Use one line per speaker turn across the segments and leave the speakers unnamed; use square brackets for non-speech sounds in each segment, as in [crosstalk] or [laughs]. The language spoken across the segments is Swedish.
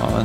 Ja,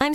I'm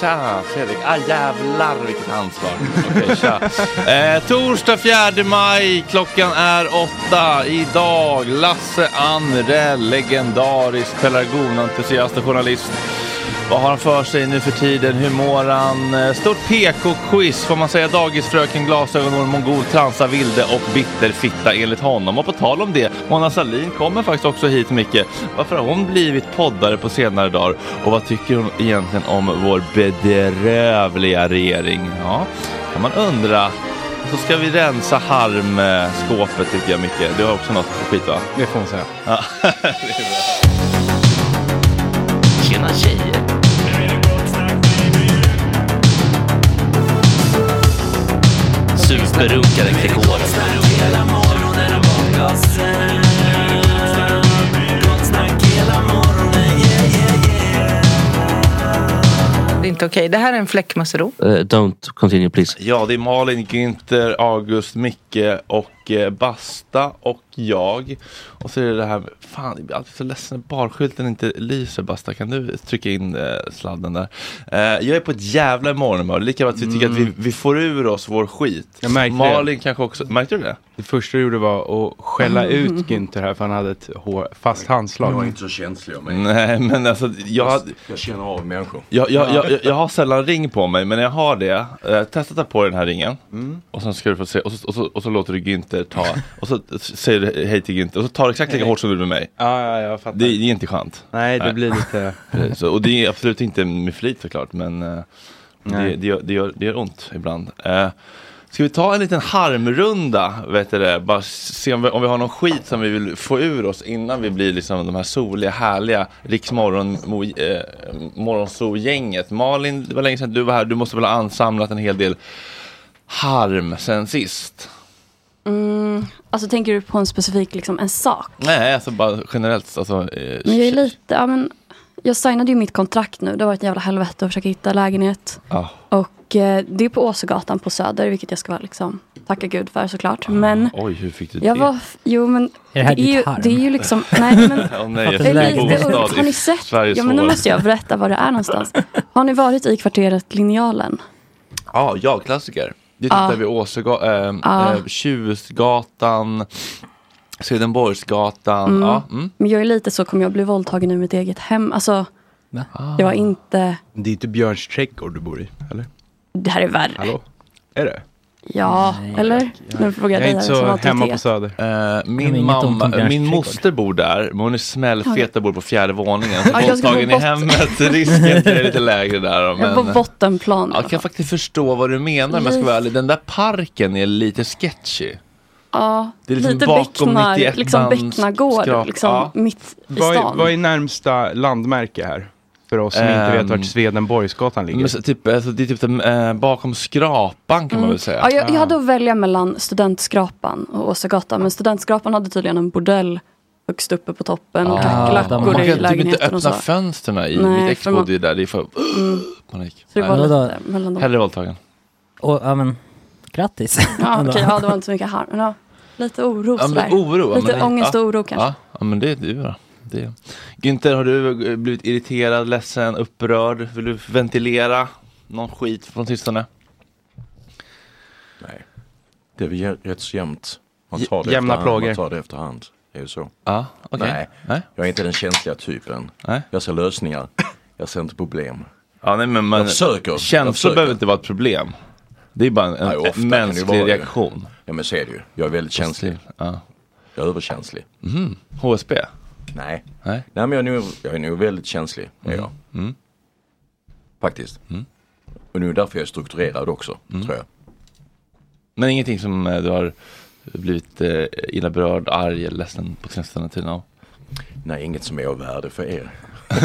Tja, Fredrik. Ah, jävlar vilket handslag. Okej, tja. Eh, torsdag 4 maj, klockan är åtta. Idag Lasse Anrell, legendarisk pelargonentusiast och journalist. Vad har han för sig nu för tiden? Hur mår han? Eh, Stort PK-quiz, får man säga dagisfröken, glasögonhår, mongol, transa, vilde och bitterfitta enligt honom. Och på tal om det, Mona Sahlin kommer faktiskt också hit Micke. Varför har hon blivit poddare på senare dagar? Och vad tycker hon egentligen om vår bedrövliga regering? Ja, kan man undra. Så ska vi rensa harmskåpet tycker jag Micke. Du har [laughs] också något skit va?
Det får man säga.
Ja.
sina tjejer. Superrunkare Gregoren.
Det är inte okej. Det här är en fläckmussero.
Eh, don't continue please.
Ja, det är Malin, Günther, August, Micke och eh, Basta och jag. Och så är det det här med, fan jag blir alltid så ledsen när barskylten inte lyser Basta. Kan du trycka in eh, sladden där? Eh, jag är på ett jävla morgonhumör. Lika bra att vi tycker att vi, vi får ur oss vår skit.
Mm. Jag märkte det.
Malin kanske också, märkte du det?
Det första du gjorde var att skälla
Mm.
ut Günther här för han hade ett hår, fast handslag.
så känslig av
Nej, men alltså jag, hade-
Jag känner av människor.
jag, jag, jag, jag, jag har sällan ring på mig, men när jag har det, eh, testa ta på den här ringen. Och sen ska du få se, och så, och så, och så låter du Günther ta, och så säger du hej till Günther, och så tar du exakt lika hårt som du gjorde med mig.
Ja, ja, jag fattar.
Det, det är inte skönt.
Nej, det
Nej.
blir
[laughs]
lite...
Eh, Så, och det är absolut inte med flit såklart, men eh, det, det, gör, det, gör, det gör ont ibland. Eh, ska vi ta en liten harmrunda, vet du det? Bara se om vi, om vi har någon skit som vi vill få ur oss innan vi blir liksom de här soliga, härliga riksmorgonso-gänget. Malin, det var länge sedan du var här, du måste väl ha ansamlat en hel del harm sen sist?
Alltså tänker du på en specifik liksom, en sak?
Nej, alltså bara generellt. Alltså, eh,
Men jag är lite, ja men jag signade ju mitt kontrakt nu. Det var ett jävla helvete att försöka hitta lägenhet.
ja.
Och eh, det är på Åsögatan på Söder, vilket jag ska vara liksom, tacka gud för såklart. Men
Oj, hur fick du det?
jag var, f- jo men
Är det här ditt
ju,
harm?
det är
[laughs]
ju liksom, nej men
Åh nej, jag
Fattar
fick
du
det är
en
läget?
lite
bostad
ont. Har
i
ni sett?
Sveriges
Ja men nu
hår.
måste jag berätta var det är någonstans. Har ni varit i kvarteret Linjalen?
Ja, ja, klassiker. Det tittar
Ja.
vi Åsega, äh,
Ja.
äh, Tjusgatan, Swedenborgsgatan.
Mm.
Ja, mm.
Men jag är lite så, kommer jag bli våldtagen i mitt eget hem? Alltså, det var inte,
Det är inte Björns trädgård du bor i, eller?
det här är värre.
Hallå? Är det?
Ja, eller? Nu
Jag är
frågar jag dig
inte
här som
så hemma på
auktoritet.
Söder.
Eh,
Det var
min
inget ont om
mamma, eh,
Björns
min
trädgård.
moster bor där, men hon är smällfet och bor på fjärde våningen. Så
Ja, jag ska
våldtagen
gå
i
bort.
hemmet, [laughs] risken är lite lägre där. då,
Jag är på
Men,
bottenplan. i
jag
alla
kan
fall.
faktiskt förstå vad du menar, men jag ska vara ärlig, den där parken är lite sketchy.
Ja,
Det är liksom
lite
bakom e-
Bäcknar,
91
liksom
bands
Bäcknagård,
skrap.
liksom
Ja.
mitt i
Vad är,
stan.
vad är närmsta landmärke här? För oss som inte vet
Ehm,
vart Swedenborgsgatan ligger. Mm.
Men, så, typ, alltså, det är typ eh, bakom skrapan kan man väl säga.
Mm. Ja, jag, jag hade att välja mellan Studentskrapan och Åsagatan, men Studentskrapan hade tydligen en bordell högst uppe på toppen och
Ah, Man
kackerlackor
kan
Ah, i
typ inte
lägenheten och så.
öppna fönstren i
Nej,
mitt ex
för man- Mm.
bodde ju där, det är för panik.
Så det var
Vadå?
lite mellan dem.
Hellre våldtagen.
Och, ja, men, grattis. [laughs]
Ja,
Ändå.
okej, ja, det var inte så mycket harm. men Ja, lite oro
Ja,
sådär.
men oro. ja,
Lite
men det-
ångest
ja.
och oro kanske.
Ja, ja men det är du då. Det. Günther, har du eh, blivit irriterad, ledsen, upprörd? Vill du ventilera någon skit från sistone?
Nej. Det är väl jä- rätt så jämnt. Man tar det
Jämna
efterhand,
plågor.
Man tar det efterhand. Det är ju så.
Ja, okej.
Nej.
Nej.
Jag är inte den känsliga typen.
Nej.
Jag ser lösningar. Jag ser inte problem.
Ja, nej, men man,
Jag försöker. Jag
Känslor
försöker.
behöver inte vara ett problem. Det är bara en,
Nej, ofta kan
en
det vara
mänsklig
det.
reaktion.
Ja men så är det ju. Jag är väldigt känslig.
Ja.
Jag är överkänslig.
Mhm. HSB?
Nej.
Nej. Mm.
Nej men jag är nog, jag är nog väldigt känslig. Är jag. Faktiskt. Och nu är därför jag är strukturerad också. Tror jag.
mm. Men ingenting som eh, du har blivit eh, illa berörd, arg eller ledsen på senaste tiden av?
Nej inget som är av värde för er.
[laughs]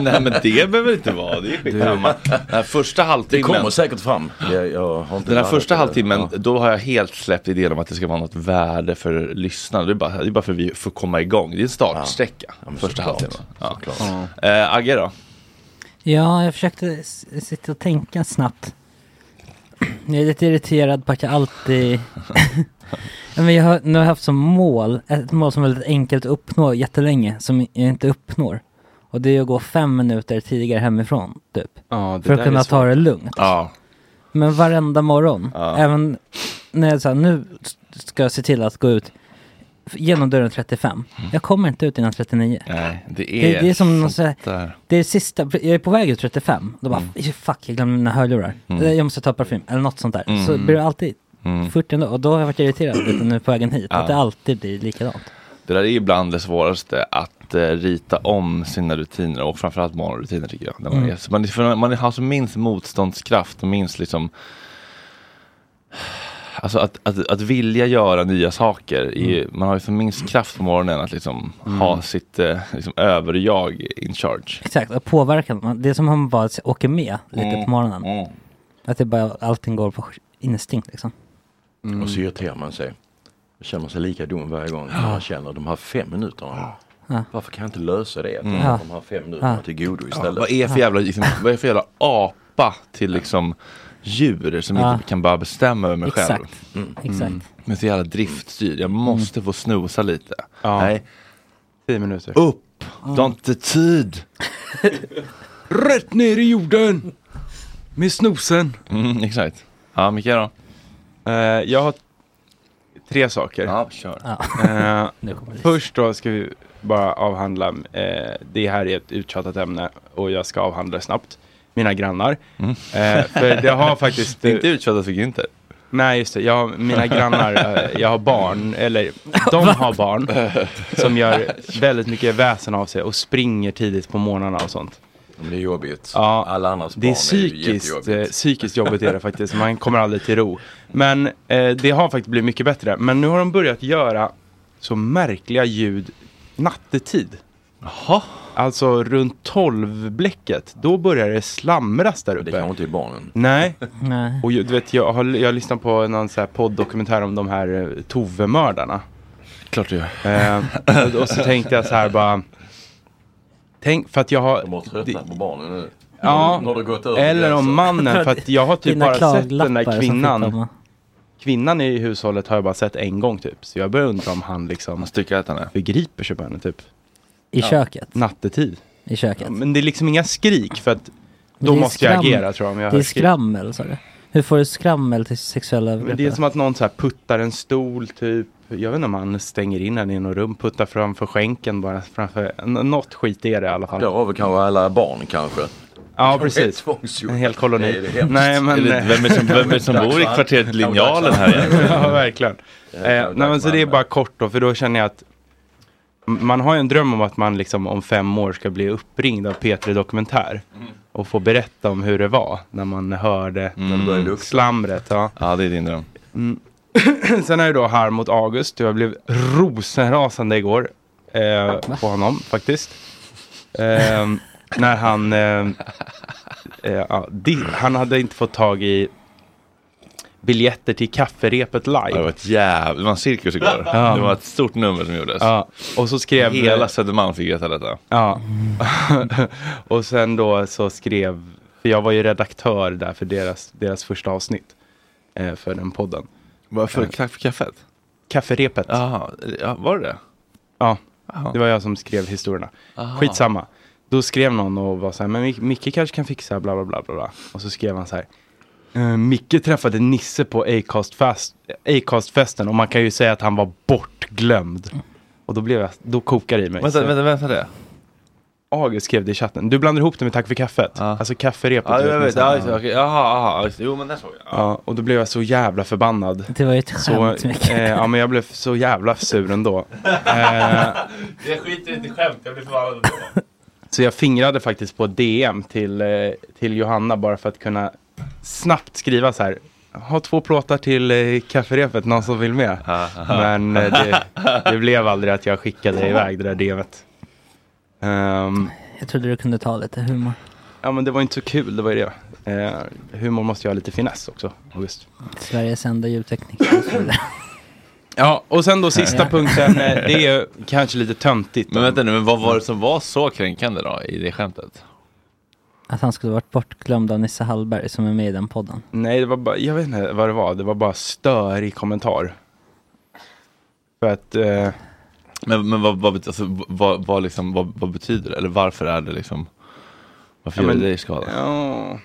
Nej men det behöver inte vara, det är skitsamma. Den här första
Det
halvtimmen,
kommer säkert fram. Jag, jag har inte
den här
landat i
första
det.
halvtimmen,
Ja.
då har jag helt släppt idén om att det ska vara något värde för lyssnarna. Det är bara, det är bara för att vi får komma igång, det är en startsträcka.
Ja, men
första
såklart.
halvtimmen. Ja.
Såklart.
Eh, Agge då?
Ja, jag försökte s- sitta och tänka snabbt. Jag är lite irriterad på att jag alltid... [laughs] Ja, Men jag har, nu har jag haft som mål, ett mål som är väldigt enkelt att uppnå jättelänge, som jag inte uppnår. Och det är att gå fem minuter tidigare hemifrån, typ.
Ja, det
För
där
att
är
kunna
svårt.
ta det lugnt.
Ja.
Men varenda morgon, även när jag säger nu s- ska jag se till att gå ut genom dörren 35.
Mm.
Jag kommer inte ut innan 39.
Nej, det är,
Det, det är som någon
sånt
så här,
där.
det är sista, jag är på väg ut 35, då bara
Mm.
fuck jag glömde mina hörlurar. Eller Jag måste ta parfym, eller något sånt där. Så
Mm.
blir det alltid
Mm.
40 ändå, och då har jag varit irriterad lite nu på vägen hit, att det alltid blir likadant.
Det där är ibland det svåraste, att eh, rita om sina rutiner och framförallt morgonrutiner tycker jag. När man, är, så man, för man har så minst motståndskraft och minst liksom alltså att, att, att vilja göra nya saker, är ju, man har ju som minst kraft på morgonen att liksom ha sitt eh, liksom, överjag in charge.
Exakt, och påverkan. Man- Det är som om man bara åker med lite
Mm,
på morgonen. Att det bara allting går på instinkt liksom.
Mm.
Och så irriterar man sig. Då känner man sig lika dum varje gång. Man känner de här fem minuterna.
Ja.
Varför kan jag inte lösa det? Att
Mm.
jag har De här fem minuterna
Ja.
till godo
Ja,
istället.
vad, är för jävla, liksom, vad är för jävla apa till liksom djur som
Ja.
inte kan bara bestämma över mig
Exakt.
själv?
Mm. Exakt. Mm.
Men så jävla driftstyrd, jag måste få snosa lite. Nej.
Tio minuter.
Upp! Du har inte tid!
Rätt ner i jorden! Med snosen.
Mm, exakt. Ja, Mikael då?
Eh, jag har tre saker.
Ja, kör. Ja.
Eh,
[laughs] Nu kommer det.
först då ska vi bara avhandla, eh, det här är ett uttjatat ämne och jag ska avhandla det snabbt. Mina grannar. Eh, för
[laughs]
det har faktiskt...
Det är Mm. inte uttjatat för Günther.
Nej, just det. Jag, har- mina grannar, eh, jag har barn,
[laughs]
eller de har barn
[laughs]
som gör väldigt mycket väsen av sig och springer tidigt på morgnarna och sånt.
Men det är jobbigt.
Ja,
Alla andras
det är
barn är ju
psykiskt,
jättejobbigt.
eh, psykiskt
[laughs]
jobbigt är det faktiskt. Man kommer aldrig till ro. Men eh, det har faktiskt blivit mycket bättre. Men nu har de börjat göra så märkliga ljud nattetid.
Jaha.
Alltså runt 12-bläcket, då börjar det slamras där uppe. Det kanske
inte är typ barnen.
Nej.
Nej.
Och ju- du vet, jag har, jag har lyssnat på någon så här podd-dokumentär om de här eh, Tove-mördarna.
Klart du gör.
Eh, och- och så tänkte jag så här bara. Tänk, för att jag har...
De har tröttnat på barnen nu.
Ja,
Nu har det gått över
eller om
gränsen.
mannen. För att jag har typ
Dina
bara sett den
klaglappar
där
som sitter
kvinnan.
hemma.
Kvinnan i hushållet har jag bara sett en gång typ. Så jag börjar undra om han liksom... Han
tycker att han är.
Begriper sig på henne typ.
I köket?
Nattetid.
I köket.
Ja, men det är liksom inga skrik för att
Men
då
det är
måste jag
skram-
agera tror jag. Om jag
det är
hör skrik.
skrammel sa du. Hur får du skrammel till sexuella
Men
övergrepp?
det är som att någon så här puttar en stol typ. Jag vet inte om han stänger in henne i något rum, puttar framför skänken bara. Framför, n- något skit är det i alla fall.
Därav kanske alla barn kanske.
Ja,
Kanske är
precis.
tvångsgjord.
En hel koloni.
Det är det hemskt.
nej, men,
Är det- vem är som- vem är
[laughs]
som bor i kvarteret Linjalen här egentligen?
ja, verkligen. Eh, nej, men så det är bara kort då, för då känner jag att m- man har ju en dröm om att man liksom om fem år ska bli uppringd av P3 Dokumentär och få berätta om hur det var när man hörde
Mm.
slamret. Ja.
ja, det är din dröm.
Mm. [clears throat] Sen är det då här mot August. Jag blev rosenrasande igår eh, på honom faktiskt. Ehm, när han... Eh, eh, ja, di- han hade inte fått tag i biljetter till kafferepet live.
Det var ett jävla, det var en [laughs] cirkus igår.
Ja.
Det var ett stort nummer som gjordes.
Ja, och så skrev-
Hela Södermalm fick veta detta.
Ja. [laughs] och sen då så skrev, för jag var ju redaktör där för deras, deras första avsnitt eh, för den podden.
Varför?
Eh,
Tack för kaffet?
Kafferepet.
Jaha, ja, var det det?
Ja,
Jaha.
det var jag som skrev historierna.
Aha.
Skitsamma. Då skrev någon och var så här, men Mic- Micke kanske kan fixa bla bla bla bla. bla. Och så skrev han så här, "Eh, Micke träffade Nisse på Acast-fest- Acast-festen och man kan ju säga att han var bortglömd. Och då blev jag, då kokar det i mig.
Vänta,
Så-
vänta, vänta det.
August skrev det i chatten. Du blandar ihop det med tack för kaffet. Alltså kafferepet.
Ja,
du
jag
med
vet.
sån här-
Ja, just det, okej. Jaha, jaha. just det. Jo, men där såg jag.
Ja, och då blev jag så jävla förbannad.
Det var ju ett skämt,
så,
Micke.
eh, Ja, men jag blev så jävla sur ändå. eh,
[laughs] Jag skiter inte i skämt, jag blir förbannad ändå.
så jag fingrade faktiskt på DM till, eh, till Johanna bara för att kunna snabbt skriva så här. Ha två plåtar till eh, kafferepet, någon som vill med? Men eh, det, det blev aldrig att jag skickade iväg det där DMet. Ehm,
Jag trodde du kunde ta lite humor.
ja, men det var inte så kul, det var ju det. Eh, humor måste ju ha lite finess också, August.
Sveriges enda ljudtekniker. och så vidare.
Ja, och sen då sista
Ja.
punkten, eh, [laughs] det är ju kanske lite töntigt.
Men vänta nu, men vad var det som var så kränkande då i det skämtet?
Att han skulle varit bortglömd av Nisse Hallberg som är med i den podden.
Nej, det var bara, jag vet inte vad det var, det var bara störig kommentar. För att... Eh,
Men, men vad, vad, bet- alltså, vad, vad, liksom, vad, vad betyder det? Eller varför är det liksom? Varför
Ja,
gör
men-
det dig skada?
Ja,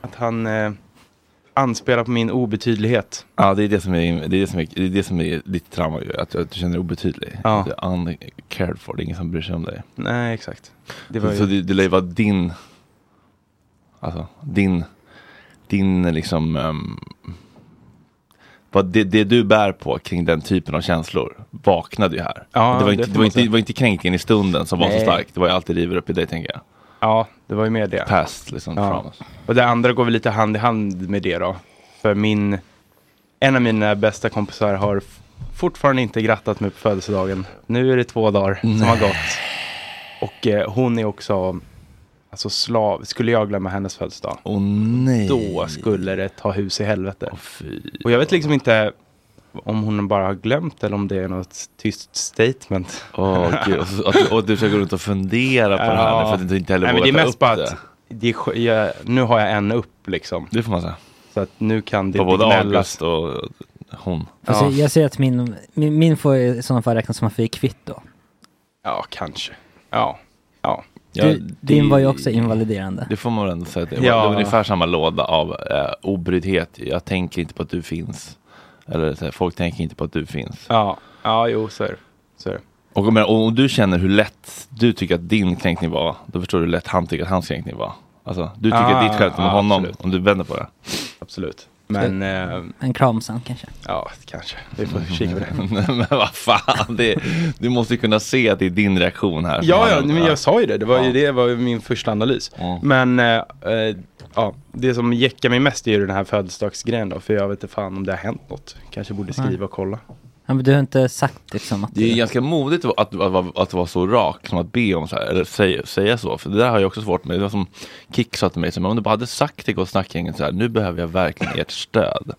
att han eh, anspelar på min obetydlighet.
Ja, det är det som är, det är, det som är, det är, det som är ditt trauma ju, att, du- att du känner dig obetydlig.
Ja.
Att Du är uncared for, det är ingen som bryr sig om dig.
Nej, exakt. Det
Det
var
så så
ju,
det, det lär ju vara din, alltså din, din liksom, ehm, vad det, det du bär på kring den typen av känslor vaknade ju här.
Ja,
det, var
det
inte,
får
det, var
man
inte,
säga.
det var inte kränkningen i stunden som var så
Nej.
stark, det var ju allt det river upp i dig tänker jag.
ja, det var ju mer det.
Past liksom,
Ja.
traumas.
Och det andra går väl lite hand i hand med det då. För min, En av mina bästa kompisar har f- fortfarande inte grattat mig på födelsedagen. Nu är det två dagar som har gått. Och eh, hon är också alltså slav. Skulle jag glömma hennes födelsedag,
nej.
då skulle det ta hus i helvete. och jag vet liksom inte om hon bara har glömt eller om det är något tyst statement.
Åh,
[laughs]
gud. Och så- att du- och du ska gå runt och fundera på det här nu för att du inte heller
Nej, men
vågar
det är
ta
mest
upp
bara
det.
att det är, sk- jag, nu har jag en upp liksom.
Det får man säga.
Så att nu kan det
På både
inte
August
gnällas.
och hon.
Alltså, Jag säger att min, min, min får i sådana fall räknas som att vi är kvitt då.
Ja, kanske. Ja. ja.
Du- din var ju också invaliderande.
Det får man väl ändå säga. att Det var
Ja.
det var ungefär samma låda av eh, obryddhet. Jag tänker inte på att du finns. Eller så här, folk tänker inte på att du finns.
Ja, ja jo, så är det. Så är det.
Och om, och om du känner hur lätt du tycker att din kränkning var, då förstår du hur lätt han tycker att hans kränkning var. Alltså, du tycker
Ah,
att ditt skämt om
ja,
honom,
absolut.
om du vänder på det.
Absolut. Men... Eh,
En kramsan kanske.
ja, kanske. Mm. Vi får kika på det.
Nej, [laughs] men vad fan, det, du måste ju kunna se att det är din reaktion här.
Ja, ja, men jag sa ju det. Det var ju det var ju min första analys. Men eh, eh, ja, det som jäckar mig mest är ju den här födelsedagsgrejen då. För jag vet inte fan om det har hänt något. Kanske borde skriva och kolla.
Ja, men du har inte sagt liksom att...
Det är ju ganska modigt att, att, att, att vara så rak som att be om så här, eller säga, säga så. För det där har jag också svårt med. Det var som Kick sa till mig, så, här, men om du bara hade sagt till Gott snackgänget så här, nu behöver jag verkligen ert stöd.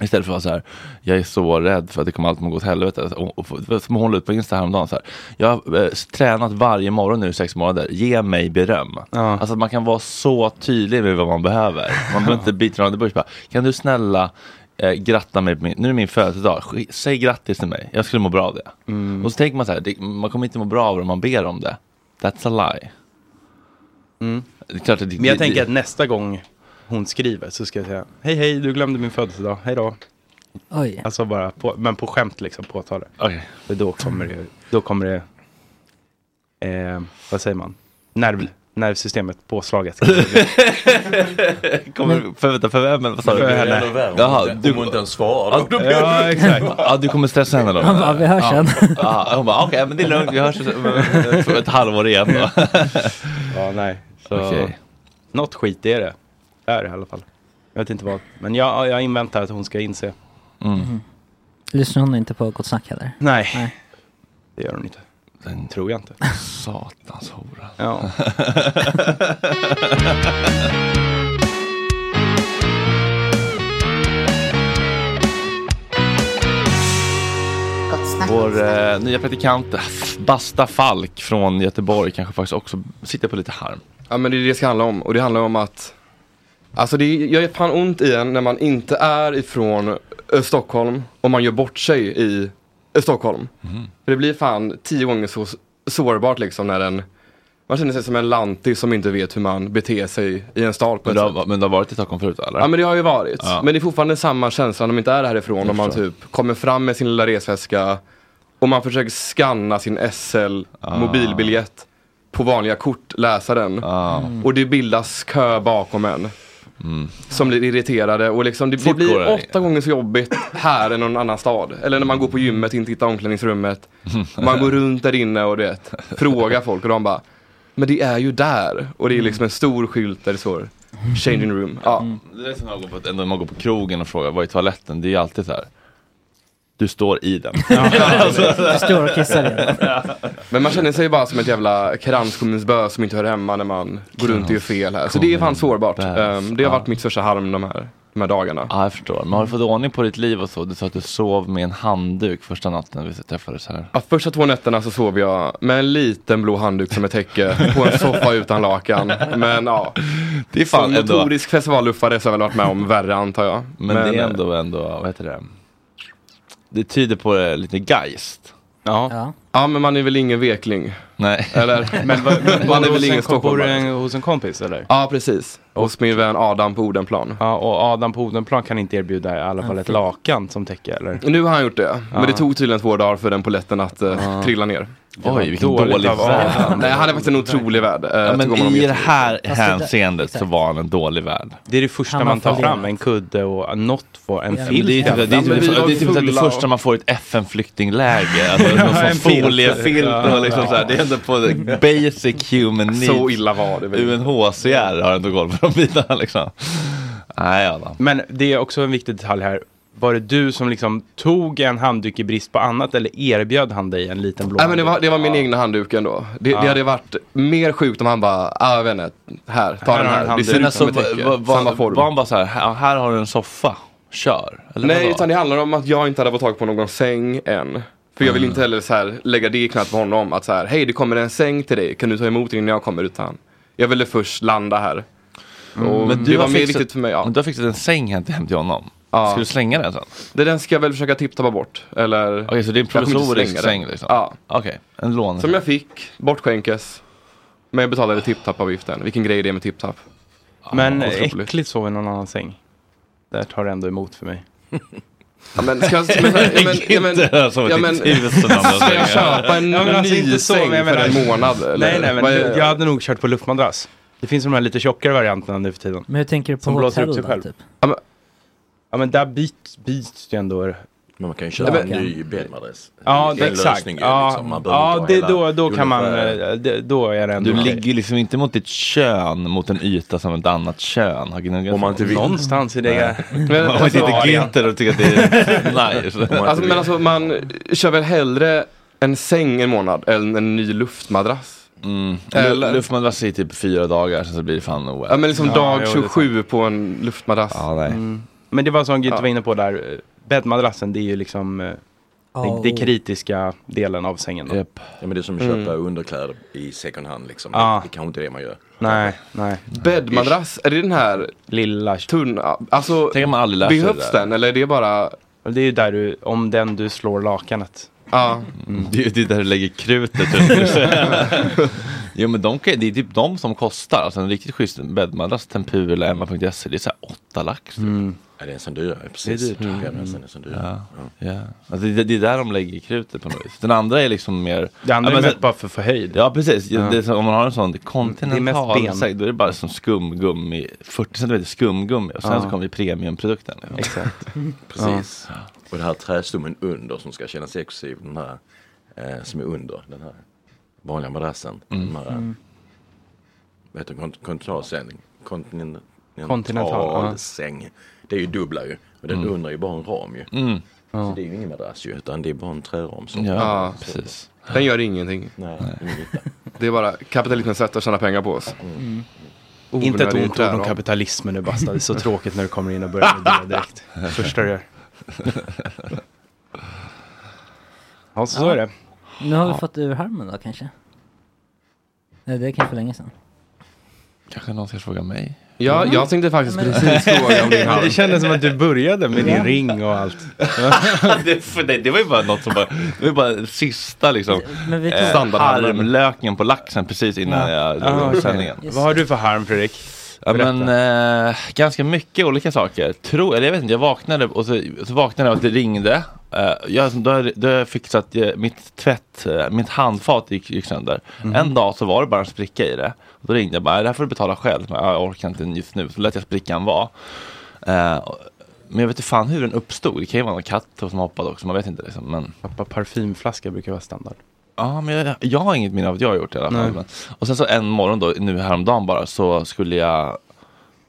Istället för att vara så här, jag är så rädd för att det kommer allt att gå åt helvete. Och, och, och, som hon la ut på Insta häromdagen, så här, jag har eh, tränat varje morgon nu i sex månader, ge mig beröm. Alltså att man kan vara så tydlig med vad man behöver. Man behöver inte bita varandra i bush, bara, kan du snälla eh, gratta mig, på min, nu är det min födelsedag, Sk- säg grattis till mig, jag skulle må bra av det.
Mm.
Och så tänker man så här, det, man kommer inte må bra av det om man ber om det. That's a lie.
Mm.
Det är klart att det,
Men jag
det-
tänker
det-
att nästa gång hon skriver så ska jag säga Hej hej, du glömde min födelsedag, hej då.
Oj.
Alltså bara, på, men på skämt liksom påtala det.
Okej.
För då kommer det, då kommer det, eh, vad säger man, Nerv, nervsystemet
[laughs]
påslaget.
Kommer, för, vänta, för vem? [laughs] Vad sa du?
För henne. Hon är
Jaha, du kommer inte ens svara. Ja,
[laughs]
exakt. Ja, du kommer stressa henne då.
Han bara, vi hörs
ja.
sen.
[laughs] Ja, hon bara, okej, men det är lugnt, vi hörs för ett halvår igen
[laughs]
då.
ja, nej. Så,
Okej.
Något skit är det. Är det i alla fall. Jag vet inte vad. Men jag, jag inväntar att hon ska inse.
Mm.
Mm. Lyssnar hon inte på Gott Snack heller?
Nej. Det gör hon inte.
Den
tror jag inte.
Satans hora. [laughs]
Ja.
Vår eh, nya praktikant Basta Falk från Göteborg kanske faktiskt också sitter på lite harm.
Ja men det är det det ska handla om och det handlar om att Alltså det gör ju fan ont i en när man inte är ifrån eh, Stockholm och man gör bort sig i eh, Stockholm. För det blir fan tio gånger så s- sårbart liksom när en man känner sig som en lantis som inte vet hur man beter sig i en stad på
Men
ett
du
sätt.
har, men du har varit i Stockholm förut eller?
Ja men det har ju varit.
Ja.
Men det är fortfarande samma känsla när man inte är härifrån. Om man
förstår.
typ kommer fram med sin lilla resväska och man försöker scanna sin SL
Ah.
mobilbiljett på vanliga kortläsaren.
Ah.
Och det bildas kö bakom en. Som blir irriterade och liksom det, det
Fort går
blir
det.
åtta gånger så jobbigt här än någon annan stad. Eller när man går på gymmet, inte hittar omklädningsrummet. Man går runt där inne och du vet, frågar folk och de bara Men det är ju där. Och det är liksom en stor skylt där det står Changing room. Ja.
Det är som när man går på, när man går på krogen och frågar var är toaletten? Det är ju alltid så här. Du står i den.
Du står och kissar igen.
Men man känner sig bara som ett jävla kranskommunsbö som inte hör hemma när man går runt och gör fel här. Så det är fan sårbart. Ehm, det har varit mitt största harm de här, de här dagarna.
Ja, jag förstår. Men har du fått ordning på ditt liv och så? Du sa att du sov med en handduk första natten vi träffades här.
Ja, första två nätterna så sov jag med en liten blå handduk som ett täcke på en soffa utan lakan. Men ja,
Det är fan
som
ändå-
notorisk festivalluffare så har jag väl varit med om värre antar jag.
Men, det är ändå, ändå, vad heter det? Det tyder på eh, lite geist.
Ja.
ja.
Ja, men man är väl ingen vekling.
Nej. [laughs]
Eller,
Men vad-
man är
hos
väl
en
ingen
kom- bor du
stockholmare.
en- liksom? hos en kompis eller?
Ja, precis. Hos min vän Adam på Odenplan.
Ja, och Adam på Odenplan kan inte erbjuda i alla fall ett lakan som täcker eller?
Nu har han gjort det,
Ja.
men det tog tydligen två dagar för den polletten att eh, trilla ner.
var
Oj, vilken
dåligt
dålig
av
värld.
Adam.
Nej, han är faktiskt en otrolig värld. eh,
Ja,
tycker
men
om honom
i det
jättemycket.
här
Fast det där-
hänseendet så
exakt.
var han en
[laughs]
dålig värld.
Det är det första
Han
man tar
har
fram,
fallerat.
en kudde och något får, en
Ja,
Det är
filt.
typ, det är typ, det
men vi var
är typ så att det
fulla
första
och-
man får i ett FN-flyktingläger. Alltså,
Ja,
någon
en
sån
filt.
foliefilt och liksom så här. Det är ändå
[laughs]
på the basic human needs.
Så illa var det väl.
UNHCR har ändå koll på de bitarna liksom. Nej, Adam.
Men det är också en viktig detalj här. var det du som liksom tog en handduk i brist på annat eller erbjöd han dig en liten blå
Nej men det var,
handduk?
det var min egna handduk ändå. Det,
Ja.
det hade varit mer sjukt om han bara, ah, jag vet inte, här, ta den här. Det ser
Men
ut som
alltså,
ett täcke.
va- va-
Samma form.
Var han bara så här, här, här har du en soffa, kör. Eller
Nej,
vadå?
utan det handlar om att jag inte hade fått tag på någon säng än. För jag
Mm.
vill inte heller så här, lägga det i knät på honom. Att så här, hej det kommer en säng till dig, kan du ta emot den innan jag kommer? Utan jag ville först landa här. Och
Mm. Men
det
du
var
har
mer
fixat-
viktigt för mig. Ja.
Du har fixat en säng hem till, hem till honom.
Ja.
Ska du slänga den sen?
Det den ska jag väl försöka tippa bort. Eller... Okej,
så det är en provisorisk säng liksom?
Ja.
Okej, en lån.
Som jag fick, bortskänkes. Men jag betalade tipptappavgiften. Vilken grej det är med tipptapp.
Men eh,
Ja, otroligt.
äckligt sov i någon annan säng. Där tar det ändå emot för mig.
Ja, men ska jag, men, så här, ja, men, ja, men,
Inte
ja,
ha sovit i
men,
tusen andra
ska jag
sängar.
köpa en
Ja, men alltså,
ny
inte så,
säng
men jag
för
menar-
en månad? Eller?
Nej, nej, men
Vad är-
jag hade nog kört på luftmadrass. Det finns de här lite tjockare varianterna nu för tiden.
Men hur tänker du på
Som blåser
hotell
upp sig
då,
själv.
typ?
Ja, men, ja, men där byts, byts det ändå. Men man kan ju
köpa en ny bäddmadrass.
Ja,
Det
det,
är en
exakt.
lösning ju,
ja,
liksom. Man behöver
ja
inte
det,
ha hela
då, då kan man...
uniformen.
eh, Det, då är det ändå...
Du ligger liksom inte mot ditt kön mot en yta som ett annat kön har gnuggat
Om man inte vill. Någonstans i det-
[laughs] Men, Om man inte heter Günther och tycker att det är nice.
Alltså, men alltså man kör väl hellre en säng en månad än en ny luftmadrass?
Mm.
Eller?
Luftmadrass är typ fyra dagar, sen så blir det fan OS.
Ja men liksom dag
jo, det är
27 på en luftmadrass.
Ja, nej.
Mm. Men det var som Günther
Ja.
var inne på där. eh, Bäddmadrassen, det är ju liksom... eh,
Ja.
Det, det kritiska delen av sängen. då.
Ja, men det är som att
Mm.
köpa underkläder i second hand liksom.
Ja.
Det, det kanske inte är det man gör.
Nej, nej.
Bäddmadrass, är det den här
lilla
tunna? Alltså,
Tänk om man aldrig lär sig
behövs
det där.
den eller är det bara...
Det är ju där du, om den du slår lakanet.
Ja.
Mm. Det, är- det är där du lägger krutet. [laughs] jo men de, kan- det är typ de som kostar. Alltså en riktigt schysst bäddmadrass, Tempur eller Emma.se, E, det är såhär åtta lax. typ.
Ja, det är en sån dyr, precis.
Det är dyrt.
Mm. Ja, men sen är det en sån dyr.
Ja. Ja. Alltså det, det är där de lägger krutet på något vis. Den andra är liksom mer... alltså, Det
andra är mest bara för förhöjd.
Ja precis.
Ja.
Det är, så- om man har en sån
Det är
kontinental
mest ben.
säng, då är det bara som skumgummi, 40 cm skumgummi och sen
Ja.
så kommer premiumprodukten. liksom. [laughs]
Exakt.
Precis. Och den här trästommen under som ska kännas exklusiv. Den här eh, som är under den här vanliga madrassen.
Mm.
Den här,
Mm.
Vet du, kont- kontinental säng. Kontinental,
Kontinental, ja.
säng. Det är ju dubbla ju. Och den
Mm.
under är ju bara en ram ju.
Mm.
Så det är ju ingen madrass ju. Utan det är bara en träram. Som
Ja,
Ja.
precis.
Den gör ingenting.
Nej, ingen nytta. Mm.
Det är bara kapitalismens sätt att tjäna pengar på oss. Onödig
Mm. Inte ett ont ord om
träram.
kapitalismen nu Basta. Det är så tråkigt när du kommer in
[laughs]
och börjar med det direkt. Första du gör. Ja, så
Ja.
är det.
Nu har vi
Ja.
fått ur harmen då kanske? Nej, det är kanske för länge sedan.
Kanske någon ska fråga mig? Mm.
Ja, jag tänkte faktiskt precis fråga om
[laughs]
din
[laughs]
hand.
Det kändes som att du började med din
Ja.
ring och allt.
det, för det, det var ju bara något som bara, det var bara sista liksom
Men vi tog-
eh,
Standardhandlaren.
harmlöken på laxen precis innan jag drog
Ah,
igång
okej.
sändningen.
Vad har du för harm Fredrik?
Ja, men, eh, ganska mycket olika saker. Tro, eller jag vet inte, jag vaknade och så, så vaknade jag och det ringde. Eh, jag, då, har jag- då har jag fixat eh, mitt tvätt, eh, mitt handfat gick, gick sönder.
Mhm.
En dag så var det bara en spricka i det. Och då ringde jag bara, "Äh, det här får du betala själv. Men, "Ja, jag orkar inte just nu, så lät jag sprickan vara. Eh, och- men jag vet inte fan hur den uppstod. Det kan ju vara någon katt som hoppade också, man vet inte. Liksom, men...
Pappa, parfymflaska brukar vara standard.
Ja, men jag, jag har inget minne av att jag har gjort det i alla fall.
Nej.
Men, och sen så en morgon då, nu häromdagen bara, så skulle jag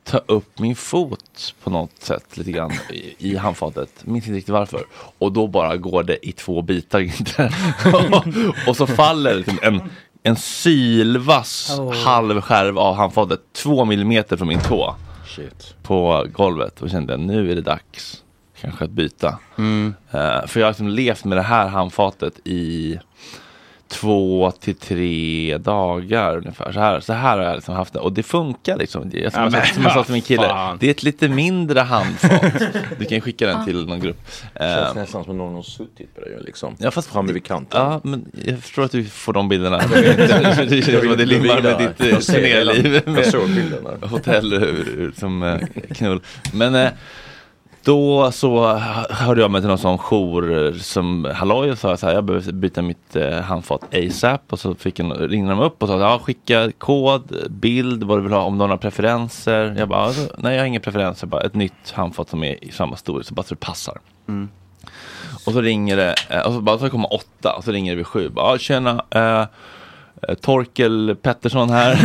ta upp min fot på något sätt lite grann i, i handfatet. Minns inte riktigt varför. Och då bara går det i två bitar. [laughs] inte? och, och så faller liksom en, en sylvass
Oh.
halv skärv av handfatet två millimeter från min tå
Shit.
på golvet och kände att nu är det dags kanske att byta.
Mm.
Eh, för jag har liksom levt med det här handfatet i två till tre dagar ungefär. Så här, så här har jag liksom haft det och det funkar liksom. Det, är som,
Ja,
jag,
men
sa- som jag sa till min kille,
fan.
det är ett lite mindre handfat. Du kan ju skicka den till någon grupp.
Det
Eh,
känns nästan som att någon har suttit på det ju, liksom.
Ja, fast-
Framme vid kanten.
Ja, men jag förstår att du får de bilderna. [laughs] Det känns som att det limmar med ditt eh,
Jag ser redan.
turnéliv.
Jag
med
såg bilderna.
Hotell eh, som eh, knull. Men eh, då så hörde jag mig till någon sån jour eh, som halloj och sa så här, jag behöver byta mitt eh, handfat ASAP. Och så fick en, ringde de upp och sa, ja skicka kod, bild, vad du vill ha, om du har några preferenser. Jag bara, alltså, nej jag har inga preferenser, bara ett nytt handfat som är i samma storlek, så bara så det passar.
Mm.
alltså Och så ringer det, eh, och så bara, så kommer åtta, och så ringer det vid sju. Bara, "Ja, tjena, eh, Eh, Torkel Pettersson här.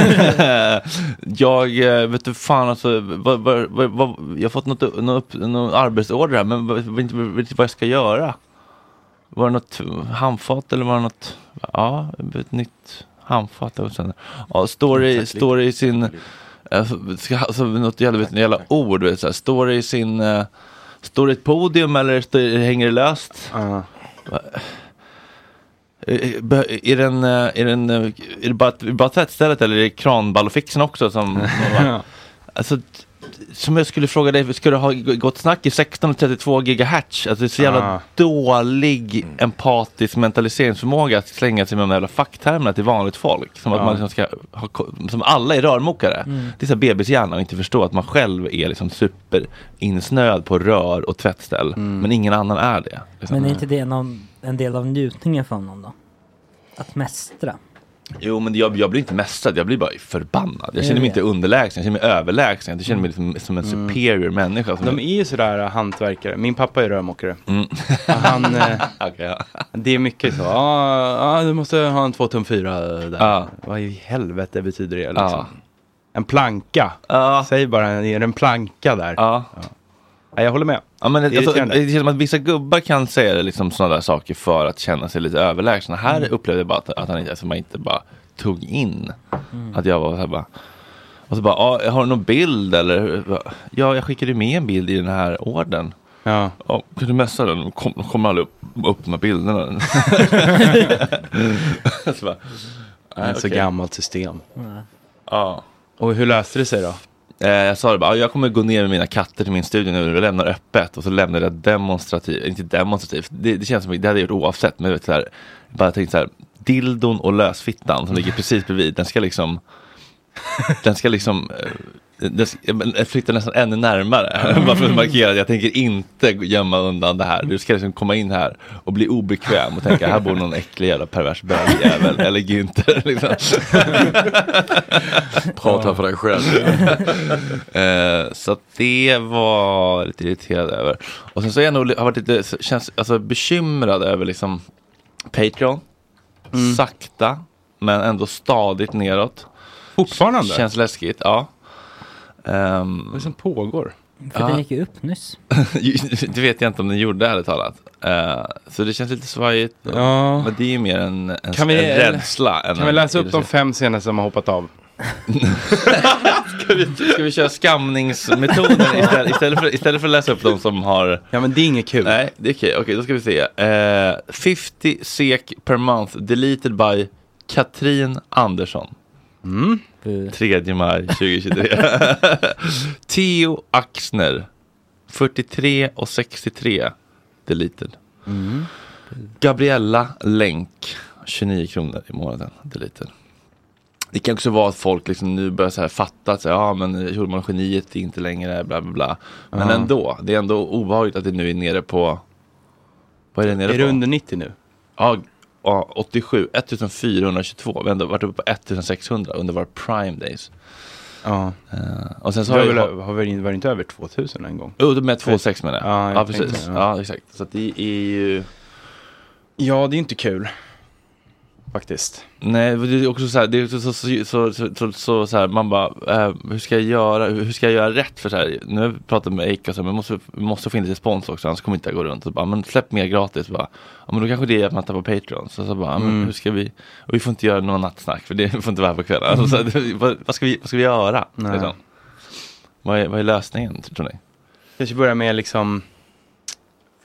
[laughs] jag eh, vet du fan alltså, vad, vad, vad, vad, jag har fått något, någon, upp, någon arbetsorder här men vad- vet inte vet inte vad jag ska göra. Var det något handfat eller var det något, ja, ett nytt handfat. eller vad sen- Ja, står, i,
Tackling.
står i sin, eh, ska, alltså, något jävla, vet, ni, jävla ord, vet, du, så här, står det i sin, eh, står det ett podium eller står, hänger det löst? Va- Eh, beh- Är den, eh, är den, eh, är det bara, är det bara tvättstället eller är det kranballfixen också som, som alltså, t- som jag skulle fråga dig, ska du ha g- gott snack i 16 och 32 gigahertz? Alltså det är så jävla
Ah.
dålig empatisk mentaliseringsförmåga att slänga sig med de jävla facktermerna till vanligt folk. Som att
Ja.
man liksom ska ha, ko- som alla är rörmokare.
Mm.
Det är så här bebishjärna och inte förstå att man själv är liksom superinsnöad på rör och tvättställ. Men ingen annan är det. liksom.
Mm. Men är inte det en, av, en del av njutningen för honom då? Att mästra?
Jo men jag, jag blir inte mästrad, jag blir bara förbannad.
Jag
Jag känner mig
vet.
inte underlägsen, jag känner mig överlägsen. Jag känner mig liksom, som en
Mm.
superior människa. Som
De är ju sådär äh, hantverkare. Min pappa är rörmokare.
Mm.
Han, eh,
[laughs] Okej, ja.
det är mycket så. Ja, ah, du måste ha en 2 tum 4 där. Vad i helvete betyder det liksom?
Ja.
En planka. Säg bara, är det en planka där?
Ja.
Nej, Jag håller med.
Ja, men det, alltså,
Irriterande.
det känns som att vissa gubbar kan säga det, liksom sådana där saker för att känna sig lite överlägsna. Här
Mm.
upplevde jag bara att, att han inte, alltså, man inte bara tog in
Mm.
att jag var så här bara och så bara, ah, har du någon bild eller? Ja, jag skickade med en bild i den här orden.
Ja.
kan du messa den? De kom, de kommer aldrig upp, upp de här
[laughs]
bilderna. [laughs] så bara,
Det är ett så
okej.
gammalt system.
Nej.
Ja.
Och hur löste det sig då?
Eh, jag sa det bara, jag kommer gå ner med mina katter till min studio nu och lämnar öppet. Och så lämnade jag demonstrativt, inte demonstrativt, det, det känns som det hade jag gjort oavsett. Men jag vet, så här, bara tänkte så här, dildon och lösfittan som ligger precis bredvid, den ska liksom, den ska liksom eh, den ska- eh, men, eh, flytta nästan ännu närmare. [laughs] Bara för att markera att jag tänker inte gömma undan det här. Du ska liksom komma in här och bli obekväm och tänka här bor någon äcklig jävla pervers bögjävel eller Günther. [laughs] Liksom. [laughs]
Prata för dig själv.
[laughs]
Eh, så att det var lite irriterad över. Och sen så är jag nog, li- har varit lite så- känns, alltså, bekymrad över liksom Patreon.
Mm.
Sakta men ändå stadigt neråt.
Fortfarande?
Känns läskigt, ja. Ehm,
Vad är det som pågår?
För den gick ju
[laughs]
upp nyss.
det vet jag inte om den gjorde ärligt talat. Eh, så det känns lite svajigt.
Ja.
Men det är ju mer en, en,
Kan vi,
en rädsla. än
kan vi
en
läsa upp de
irritation.
fem senaste som har hoppat av?
Ska vi, ska vi köra skamningsmetoden istället, istället, för, istället för att läsa upp de som har...
Ja men det är inget kul.
Nej, det är okej. Okej, då ska vi se. Eh, 50 SEK per month deleted by Katrin Andersson. Mm. 3 maj 2023. [laughs] Theo Axner. 43 och 63 deleted.
Mm.
Gabriella Länk. 29 kronor i månaden deleted. Det kan också vara att folk liksom nu börjar så här fatta att så här, ja, men Schulman och geniet är inte längre bla bla bla. Men
Ja.
ändå, det är ändå obehagligt att det nu är nere på... Vad är det nere
Är
på?
det under 90 nu?
Ja, ja, 87, 1422. Vi har ändå varit uppe på 1600 under våra prime days.
Ja.
Eh, och sen så
Vi
har
har,
jag...
väl, har vi varit över 2000 en gång?
Jo, med 2,6 menar jag.
Ja, jag
ja precis.
tänkte det,
Ja, exakt. Så att det är ju...
Ja, det är inte kul. Faktiskt.
Nej, men det är också så här, det är också så, så, så, så, så, så, så här, man bara, eh, hur ska jag göra, hur ska jag göra rätt för så här, nu har vi pratat med Acast, men vi måste, vi måste få in lite spons också, annars kommer inte jag gå runt och bara, men släpp mer gratis, bara, ja men då kanske det är att man tappar Patreon, så, så bara, ja, men
Mm.
hur ska vi, och vi får inte göra någon nattsnack, för det får inte vara här på kvällen, alltså, [laughs] så, här, vad, vad, ska vi, vad ska vi göra?
Mm. Nej.
Liksom? Vad, är, vad är lösningen, tror ni?
Kanske börja med liksom,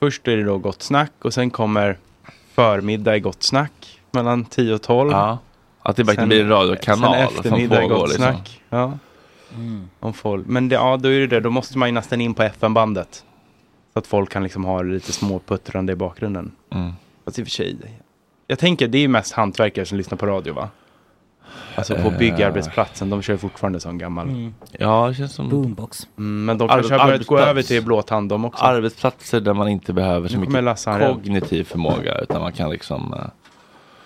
först är det då gott snack och sen kommer förmiddag i gott snack mellan 10 och 12.
Ja. Att det verkligen blir en radiokanal
Sen
som
eftermiddag i
pågår,
gott
liksom.
snack. Ja. Om folk. Men det, ja, då är det det, då måste man ju nästan in på FN-bandet. Så att folk kan liksom ha det lite småputtrande i bakgrunden.
Mm.
Fast i och för sig, jag tänker det är ju mest hantverkare som lyssnar på radio va? Alltså på
Eh.
byggarbetsplatsen, de kör ju fortfarande sån gammal.
Mm.
Ja, det känns som...
Boombox.
Mm, men de kanske har börjat gå över till blåtand de också.
Arbetsplatser där man inte behöver så
Nu kommer
mycket
Lasse här igen.
kognitiv förmåga utan man kan liksom eh,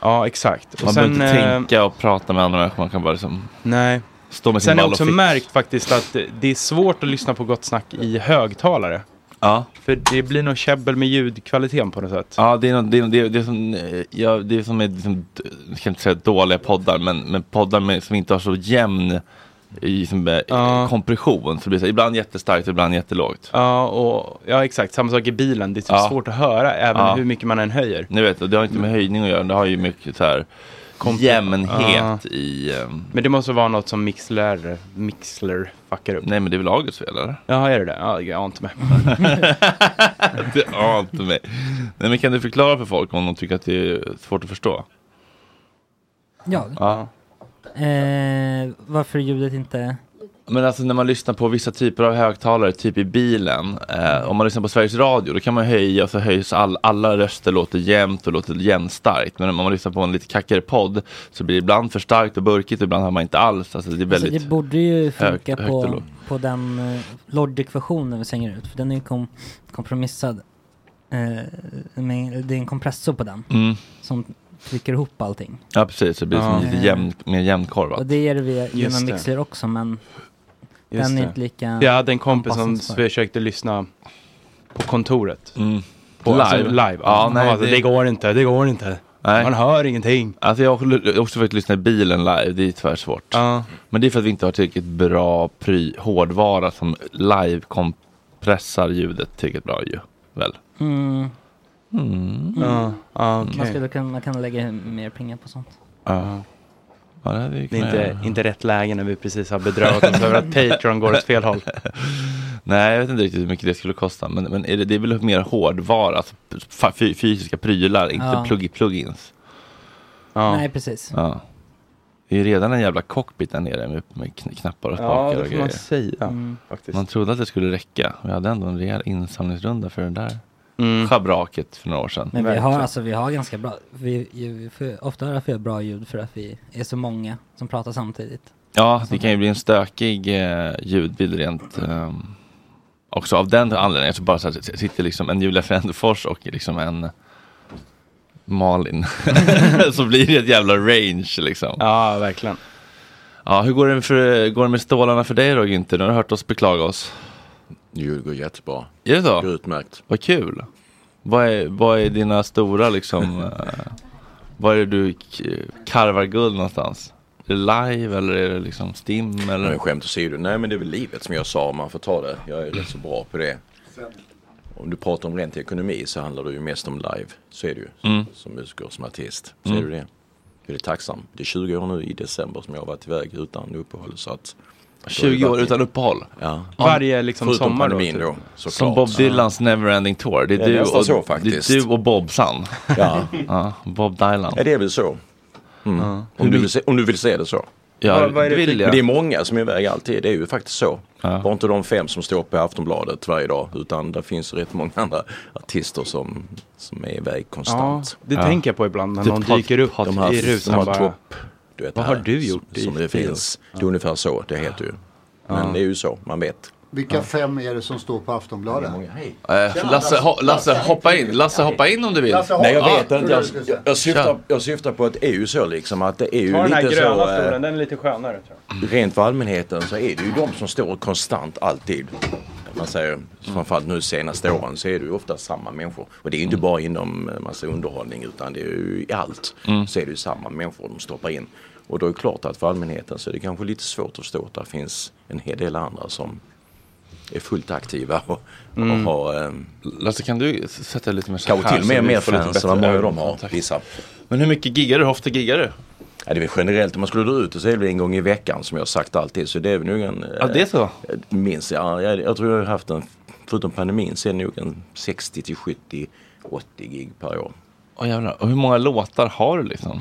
Ja, exakt. Och
Man
sen,
behöver inte
eh,
tänka och prata med andra människor, man kan bara liksom
Nej.
stå med sin
Sen
ball
har jag
och
också
fick.
märkt faktiskt att det är svårt att lyssna på gott snack i högtalare.
Ja.
För det blir nog käbbel med ljudkvaliteten på något sätt.
Ja, det är, något, det, är, det, är, det är som, eh, ja, det är som är, liksom, d- jag ska inte säga dåliga poddar, men, men poddar med, som inte har så jämn i, som, eh, kompression. Så det blir så här, ibland jättestarkt, ibland jättelågt.
Ja, och, ja, exakt. Samma sak i bilen. Det är typ
Ja.
svårt att höra även
Ja.
hur mycket man än höjer.
Nu vet, och det har inte med höjning att göra, det har ju mycket så här jämnhet
Ja.
i... ehm,
Men det måste vara något som Mixler, Mixler fuckar upp.
Nej, men det är väl lagets fel, eller?
Ja, är det det? Ja, jag har inte med.
[laughs] det ante mig. Nej, men kan du förklara för folk om de tycker att det är svårt att förstå?
Ja.
ja.
Eh, varför ljudet inte...
Men alltså när man lyssnar på vissa typer av högtalare, typ i bilen. Eh, om man lyssnar på Sveriges Radio, då kan man höja och så höjs all, alla röster låter jämnt och låter jämnstarkt. Men om man lyssnar på en lite kackigare podd så blir det ibland för starkt och burkigt och ibland har man inte alls. Alltså det är väldigt
alltså, det borde ju funka
högt- högt och
på,
lågt.
på den eh, Logic-versionen vi sänger ut, för den är ju kom, kompromissad. Eh, men det är en kompressor på den
Mm.
som trycker ihop allting.
Ja precis, så det blir som
Ja.
lite jämn, mer
Och
jämnkorvat.
det är det via,
Just
genom
det.
Mixler också, men den är inte lika...
Jag hade en kompis som
anpassningsbar.
försökte lyssna på kontoret.
Mm.
På,
Live?
live? Alltså, live.
Ja, nej,
alltså,
det-
det... går inte, det går inte.
Nej.
Man hör ingenting.
Alltså jag har l- också försökt lyssna i bilen live, det är tyvärr svårt. Men det är för att vi inte har tillräckligt bra pry, hårdvara som live kompressar ljudet tillräckligt bra ju. Väl?
Mm.
Mm.
Ja, ja, okej.
Man, skulle kunna, man kan lägga mer pengar på sånt.
Ja. Ja, det, hade vi
Det är
kunnat
inte,
göra.
inte rätt läge när vi precis har bedrövat oss över att Patreon går åt
[laughs]
fel håll.
Nej, jag vet inte riktigt hur mycket det skulle kosta. Men, men är det, det är väl mer hårdvara, alltså fa- fy- fysiska prylar, inte
Ja.
plug- plugins.
Nej, precis.
Ja. Det är ju redan en jävla cockpit där nere med, med kn- knappar och
Ja,
spakar
det
och
får man säga, Mm. faktiskt.
Man trodde att det skulle räcka. Vi hade ändå en rejäl insamlingsrunda för det där
Mm.
schabraket för några år sedan.
Men vi har, alltså, vi har ganska bra, vi, vi får ofta höra för bra ljud för att vi är så många som pratar samtidigt.
Ja, det kan ju bli en stökig eh, ljudbild rent ehm, också av den anledningen. Så bara så här, s- sitter liksom en Julia Frändefors och liksom en Malin. [laughs] så blir det ett jävla range liksom.
Ja, verkligen.
Ja, hur går det, för, går det med stålarna för dig då Günther? Nu har du hört oss beklaga oss.
Jo, det går jättebra.
Är det så?
Det går utmärkt.
Vad kul. Vad är, vad är dina stora liksom, eh, vad är det du k- karvar guld någonstans? Är det live eller är det liksom stim eller?
Men skämt åsido, nej men det är väl livet som jag sa om man får ta det. Jag är rätt så bra på det. Om du pratar om rent ekonomi så handlar det ju mest om live. Så är det ju.
Mm.
Som musiker och som artist. Så
Mm.
är det det. Jag är tacksam. Det är 20 år nu i december som jag har varit iväg utan uppehåll. Så att
20 år utan uppehåll?
Ja.
Varje, liksom,
Förutom
sommar då,
pandemin
typ.
då. såklart.
Som Bob Dylans Neverending Tour. Det är,
Ja,
du,
nästan
och,
så
det
faktiskt.
är du och Bobsan.
[laughs] Ja.
ja, Bob Dylan.
Ja, det är väl så. Mm.
Ja.
Om, du vill se, om du vill se det så.
Ja, Vad- vad är det det vill för- jag.
Men det är många som är iväg alltid, det är ju faktiskt så.
Ja.
Bara inte de fem som står på Aftonbladet varje dag utan det finns rätt många andra artister som, som är iväg konstant.
Ja, det tänker jag på ibland
Typ
när någon dyker upp
de här,
i rutan
de här
bara,
Topp, du vet,
"Vad har
här,
du gjort
Som, som
i
det
tio år?"
finns. Det är ungefär så det heter ju. Men
Ja.
det är ju så, man vet.
Vilka fem är det som står på Aftonbladet?
Eh, Lasse, ho, Lasse, hoppa in. Lasse, hoppa in om du vill.
Nej jag vet
Ja.
inte. Jag, jag, jag, syftar, jag syftar på att det är ju så liksom att det är ju
Ta den här
lite
gröna
så. eh,
stolen, den är lite skönare. Tror jag.
rent för allmänheten så är det ju de som står konstant alltid. Man säger, framförallt nu senaste åren så är det ju ofta samma människor. Och det är ju inte bara inom eh, massa underhållning utan det är ju i allt
Mm.
så är det ju samma människor de stoppar in. Och då är det klart att för allmänheten så är det kanske lite svårt att förstå att det finns en hel del andra som är fullt aktiva och,
Mm.
och har... ehm,
Lasse, kan du s- sätta lite mer så
Kanske
här
till och med
så vi
mer
får lite
fans
bättre
än vad många de har,
ögonkontakt?
vissa.
Men hur mycket giggar du? Hur ofta giggar du?
Ja, det är väl generellt, om man skulle dra ut det så är det väl en gång i veckan som jag har sagt alltid. Så det är väl nog en...
Ja, det är så.
eh, Minst, ja, jag, jag tror jag har haft en, förutom pandemin, så är det nog en 60 till 70, 80 gig per år.
Åh jävlar. Och hur många låtar har du liksom?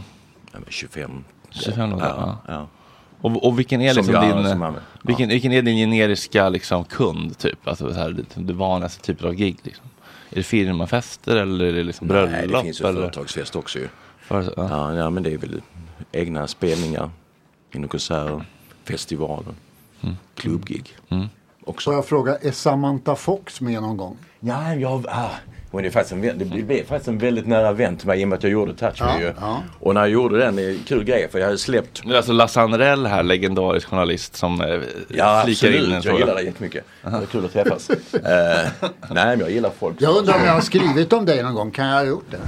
Ja, men 25.
25 låtar?
Ja,
Ja. Och, och vilken är
Som
liksom
jag-
din,
som jag- ja.
vilken, vilken är din generiska liksom, kund typ? Alltså så här, det, det vanligaste typen av gig liksom. Är det firmafester eller är det liksom bröllop?
Nej, det finns ju
eller?
företagsfest också ju.
För- ja.
Ja, ja, men det är väl egna spelningar, inom konserter, festivaler,
Mm.
klubbgig.
Får jag fråga, är Samantha Fox med någon gång?
Ja, jag, ah, Hon är faktiskt en, vän- det blev faktiskt en väldigt nära vän till mig i och med att jag gjorde Touch Me
Ja,
ju. Och när jag gjorde den, det är en kul grej för jag hade släppt
Det är alltså Lasse Andrell här, legendarisk journalist som eh,
Ja
flikar
absolut,
in en
jag
fråga.
gillar dig jättemycket. Det var kul att
[laughs]
träffas. Eh, nej men jag gillar folk.
Jag undrar om jag har skrivit om dig någon gång. Kan jag ha gjort det?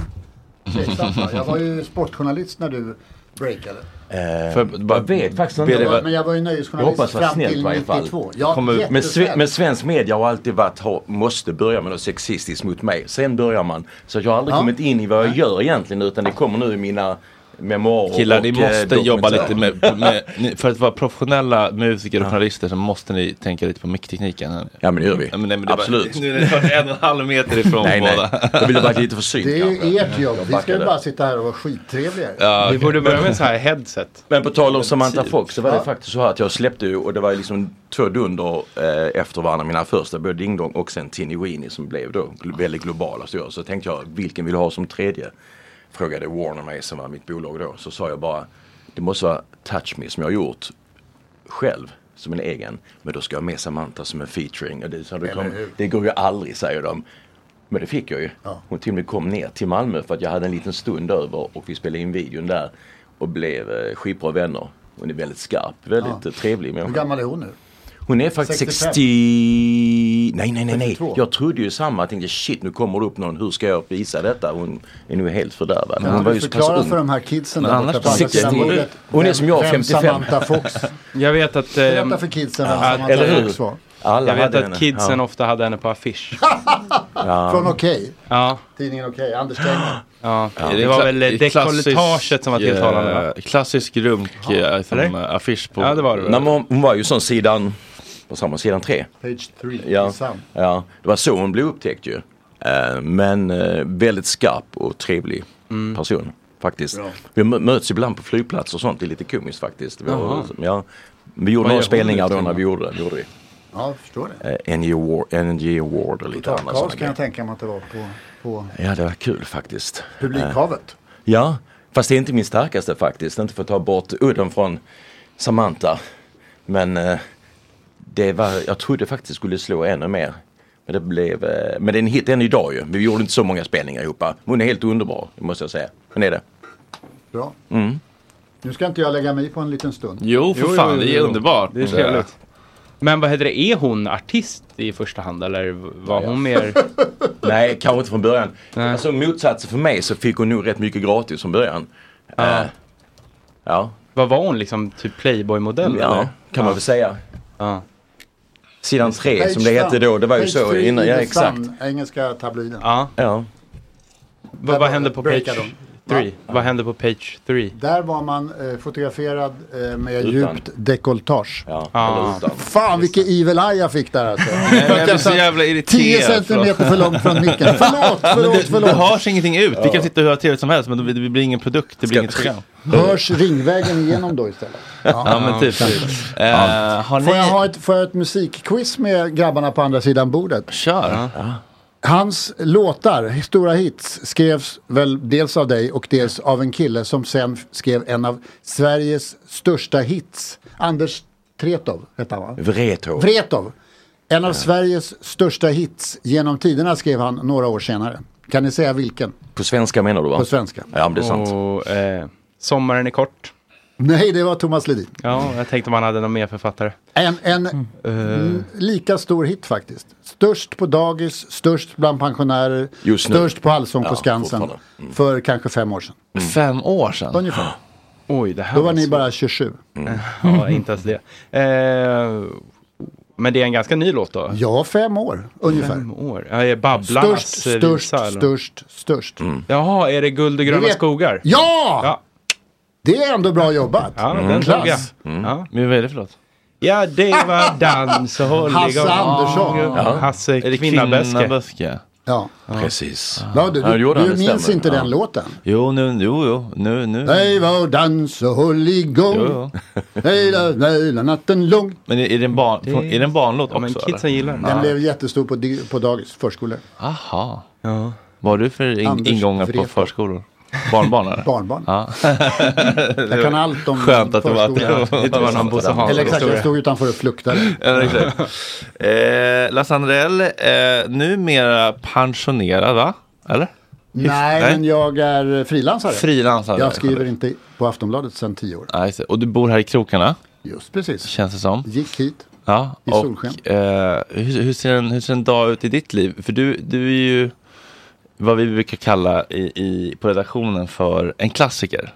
Tveksamt, Jag var ju sportjournalist när du breakade.
Eh,
För- bara-
jag vet faktiskt
Men
inte.
jag var- men jag var ju
Jag
nöjesjournalist
hoppas vara
fram
snäll i
till
varje fall.
92. Ja,
Kommer- men, sve,
jättesnäll.
men svensk media har alltid varit, har, måste börja med något sexistiskt mot mig. Sen börjar man. Så jag har aldrig
Ja.
kommit in i vad jag gör egentligen utan det kommer nu i mina memoarer
Killar, ni
och, eh,
måste jobba
dokumentärer.
lite
[laughs]
med, med ni, för att vara professionella musiker och journalister så måste ni tänka lite på micktekniken.
Ja men det gör vi.
men det är bara-
Absolut.
[laughs] nu är det bara en och en halv meter ifrån
nej, nej.
båda.
Jag ville varit lite försynt
Det är ju ert jobb. Vi ska ju
backade.
bara sitta här och vara skittrevliga.
okej.
här headset.
Men på tal om Samantha Fox så var det
Ja.
faktiskt så här att jag släppte ju och det var ju liksom två dunder eh, efter varandra. Mina första, både Ding Dong och sen Tinny Weenie som blev då väldigt globala. Så, jag, så tänkte jag, vilken vill du ha som tredje? Frågade Warner mig som var mitt bolag då. Så sa jag bara, det måste vara Touch Me som jag har gjort själv som en egen. Men då ska jag ha med Samantha som en featuring. Och det, så det,
Eller
kom,
hur?
det går ju aldrig säger de. Men det fick jag ju. Hon till och med kom ner till Malmö för att jag hade en liten stund över och vi spelade in videon där och blev eh, skitbra vänner. Hon är väldigt skarp, väldigt ja. trevlig
Hur
människa.
gammal är hon nu?
Hon är faktiskt
65.
60... Nej, nej, nej, nej.
62.
Jag trodde ju samma. Jag tänkte shit, nu kommer det upp någon. Hur ska jag visa detta? Hon är nu helt fördärvad.
Ja,
hon
du förklarar för de här kidsen där borta på andra sidan bordet.
Hon är som jag,
Vem
55.
Samantha Fox?
[laughs] Jag vet att... eh,
Berätta för kidsen vem
att-
Samantha
eller
Fox
hur?
var.
Alla
jag vet
hade
att
henne,
kidsen
ja.
ofta hade henne
[laughs]
på affisch.
Från Okej.
Ja.
Tidningen Okej. Anders Tegnell.
[gasps]
Ja.
Ja,
det
är
var
kla-
väl
det eh, är klassisk,
dekolletaget som var tilltalande va?
eh, Klassisk runk eh, som
Eller?
eh, affisch på...
Ja, det var det
Nej, men hon, hon var ju sån sidan... Vad sa man? Sidan tre?
Page 3.
Ja, ja, det var så hon blev upptäckt ju. Eh, Men eh, väldigt skarp och trevlig
Mm.
person faktiskt.
Bra.
Vi mö- möts ibland på flygplatser och sånt, det är lite komiskt faktiskt. Vi, har,
Jaha.
ja, vi gjorde
Vad gör
några
hon
spelningar
nu,
då när
tror
vi gjorde det. Gjorde vi.
Ja, jag förstår det.
Eh, Energy Award, Energy Award och lite andra
Takhavs
sådana
kan jag
grejer.
tänka mig att det var på, på
Ja, det var kul faktiskt. Eh,
publikhavet.
Ja, fast det är inte min starkaste faktiskt. Inte för att ta bort udden från Samantha. Men eh, det var, jag trodde faktiskt det skulle slå ännu mer. Men det blev, eh, men det är en hit än idag ju. Vi gjorde inte så många spelningar ihop. Men hon är helt underbar, det måste jag säga. Hon är det.
Bra.
Mm.
Nu ska inte jag lägga mig på en liten stund.
Det är trevligt. Men vad heter det, är hon artist i första hand eller var
[laughs]
hon mer...
Nej, kanske inte från början. Alltså motsatsen för mig så fick hon nog rätt mycket gratis från början. Eh, ja.
Vad var hon liksom, typ Playboy-modell?
Ja,
eller?
kan man väl säga.
Ja.
Sidan 3
Page
som det hette
Sun.
då. Det var ju
Page
så
Three
innan.
i
Ja,
The
exakt.
Sun, Engelska tabloiden.
Ja.
ja.
Vad, vad hände på page
breakade
3?
de.
Vad hände på page 3?
Där var man eh, fotograferad eh, med
Utan.
djupt dekolletage.
Ah.
Fan vilken evil eye jag fick där alltså.
Jag blir så jävla irriterad.
10 centimeter för långt från
[laughs]
micken. Förlåt,
Men
förlåt,
det, det
förlåt.
hörs ingenting ut. Vi kan sitta hur trevligt som helst men det det blir ingen produkt, det blir inget program.
Hörs ringvägen igenom då istället?
Ja, men typ. Eh, har ni...
Får jag, ha ett, får jag ett musikquiz med grabbarna på andra sidan bordet?
Kör.
Hans låtar, stora hits, skrevs väl dels av dig och dels av en kille som sen skrev en av Sveriges största hits. Anders Tretow hette han va?
Vretov.
Vretov. En av Sveriges största hits genom tiderna skrev han några år senare. Kan ni säga vilken?
På svenska menar du va?
På svenska.
Ja, men det är sant.
Och, eh, sommaren är kort.
Nej, det var Thomas Ledin.
Ja, jag tänkte om han hade någon mer författare.
En, en
Eh,
mm, lika stor hit faktiskt. Störst på dagis, störst bland pensionärer,
Just nu.
störst på Allsång
Ja,
på Skansen.
fortfarande. Mm.
För kanske fem år sedan.
Fem år sedan?
Ungefär.
Oj, det här
Då var ni
svårt.
bara 27.
Mm. ja, inte ens det. Eh, men det är en ganska ny låt då?
Ja, fem år ungefär.
Fem år? Ja, är Babblarnas
Störst,
eh,
störst,
visa, eller?
störst, störst.
Mm.
Mm.
Jaha, är det Guld och
Du
gröna
vet-
skogar?
Ja!
Ja.
Det är ändå bra jobbat.
Ja, den tog jag.
Klass.
Ja.
Men vad är det för låt?
Ja, det var dans och håll
Hasse
igång.
Andersson.
Ja. Hasse
Är det
Kvinnaböske.
Kvinnaböske?
Ja.
Precis.
Ja, du,
Ja,
du,
jo, det
du minns
stämmer.
inte
Ja.
den låten?
Jo, nu, jo, jo, nu, nu.
Nej, var dans och håll igång. Nej, [laughs] nej, natten lång.
Men är är det en, barn, från- är det en barnlåt också?
men kidsen
eller?
gillar den.
Den blev jättestor på, di- på dagis, förskolor.
Aha.
Ja.
Vad har du för in,
Anders
ingångar på
Wrede.
förskolor? Barnbarn eller?
[laughs] Barnbarn.
Ja.
Jag kan allt om
Skönt att [laughs] det var,
förskolan.
det var någon Bosse
Eller exakt, jag
Hansson-historia.
stod utanför och fluktade.
[laughs] Ja, exakt. Eh, Lasse Andrell, eh, numera pensionerad va? Eller?
Nej, men jag är frilansare.
Frilansare.
Jag skriver inte på Aftonbladet sedan tio år.
Ja, just det. och du bor här i krokarna?
Just precis.
Känns det som.
Gick hit.
Ja,
I solsken.
och eh, hur, hur, ser en, hur ser en dag ut i ditt liv? För du, du är ju vad vi brukar kalla i, i, på redaktionen för en klassiker.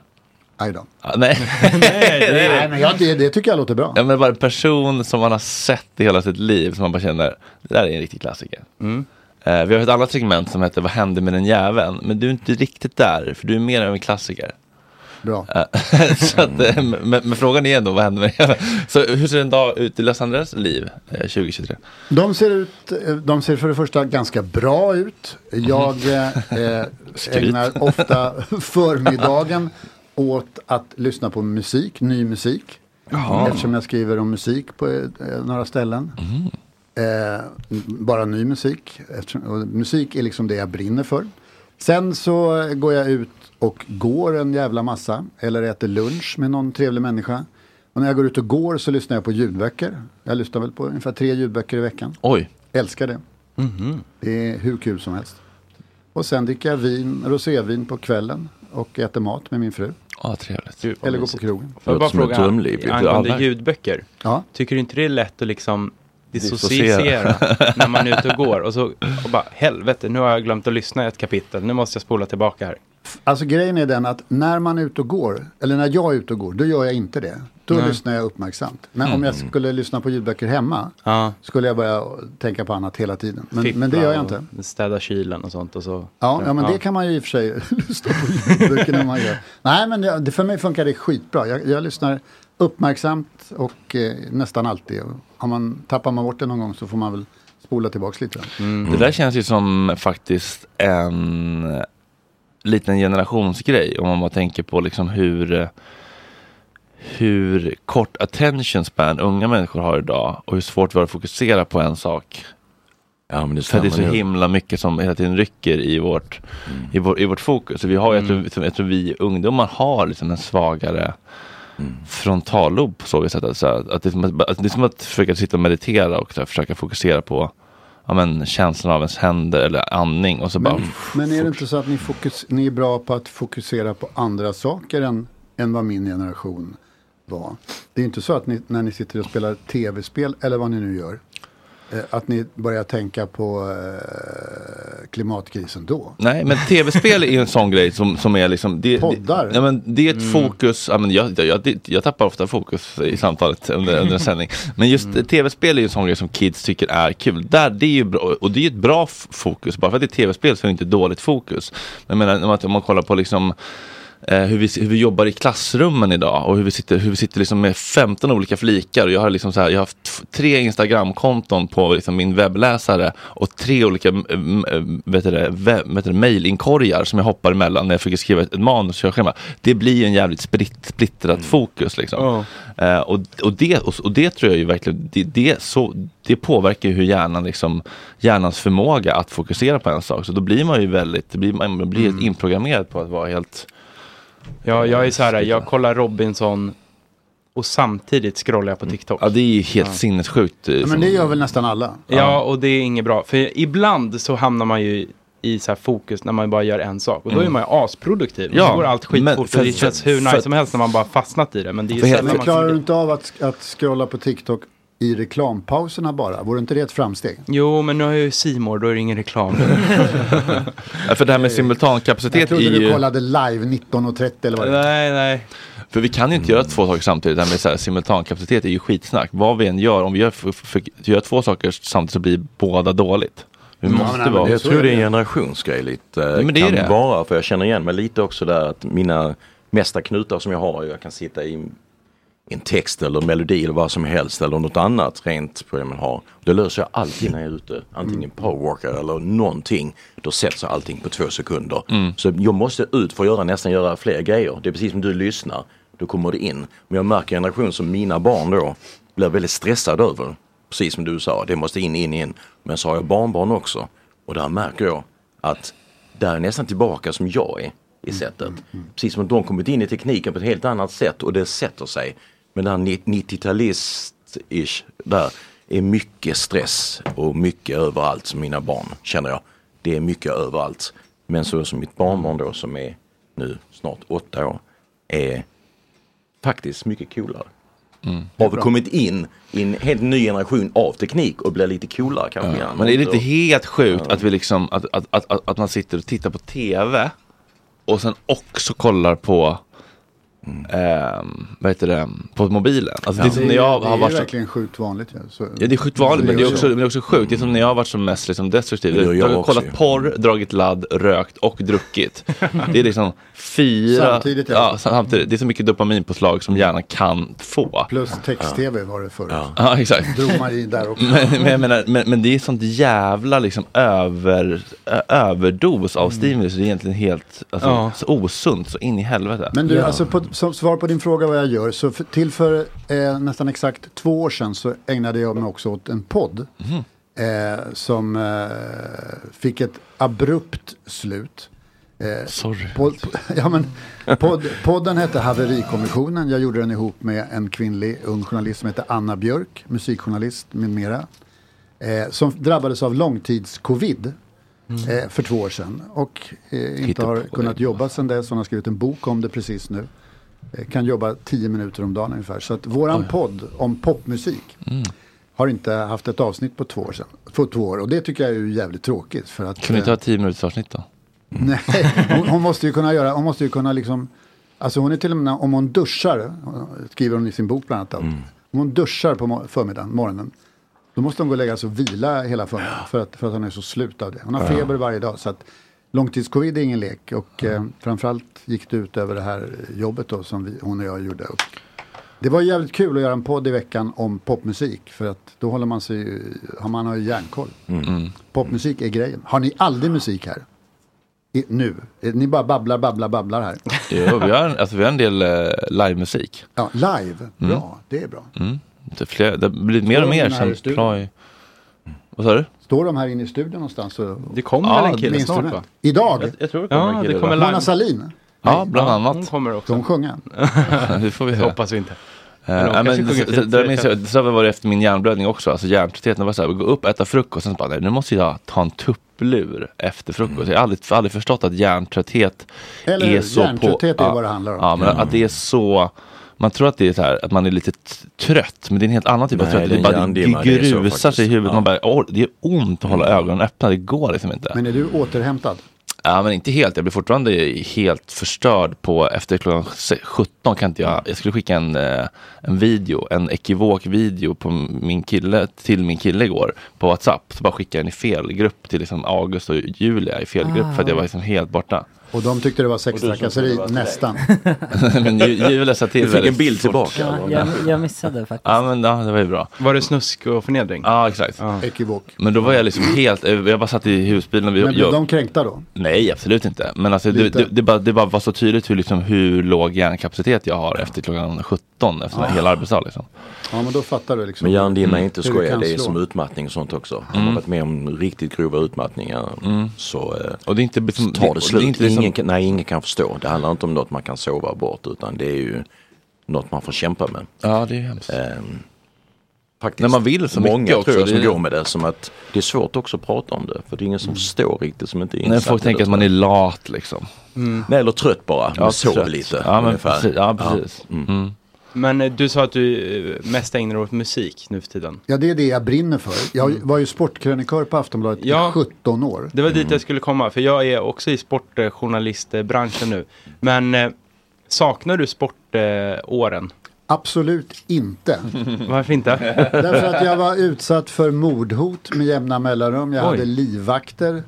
Aj då.
Ja, nej.
[laughs] Nej, men jag, det, det tycker jag låter bra.
Ja, men bara en person som man har sett i hela sitt liv som man bara känner, det där är en riktig klassiker. Eh, vi har ett annat segment som heter Vad hände med den jäveln? Men du är inte riktigt där, för du är mer än en klassiker.
[laughs]
Bra.
Eh, [laughs] så
Mm.
att, eh, men, men frågan är ändå, vad hände med den jäveln? Så hur ser en dag ut i Los Andres liv eh, 2023?
De ser, ut, de ser för det första ganska bra ut. Jag eh, eh,
Mm. [laughs] Skryt.
ägnar ofta
[laughs]
förmiddagen åt att lyssna på musik, ny musik.
Jaha. Mm.
Eftersom jag skriver om musik på eh, några ställen. Eh, m- bara ny musik. Eftersom, och musik är liksom det jag brinner för. Sen så eh, går jag ut och går en jävla massa. Eller äter lunch med någon trevlig människa. Och när jag går ut och går så lyssnar jag på ljudböcker. Jag lyssnar väl på ungefär tre ljudböcker i veckan.
Oj. Mm.
Älskar det.
Mhm.
Det är hur kul som helst. Och sen dricker jag vin, rosévin på kvällen. Och äter mat med min fru.
Ja, trevligt.
Eller går på krogen.
Får jag bara fråga angående
Alvar.
ljudböcker.
Ja.
Tycker du inte det är lätt att liksom
Dissociera.
dissociera när man är ute och går och så och
[laughs]
bara helvete nu har jag glömt att lyssna i ett kapitel, nu måste jag spola tillbaka här.
Alltså grejen är den att när man är ute och går, eller när jag är ute och går, då gör jag inte det. Då
Nej.
lyssnar jag uppmärksamt. Men om jag
Mm.
skulle lyssna på ljudböcker hemma,
Ja.
skulle jag börja tänka på annat hela tiden. Men,
Fippa
men det gör jag inte.
och Städa kylen och sånt och så.
Ja, ja, men det kan man ju i och för sig [laughs] lyssna på ljudböcker när man gör. Nej, men det, det- för mig funkar det skitbra. Jag, jag lyssnar uppmärksamt och eh, nästan alltid. Och Har man, tappar man bort det någon gång så får man väl spola tillbaka lite.
Mm.
Det där känns ju som faktiskt en liten generationsgrej om man bara tänker på liksom hur hur kort attention span unga människor har idag och hur svårt vi har att fokusera på en sak.
Ja, men det
För det är så
stämmer nog.
himla mycket som hela tiden rycker i vårt, i vår, i vårt fokus. Så vi har, jag, tror, jag tror- jag tror vi ungdomar har liksom en svagare frontallob på så vis att, att, så här, att, det är som att, att det är som att försöka sitta och meditera och så här, försöka fokusera på ja, men, känslan av ens händer eller andning och så bara
Men, men är det inte så att ni, fokus, ni är bra på att fokusera på andra saker än, än vad min generation var? Det är ju inte så att ni, när ni sitter och spelar tv-spel, eller vad ni nu gör, eh, att ni börjar tänka på eh, klimatkrisen då.
Nej, men tv-spel är ju en sån grej som, som är liksom... Det, Poddar? Det, nej, men det är ett
Mm.
fokus, ja, men jag, jag, jag, jag tappar ofta fokus i samtalet under, under en sändning. Men just tv-spel är ju en sån grej som kids tycker är kul. Där, det är ju bra, och det är ju ett bra f- fokus, bara för att det är tv-spel så är det inte dåligt fokus. Men jag menar, om, man, om man kollar på liksom eh, hur vi, hur vi jobbar i klassrummen idag och hur vi sitter, hur vi sitter liksom med 15 olika flikar. Och jag, har liksom så här, jag har haft t- tre Instagram-konton på liksom min webbläsare och tre olika mm, mm, vet du det, webb, vet du det, mejlinkorgar som jag hoppar emellan när jag försöker skriva ett ett manus. och körschema. Det blir ju en jävligt spritt, splittrat
Mm.
fokus. Liksom. Eh, och, och, det, och, och det tror jag ju verkligen, det, det, så, det påverkar ju hur hjärnan, liksom, hjärnans förmåga att fokusera på en sak. Så då blir man ju väldigt, det blir, man blir
Mm.
helt inprogrammerad på att vara helt
Ja, jag är så här, jag kollar Robinson och samtidigt scrollar jag på TikTok.
Ja, det är ju helt sinnessjukt. eh,
Ja,
som-
men Mm. det gör väl nästan alla?
Ja, och det är inget bra. För ibland så hamnar man ju i- i så här fokus när man bara gör en sak. Och då
Mm.
är man ju asproduktiv. Ja,
Ja,
så går allt
men
skitfort
för-
och det känns hur
för-
nice som helst när man bara fastnat i det. Men det är ju
Men
sällan man...
Förklarar du inte av att, att scrolla på TikTok i reklampauserna bara? Vore inte det ett framsteg?
Jo, men nu har jag ju Simor, då är det ingen reklam.
[laughs] Ja, för det här med
Jag
simultankapacitet är
trodde du
ju...
kollade live 19.30 eller vad det var.
Nej, nej.
För vi kan ju inte göra två saker samtidigt. Det här med så här, simultankapacitet är ju skitsnack. Vad vi än gör, om vi gör, f- f- gör två saker samtidigt så blir båda dåligt. Vi
Mm.
måste
Ja, men,
vara...
Jag tror det är en generationsgrej lite.
Ja, men det är
kan
det.
vara, för jag känner igen mig lite också där att mina mesta knutar som jag har, jag kan sitta i en text eller en melodi eller vad som helst eller något annat rent problem jag har. Det löser jag alltid när jag är ute. Antingen powerwalker eller någonting. Då sätts allting på två sekunder.
Mm.
Så jag måste ut för att göra, nästan göra fler grejer. Det är precis som du lyssnar. Då kommer det in. Men jag märker en generation som mina barn då blir väldigt stressade över. Precis som du sa, det måste in, in, in. Men så har jag barnbarn också. Och där märker jag att där är nästan tillbaka som jag är i
Mm.
sättet. Precis som att de kommit in i tekniken på ett helt annat sätt och det sätter sig. Men den 90-talist-ish där är mycket stress och mycket överallt som mina barn känner jag. Det är mycket överallt. Men så som mitt barnbarn då som är nu snart åtta år är faktiskt mycket coolare.
Mm.
Har vi kommit in i en helt ny generation av teknik och blir lite coolare kanske.
Ja,
igen.
men är det inte
Och-
helt sjukt
Ja.
att, vi liksom, att, att, att, att, att man sitter och tittar på tv och sen också kollar på
Mm.
ehm, vad heter det, på mobilen. Alltså, det är som när jag
det
har
är
varit som,
verkligen sjukt vanligt. ju, så-
ja, det är sjukt vanligt, men det är, också,
så.
men det är också sjukt. Det är som när jag har varit som mest liksom, destruktiv.
Men det gör
jag
jag
har
också
kollat
ju.
porr, dragit ladd, rökt och druckit. det är liksom fyra...
Samtidigt, ja.
ja. samtidigt. Det är så mycket dopaminpåslag som hjärnan kan få.
Plus text-tv var det förut.
Ja, exakt.
Drog man i där också.
Men, men, jag menar, men, men det är sånt jävla liksom över, ö- överdos
Mm.
av stimulus. Det är egentligen helt alltså,
Ja.
så osunt så in i helvete.
Men du, alltså på, som svar på din fråga vad jag gör, så för, till för eh, nästan exakt två år sedan så ägnade jag mig också åt en podd eh, som eh, fick ett abrupt slut. Eh,
Sorry.
Podd, [laughs] ja, men, podd, podden hette Haverikommissionen. Jag gjorde den ihop med en kvinnlig ung journalist som hette Anna Björk, musikjournalist med mera. Eh, som drabbades av långtidscovid
Mm.
eh, för två år sedan. Och eh, inte
Hitta
har
på
kunnat jobba sedan dess. Hon har skrivit en bok om det precis nu. Eh, kan jobba tio minuter om dagen ungefär. Så att våran podd om popmusik
Mm.
har inte haft ett avsnitt på två år sedan. På två år. Och det tycker jag är ju jävligt tråkigt. För att,
Kan vi inte
eh,
ha tio minuters avsnitt då?
Nej, hon, hon måste ju kunna göra, hon måste ju kunna liksom, alltså hon är till och med, om hon duschar, skriver hon i sin bok bland annat, att om hon duschar på mor- förmiddagen, morgonen, då måste hon gå och lägga sig och vila hela förmiddagen för att, för att hon är så slut av det. Hon har
Ja.
feber varje dag, så att långtidscovid är ingen lek och eh, framförallt gick det ut över det här jobbet då som vi, hon och jag gjorde. Och det var jävligt kul att göra en podd i veckan om popmusik för att då håller man sig, ju- har man har ju järnkoll. Popmusik är grejen. Har ni aldrig musik här? I, nu? Eh, Ni bara babblar, babblar, babblar här.
Jo, vi har, alltså, vi har en del eh, livemusik.
Ja, live,
Mm.
bra, det är bra.
Mm. Det, är fler, det har blivit mer och
Står de
mer
här i
sen
studion?
Ploy. Vad
[laughs]
sa du?
Står de här inne i studion någonstans? Och,
Det kommer
Ja,
väl en kille
med
snart
instrument?
va?
Idag?
Jag, jag tror det
Ja,
kommer en kille.
det kommer
Mona
live.
Sahlin?
Ja, bland annat.
Hon kommer också.
Ska hon sjunga?
[laughs]
det får vi se.
Hoppas vi inte.
Eh,
Men de
nej,
kanske
men det,
sjunger
det,
fint,
det
så
minns
det-
jag, så var det efter min hjärnblödning också, alltså hjärntröttheten var så här, gå upp, äta frukost, sen så bara, nej, nu måste jag ta en tupplur efter frukost. Jag har aldrig, aldrig förstått att hjärntrötthet
Eller
är
hur?
så
Hjärntrötthet
på,
är
ja,
vad det handlar om.
Ja,
Mm.
men att det är så, man tror att det är så här, att man är lite t- trött, men det är en helt annan typ av
Nej,
trötthet.
det är
Det,
en
bara,
hjärndimma,
det
det är så
grusar sig i
faktiskt.
huvudet,
Ja. Mm.
man bara, "Åh, det är ont att hålla ögonen öppna, det går liksom inte.
Men är du återhämtad?
Ja, men inte helt. Jag blir fortfarande helt förstörd på efter klockan se- 17 kan inte jag. Jag skulle skicka en, eh, en video, en ekivok video på min kille, till min kille igår på WhatsApp. Så bara skickade jag den i fel grupp till liksom August och Julia i fel grupp för att jag var liksom helt borta. [laughs]
Och de tyckte det var
som
sextrakasseri,
[laughs]
nästan.
men Ju- Julia sa till
Du fick
väldigt
en bild
fort.
tillbaka,
Ja, jag, jag missade faktiskt.
Ja, men ja, det var ju bra.
Var det snusk och förnedring?
Ja, exakt.
Ekivok.
Men då var jag liksom helt, jag bara satt i husbilen. och vi-
Men blev
jag-
de kränkta då?
Nej, absolut inte. Men alltså, det,
Lite.
det, det, bara, det bara var så tydligt hur, liksom, hur låg hjärnkapacitet jag har efter klockan 17, efter
Ja.
hela arbetsdagen. Liksom.
Ja, men då fattar du liksom.
Men hjärndimma är
hur
inte
du
skoja,
kan
det är
slå.
som utmattning och sånt också. Har
Mm.
man varit med om riktigt grova utmattningar så, eh,
och det är inte,
så
det-
tar
och det
det
är
slut.
inte liksom-
ingen, kan- nej, ingen kan förstå. Det handlar inte om något man kan sova bort utan det är ju något man får kämpa med.
Ja, det är hemskt.
Ehm, faktiskt.
När man vill så
Många
mycket också,
tror jag som
det är-
går med det som att det är svårt också att prata om det. För det är ingen som förstår riktigt som inte är
När folk
i
tänker
det,
att man
tror
är
jag.
lat liksom.
Mm.
Nej, eller trött bara.
Ja,
Man sover
trött.
lite.
Ja, men
ungefär.
precis. Ja, precis.
Mm.
Men eh, du sa att du eh, mest ägnar dig åt musik nu för tiden.
Ja, det är det jag brinner för. Jag
Mm.
var ju sportkrönikör på Aftonbladet
Ja.
i 17 år.
Det var
Mm.
dit jag skulle komma, för jag är också i sportjournalistbranschen nu. Men eh, saknar
[laughs]
du sportåren?
Absolut
[laughs]
inte.
Varför inte?
Därför att jag var utsatt för mordhot med jämna mellanrum. Jag
Oj.
hade livvakter.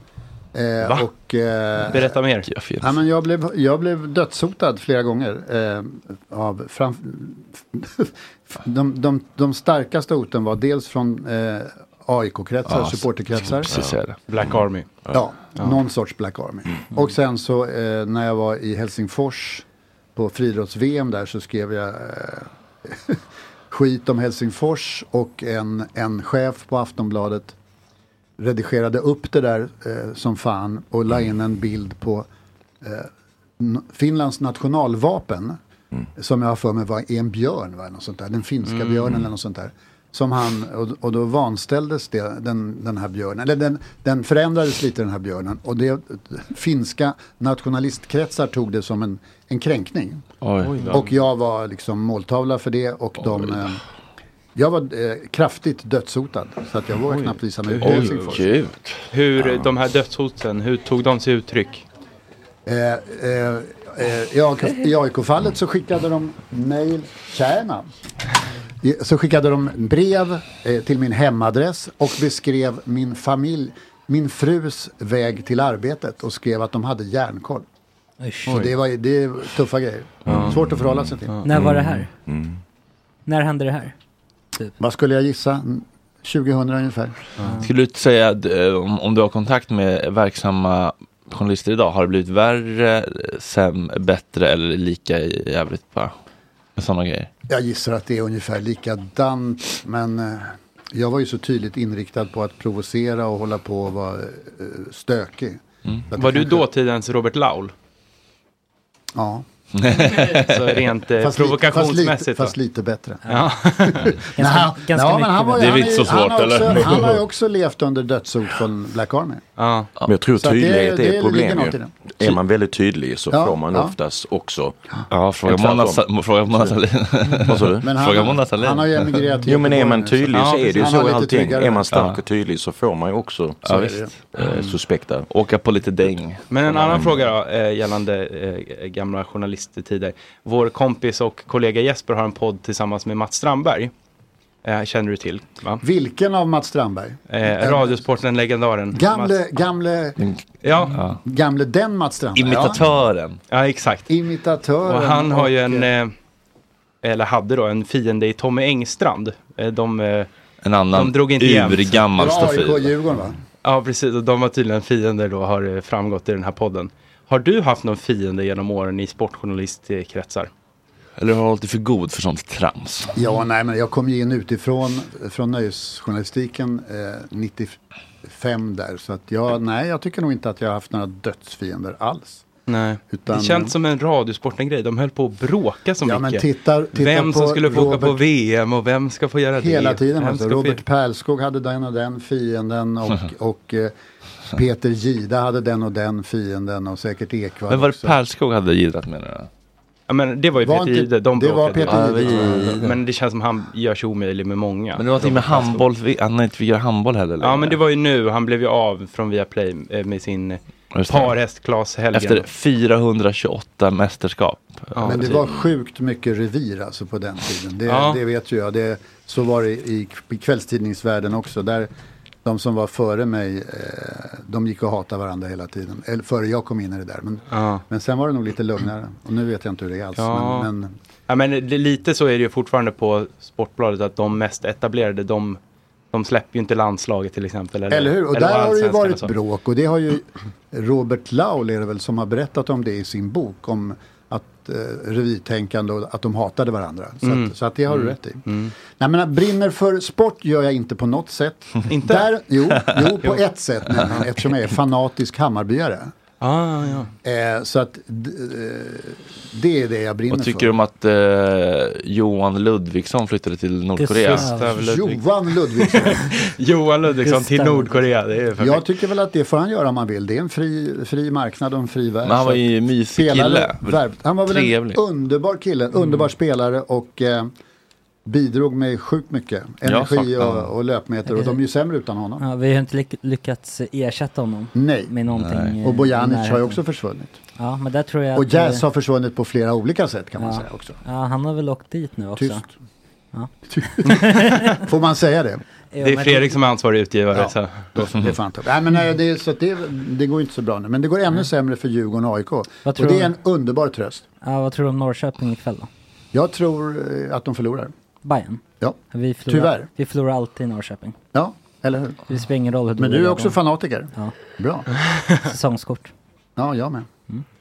Eh,
Va?
och, eh,
Berätta mer.
Ja, men jag, blev, jag blev dödshotad flera gånger. Eh, av fram, [laughs] de, de, de starkaste hoten var dels från eh, AIK-kretsar,
Ja,
supporterkretsar.
precis säga det. Black Army.
Ja,
Ja.
någon sorts Black Army. Och sen så eh, när jag var i Helsingfors på friidrotts-VM där så skrev jag eh, [laughs] skit om Helsingfors och en, en chef på Aftonbladet redigerade upp det där eh, som fan och la in en bild på eh, n- Finlands nationalvapen, som jag har för mig var är en björn, va? eller något sånt där. den finska
Mm.
björnen eller något sånt där. Som han, och, och då vanställdes det, den, den här björnen, eller den, den förändrades lite den här björnen. Och det, finska nationalistkretsar tog det som en, en kränkning.
Oj.
Och jag var liksom måltavla för det och de... Eh, jag var eh, kraftigt dödshotad så att jag vågade knappt visa mig ut i Helsingfors.
Hur de här dödshoten, hur tog de sig uttryck?
Eh, eh, eh, i AIK I AIK-fallet så skickade de mejl, tjäna. I- Så skickade de brev eh, till min hemadress och beskrev min familj, min frus väg till arbetet och skrev att de hade järnkoll. Så
Oj.
det var det är tuffa grejer. Svårt att förhålla sig till.
När var det här?
Um,
När hände det här?
Vad skulle jag gissa? 2000 ungefär.
Skulle du inte säga att eh, om, om du har kontakt med verksamma journalister idag, har det blivit värre, säm, bättre eller lika i övrigt bara? Med sådana grejer?
Jag gissar att det är ungefär likadant, men eh, jag var ju så tydligt inriktad på att provocera och hålla på och vara eh, stökig.
Mm.
Så att
Var
det
du
kanske-
dåtidens Robert Laul?
Ja.
[laughs] Så rent
Fast lite-
eh,
Fast lite,
provokationsmässigt?
fast lite bättre. [laughs]
Ja.
Nej, han-
ganska
nej, men han
mycket
var ju-
bättre. Det är
han
inte så
ju- han
svårt,
har också-
eller?
Han har
[laughs]
ju också levt under dödshot från Black Army.
Ja.
Men jag tror
Så att det-
tydlighet
det
är
ligger
ett problem
något i
ju.
det.
Är man väldigt tydlig så
Ja,
får man
ja.
oftast också
Ja, fråga
en tvärtom.
Mona Sa- fråga Mona Sahlin.
Vad sa du?
Men han- Fråga Mona Sahlin. han har ju emigrerat till
Jo men är man
Göteborg nu,
tydlig
så-
så är
Ja,
det ju
precis. Han
så
har
i
lite
allting.
tryggare
Är
där.
man stark
Ja.
och tydlig så får man ju också
Ja,
eh,
visst.
eh, suspekta.
Åka på lite däng.
Men en annan fråga då, eh, gällande eh, gamla journalisttider. Vår kompis och kollega Jesper har en podd tillsammans med Mats Strandberg. Eh, känner du till? Va?
Vilken av Mats Strandberg?
Eh, radiosporten, legendaren.
Gamle,
Mats-
gamle,
Ja.
gamle den Mats Strandberg.
Ja, exakt.
Imitatören.
Och han har ju en, eh, eller hade då, en fiende i Tommy Engstrand. Eh, de, eh,
En annan
de drog inte jämnt.
urgammal
AIK Djurgården va?
Ja, precis. Och de var tydligen fiender då, har eh, framgått i den här podden. Har du haft någon fiende genom åren i sportjournalistkretsar?
Eller har du hållit dig för god för sånt trams?
Ja, nej, men jag kom ju in utifrån från nöjesjournalistiken eh, 95 där. Så att jag, nej, jag tycker nog inte att jag har haft några dödsfiender alls.
Nej.
Utan-
det känns som en radiosporten-grej. De höll på att bråka så
Ja, men
mycket.
titta- titta
vem som
på
skulle få åka på
Robert-
VM och vem ska få göra det.
Hela tiden.
Vem
Alltså.
ska få-
Robert Pärlskog hade den och den fienden och,
[laughs]
och eh, Peter Gida hade den och den fienden och säkert Ekwall
Men var det
också.
Pärlskog hade gidrat menar du?
Ja, men det var ju
Var
Peter
inte-
Jihde. De
det var
bråkade ju.
Peter Jihde,
Ja,
tror jag.
Men det känns som han gör sig omöjlig med många. Alltså.
Men det var någonting med handboll, vi- han har inte fick göra handboll heller
Ja, men det var ju nu. Han blev ju av från Viaplay eh, med sin
Just det.
parhäst Claes Helgen.
Efter 428 mästerskap.
Men det var sjukt mycket revir alltså på den tiden. Det,
Ja.
det vet ju jag. Det, så var det i, i kvällstidningsvärlden också. Där de som var före mig, eh, de gick och hatade varandra hela tiden. Eller före jag kom in i det där. Men, men sen var det nog lite lugnare. Och nu vet jag inte hur det är alls.
Ja.
Men, men,
Ja, men det- lite så är det ju fortfarande på Sportbladet att de mest etablerade, de, de släpper ju inte landslaget till exempel. Eller,
eller hur? Och
eller
där har det ju
allsvenskan och
varit
så.
bråk. Och det har ju Robert Laul är det väl som har berättat om det i sin bok. Om att eh, revirtänkande och att de hatade varandra. Så,
Mm.
att, så att det har du
Mm.
rätt i. Nej men att brinner för sport gör jag inte på något sätt.
[laughs]
Inte?
Där, jo, jo, på ett sätt nämligen, eftersom jag är fanatisk Hammarbyare.
Ah, ja.
Eh, så att d- eh, det är det jag brinner
Vad tycker
för.
du om att eh, Johan Ludvigsson flyttade till Nordkorea?
Gustav Ludvig.
Johan Ludvigsson.
[laughs] Johan Ludvigsson till
Gustav.
Nordkorea, det är för
Jag tycker väl att det får han göra om han vill. Det är en fri, fri marknad och en fri värld.
Men han var
Så
ju
att
en mysig
spelare,
kille.
värv- Han var väl
Trevlig. Mm.
en underbar kille, en underbar spelare och eh, bidrog med sjukt mycket. Energi
saknar honom.
och, och löpmeter och de är ju sämre utan honom.
Ja, vi har inte lyck- lyckats ersätta honom
Nej.
med någonting. eh,
Och
i
Bojanic har ju
närheten.
också försvunnit.
Ja, men där tror jag
Och
att det-
Jazz har försvunnit på flera olika sätt kan man
ja.
säga också.
Ja, han har väl åkt dit nu också.
Tyst.
Ja.
[laughs] Får man säga
[laughs]
det?
Det är Fredrik som är ansvarig utgivare.
Ja,
så. Mm.
då- det får han ta upp. Nej, men nej, det, är- så att det, det går inte så bra nu. Men det går ännu sämre för Djurgården och AIK. Och
tror
det
du?
är en underbar tröst.
Ja, vad tror du om Norrköping ikväll då?
Jag tror eh, att de förlorar.
Bayern?
Ja,
vi förlorar,
tyvärr.
Vi förlorar alltid i Norrköping.
Ja, eller hur?
Det spelar ingen roll hur
Men
dåliga
du är
de
också fanatiker.
Ja.
Bra.
[laughs] Säsongskort. Mm.
Ja, jag med.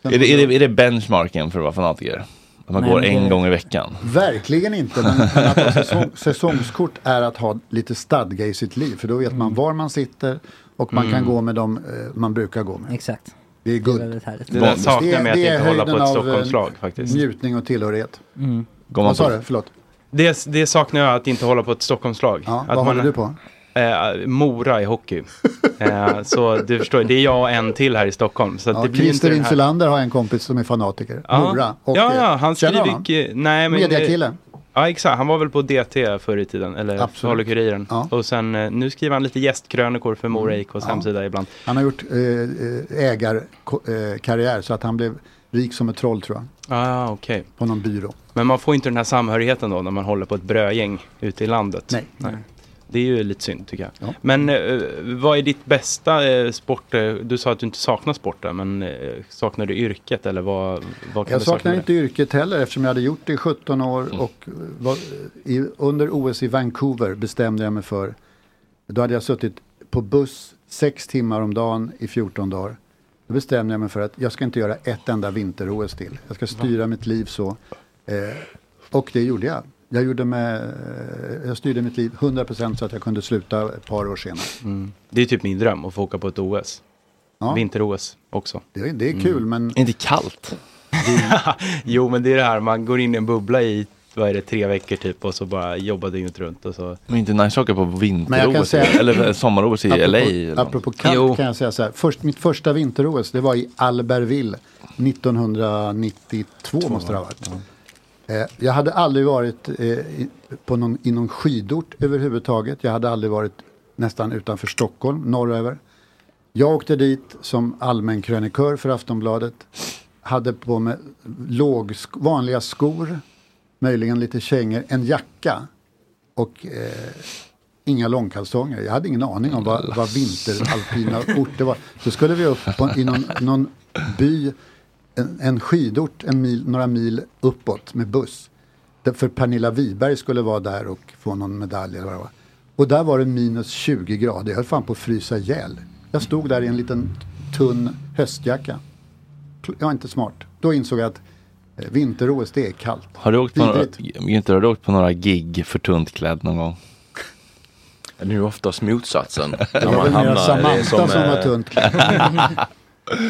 Är det, är, det, är det benchmarken för att vara fanatiker? Att man
Nej,
går
men
en
det-
gång i veckan?
Verkligen inte, men, men att ha
[laughs]
säsong, säsongskort är att ha lite stadga Mm. i sitt liv. För då vet man var man sitter och man
Mm.
kan gå med dem eh, man brukar gå med.
Exakt.
Det är guld.
väldigt härligt.
Det där saknar mig att
det är
inte hålla på
höjden
ett
av, eh,
Stockholmslag, faktiskt.
Njutning och tillhörighet.
Mm.
Går man
Vad sa
på-
du? Förlåt.
Det, det saknar jag, att inte hålla på ett Stockholmslag. Ja, att
vad håller du på?
Eh, Mora i hockey. eh, så du förstår, det är jag och en till här i Stockholm. Så att
Ja,
det blir inte
Christer
den här-
Insulander har en kompis som är fanatiker.
Ja.
Nora. Och,
ja,
eh,
ja, han
känner honom?
skriver... Nej, men... eh,
Mediakille.
Ja, exakt. Han var väl på DT förr i tiden, eller
Absolut.
Falukuririren. Och sen, eh, nu skriver han lite gästkrönikor för Mora
Mm,
IKs
ja.
hemsida ibland.
Han har gjort eh, eh, ägarkarriär så att han blev rik som ett troll tror jag.
Ah, okej.
På någon byrå.
Men man får inte den här samhörigheten då när man håller på ett brödgäng ute i landet. Nej. Det är ju lite synd tycker jag. Men eh, vad är ditt bästa eh, sport? eh, Du sa att du inte saknar sporten, men eh, saknar du yrket eller vad, vad kan
Jag
du sakna?
saknar
med?
inte yrket heller eftersom jag hade gjort det i 17
Mm.
år och eh, var, i, under OS i Vancouver bestämde jag mig för, då hade jag suttit på buss 6 timmar om dagen i 14 dagar. Då bestämde jag mig för att jag ska inte göra ett enda vinter-OS till. Jag ska styra mitt liv så. Eh, och det gjorde jag. Jag, gjorde med, eh, jag styrde mitt liv 100% så att jag kunde sluta ett par år senare.
Mm. Det är typ min dröm att få åka på ett OS.
Ja.
Vinter-OS också.
Det, det är kul, men...
Är inte kallt? jo, men det är det här, man går in i en bubbla i vad är det, tre veckor typ och så bara jobbar dygnet runt och så.
Men inte nice att åka på
Men jag kan
vinter-OS
säga-
eller eh, sommar-OS i LA. eller något.
apropå kallt kan jag säga så här. Först, mitt första vinter-OS, det var i Albertville 1992 måste det ha varit. Eh, jag hade aldrig varit eh, i, på någon, i någon skidort överhuvudtaget. Jag hade aldrig varit nästan utanför Stockholm, norröver. Jag åkte dit som allmän krönikör för Aftonbladet. Hade på mig låg, vanliga skor, möjligen lite kängor, en jacka och eh, inga långkalsonger. Jag hade ingen aning om vad, vad vinteralpina orter var. Så skulle vi upp på, i någon, någon by, en, en skidort en mil, några mil uppåt med buss. Där- För Pernilla Wiberg skulle vara där och få någon medalj eller vad det var. Och där var det minus 20 grader. Jag höll fan på att frysa ihjäl. Jag stod där i en liten tunn höstjacka. Pl- Jag var inte smart. Då insåg jag att eh, vinter-OS, det är kallt.
Har du åkt på några,
Vidrigt.
Günther, har du åkt på några gig för tunt klädd någon gång?
Det är ju oftast
[laughs]
motsatsen.
Det
När
var väl mera
hamnar- det är
Samantha som
eh,
var tunt.
[laughs]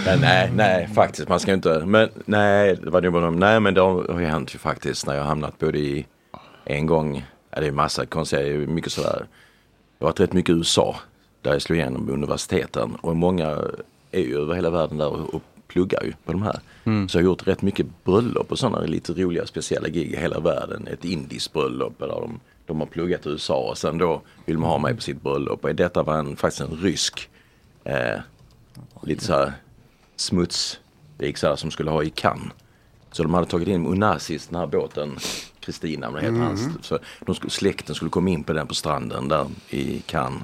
nej, nej, nej, faktiskt. Man ska ju inte. Men nej, det var det bara om. Nej, men det har har ju hänt ju faktiskt när jag har hamnat både i en gång. Ja, det är massa konstiga, det är mycket sådär. Jag har varit rätt mycket i USA där jag slog igenom på universiteten och många är ju över hela världen där och, och pluggar ju på de här.
Mm.
Så jag har gjort rätt mycket bröllop och sådana lite roliga speciella gig i hela världen. Ett indiskt bröllop där de, de har pluggat i USA och sen då vill de ha mig på sitt bröllop. Och detta var en, faktiskt en rysk eh, lite så här smutsviksare som skulle ha i Cannes. Så de hade tagit in Onassis, den här båten, Kristina, vad heter
Mhm.
hans. Så de skulle, släkten skulle komma in på den på stranden där i Cannes.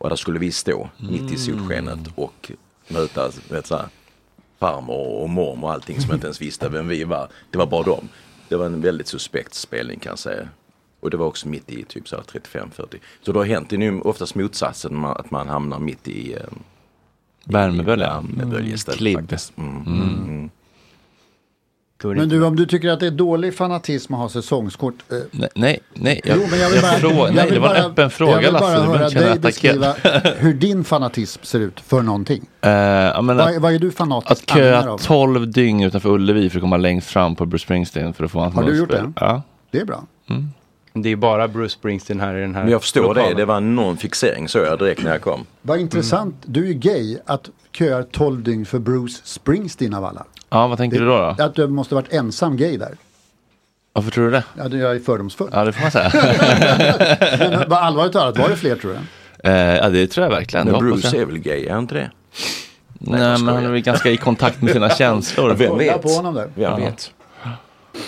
Och där skulle vi stå mitt i solskenet och möta vet, så här, farmor och mormor och allting som inte ens visste vem vi var. Det var bara dem. Det var en väldigt suspekt spelning kan jag säga. Och det var också mitt i typ så här 35-40. Så det har hänt, det är nu oftast motsatsen ma- att man hamnar mitt i eh,
Värmebölja?
Värmebölja istället
Klibb?
faktiskt. Mm.
Mm.
Mm.
Men du, om du tycker att det är dålig fanatism att ha säsongskort. Eh,
Nej, nej, nej. Jag,
jo, men jag vill
jag
bara,
frå-
jag
nej,
vill
det var en
bara-
öppen fråga
Jag vill bara
Lasse, du behöver
höra
inte
dig
känna dig
beskriva
[laughs]
hur din fanatism ser ut för någonting. Vad, vad är du fanatisk
Att köa
anhängare
12 dygn utanför Ullevi för att komma längst fram på Bruce Springsteen för att få hans
Har du gjort
munspel.
det?
Ja.
Det är bra.
Mm.
Det är bara Bruce Springsteen här i den här
Men jag förstår
lokalen.
det, det var någon fixering så jag direkt när jag kom.
Vad intressant, du är ju gay, att köa 12 dygn för Bruce Springsteen av alla.
Ja, vad tänker
Det-
du då? då?
Att du måste varit ensam gay
[laughs]
där.
Varför tror du det?
Ja, det- jag är fördomsfull.
Ja, det får
[laughs]
man säga. [laughs]
Men eh, vad allvarligt talat, var det fler tror jag?
Eh, ja, det tror jag verkligen.
Men
Jag hoppas
Bruce
det.
är väl gay, är han inte det?
Nej, men han är väl ganska i
[laughs]
kontakt med sina känslor.
Vem vet? Vem
Ja.
vet?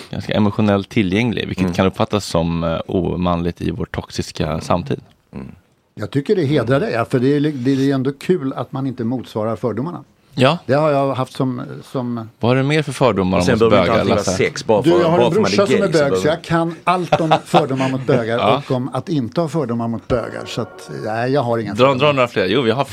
Ganska emotionellt tillgänglig, vilket
Mm.
kan uppfattas som eh, omanligt i vår toxiska samtid.
Jag tycker det hedrar dig, ja, för det är, li- det är ändå kul att man inte motsvarar fördomarna.
Ja.
Det har jag haft som... eh, som
Vad har du mer för fördomar
Och
om
sen
oss
behöver inte
bögar,
alltid vara
Lasse?
sex bara
du,
för,
jag har
bara
en
för man
brorsa
är
som
gay.
är
så
bög, så
behöver-
jag kan allt
[laughs]
om fördomar mot bögar
Ja.
och om att inte ha fördomar mot bögar. Så att, nej, jag har inga
Dra, dra några fler. Jo, vi har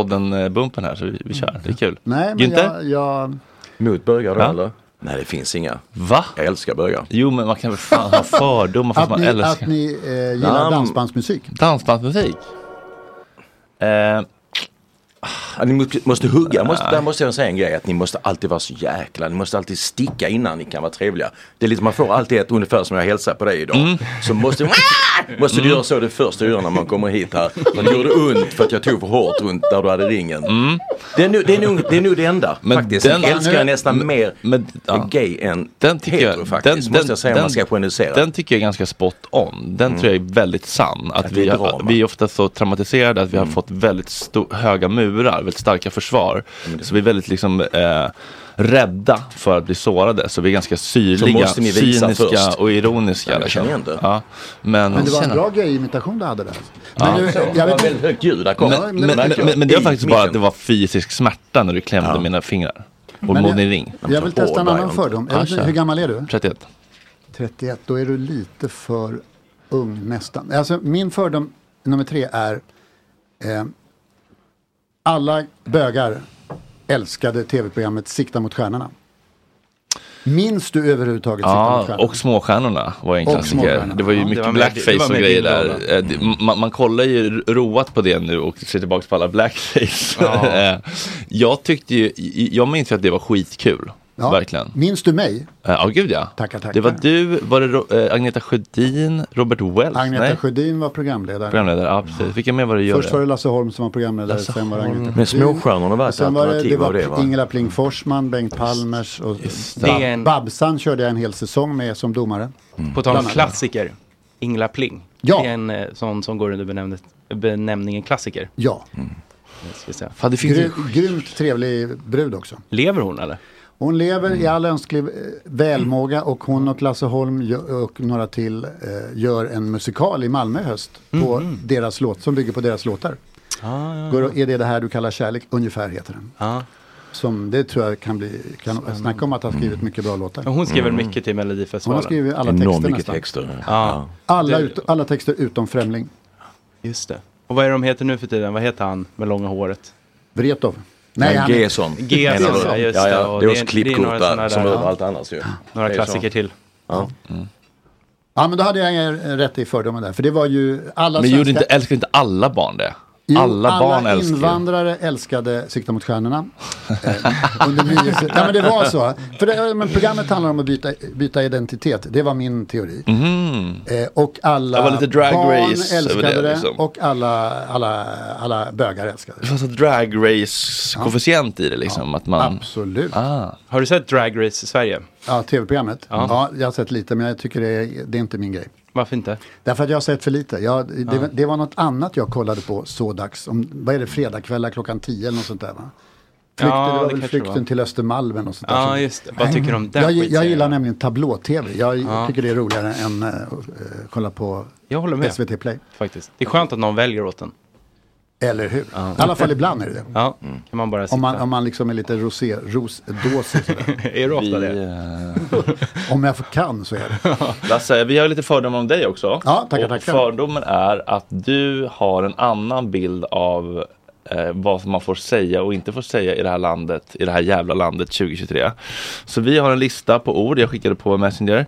Fördomspodden-bumpen här, så vi, vi kör. Det är kul.
Nej, men jag,
Günther?
jag...
Mot bögar då
Ja.
eller? Nej det finns inga.
Va?
Jag älskar bögar.
Jo, men man kan väl fan ha fördomar för att,
Att
man
ni,
älskar...
att ni eh, gillar
Ja,
dansbandsmusik.
Dansbandsmusik? Eh, ah,
Ja, ni må- måste hugga, måste, där måste jag säga en grej att ni måste alltid vara så jäkla, ni måste alltid sticka innan ni kan vara trevliga. Det är lite, man får alltid ett ungefär som jag hälsar på dig idag.
Mm.
Så måste, [laughs] måste du göra så det första du gör när man kommer hit här. För det gjorde ont för att jag tog för hårt runt där du hade ringen. Det, är nu, det, är nog, det är nog det enda
Mm. Men
faktiskt.
den- Mm.
Den, älskar jag nästan
Men-
mer
men- ja.
en gay än
den tycker
hetero
jag,
faktiskt. måste jag säga om man ska generalisera.
Den tycker jag är ganska spot on. Den
Mm.
tror jag är väldigt sann. Att,
Att det
vi,
är
har-
drama. Mm.
vi är ofta så traumatiserade att vi har fått väldigt sto- höga murar, väldigt starka försvar. Så vi är väldigt liksom eh, rädda för att bli sårade. Så vi är ganska syrliga,
måste ni visa
cyniska
först.
och ironiska. liksom.
jag känner igen det.
Ja. Men,
Men det var en bra gay-imitation du hade där. Men
Ja.
nu,
Så,
jag vet,
Väldigt högt ljud, där kom
Men, men, men, men, men det var faktiskt bara att det var fysisk smärta när du klämde mina fingrar. Och
Men
mot
jag-
din ring.
jag vill testa en annan fördom. Jag vet inte,
Ja,
hur
kör.
gammal är du?
31.
31, då är du lite för ung nästan. Alltså, min fördom nummer tre är eh, alla bögar älskade tv-programmet Sikta mot stjärnorna. Minns du överhuvudtaget Sikta mot
Ja,
stjärnorna?
och småstjärnorna var ju en
typ Och
klassiker.
Småstjärnorna.
Det var ju
Ja, det
mycket
var med-
blackface
det var med
och grejer
din
där.
låda.
Eh, det- m- Man, man kollar ju roat på det nu och ser tillbaka på alla blackface.
Ja.
[laughs] Eh, jag tyckte ju, i- jag minns ju att det var skitkul.
Ja.
Verkligen.
Minns du mig?
Eh, Ja, gud ja.
Tackar, tackar.
Det var du, var det Ro- eh, Agneta Sjödin, Robert Wells?
Agneta
Nej,
Sjödin var programledare.
programledare. Ja, precis. Vilka mer var det du
Först var
gjorde?
det Lasse Holm som var programledare,
Lasse
sen var det
Holm.
Agneta
Men
Sjödin.
Småstjärnorna var ett
Sen var det, det
alternativ
var,
av det, va?
Ingela Pling Forsman, Bengt Palmers och
det.
Bab-
Det är en-
Babsan körde jag en hel säsong med som domare.
Mm.
På tal om
Bland annat.
klassiker, Ingla Pling.
Ja.
Det är en eh, sån som går under benämnet, benämningen klassiker.
Ja.
Det Ska vi säga.
Gry- grymt trevlig brud också.
Lever hon eller?
Hon lever i all önsklig eh, välmåga och hon och Lasse Holm gö- och några till eh, gör en musikal i Malmö i höst på
Mhm.
deras låt, som bygger på deras låtar. Går och, är det det här du kallar kärlek? Ungefär heter den. Som det tror jag kan bli, kan snacka om att ha skrivit mycket bra låtar.
Men Mm. Hon skriver
Mm.
mycket till Melodifestivalen.
Hon har skrivit alla Enormt texter mycket nästan.
Mm. texter.
Ja.
Alla,
Det-
ut, alla texter utom Främling.
Just det. Och vad är de heter nu för tiden? Vad heter han med långa håret?
Vretov.
Nej, han- Gesson.
Gesson,
Menar du?
ja, just
Ja, ja,
och
det är oss
några
klippkort
sådana
där, som
ja.
överallt annars ju.
Några
Det är
klassiker
så.
till.
Ja.
Mm.
Ja men då hade jag er eh, rätt i fördomen där. För det var ju alla
Men gjorde
svenska-
inte, älskade inte alla barn det?
Jo,
alla, barn älskar ju-
invandrare älskade Sikta mot stjärnorna. Eh, under nio se- ja, men det var så. För det, men programmet handlar om att byta, byta identitet. Det var min teori.
Mhm.
Eh, och alla
Det var lite drag
barn
race över
älskade
det,
det,
liksom.
och alla, alla, alla bögar älskade
Det fanns en drag race koefficient i det liksom. Att man... Ah.
Absolut.
Har du sett Drag Race i Sverige?
Ja, tv-programmet.
Ja.
Ja. jag har sett lite men jag tycker det är, det är inte min grej.
Varför inte?
Därför att jag har sett för lite. Jag, det,
Ja.
det var något annat jag kollade på så dags. Om, vad är det, fredagkvällar klockan 10 eller något sånt där va? Flykten,
Ja,
det var
det
väl
kanske det
flykten
var.
till Östermalm eller något sånt där.
Ja,
som-
just det. Vad tycker du om den
Jag, jag
skitserien?
gillar nämligen tablå-tv. Jag
Ja.
tycker det är roligare än eh, att eh, kolla på
Jag håller med.
SVT Play.
Faktiskt. Det är skönt att någon väljer åt en.
Eller hur? I alla fall ibland är det det.
Ja, kan man bara sitta.
Om man, om man liksom är lite rosé, rosdåsig sådär.
[laughs] Är du ofta det?
[laughs]
eh,
om jag får- kan så är det.
Lasse, vi har lite fördomar om dig också.
Ja, tackar,
och
tackar.
Fördomen är att du har en annan bild av eh, vad man får säga och inte får säga i det här landet, i det här jävla landet 2023. Så vi har en lista på ord, jag skickade på Messenger,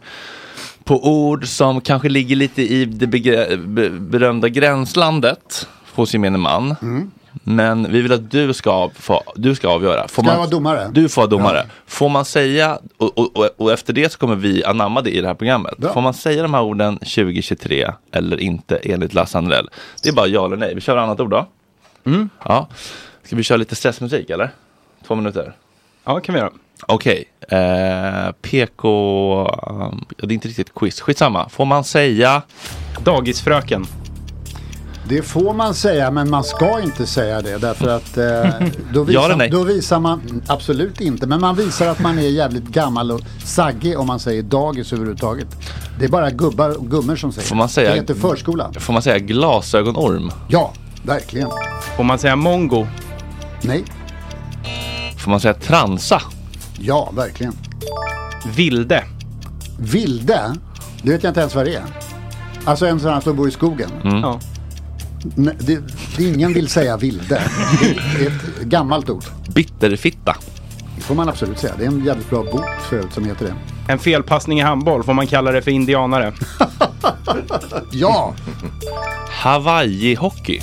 på ord som kanske ligger lite i det begre- be- berömda gränslandet hos gemene man.
Mm.
Men vi vill att du ska, av- få, du ska avgöra. Får
Ska jag vara domare?
Du får vara domare.
Ja.
Får man säga, och, och, och, och efter det så kommer vi anamma det i det här programmet.
Bra.
Får man säga de här orden 2023 eller inte enligt Lasse Andrell? Det är bara ja eller nej. Vi kör ett annat ord då.
Mm.
Ja. Ska vi köra lite stressmusik eller? Två minuter.
Ja, kan vi göra.
Okej. Eh, PK... um, ja, det är inte riktigt quiz. Skitsamma. Får man säga...
Dagisfröken.
Det får man säga, men man ska inte säga det. Därför att eh, då,
[laughs] Ja eller
visar,
nej?
då visar man, absolut inte, men man visar att man är jävligt gammal och saggig om man säger dagis överhuvudtaget. Det är bara gubbar och gummor som säger
Får man säga-
det. heter förskola.
Får man säga glasögonorm?
Ja, verkligen.
Får man säga mongo?
Nej,
Får man säga transa?
ja, verkligen.
Vilde.
Vilde, det vet jag inte ens vad det är. Alltså en sån här som bor i skogen.
Mm.
Ja.
Nej, det, det, ingen vill säga vilde. Det är ett gammalt ord.
Bitterfitta?
Det får man absolut säga. Det är en jävligt bra bok förut som heter det.
En felpassning i handboll, får man kalla det
[laughs]
för indianare?
Ja!
Hawaii-hockey?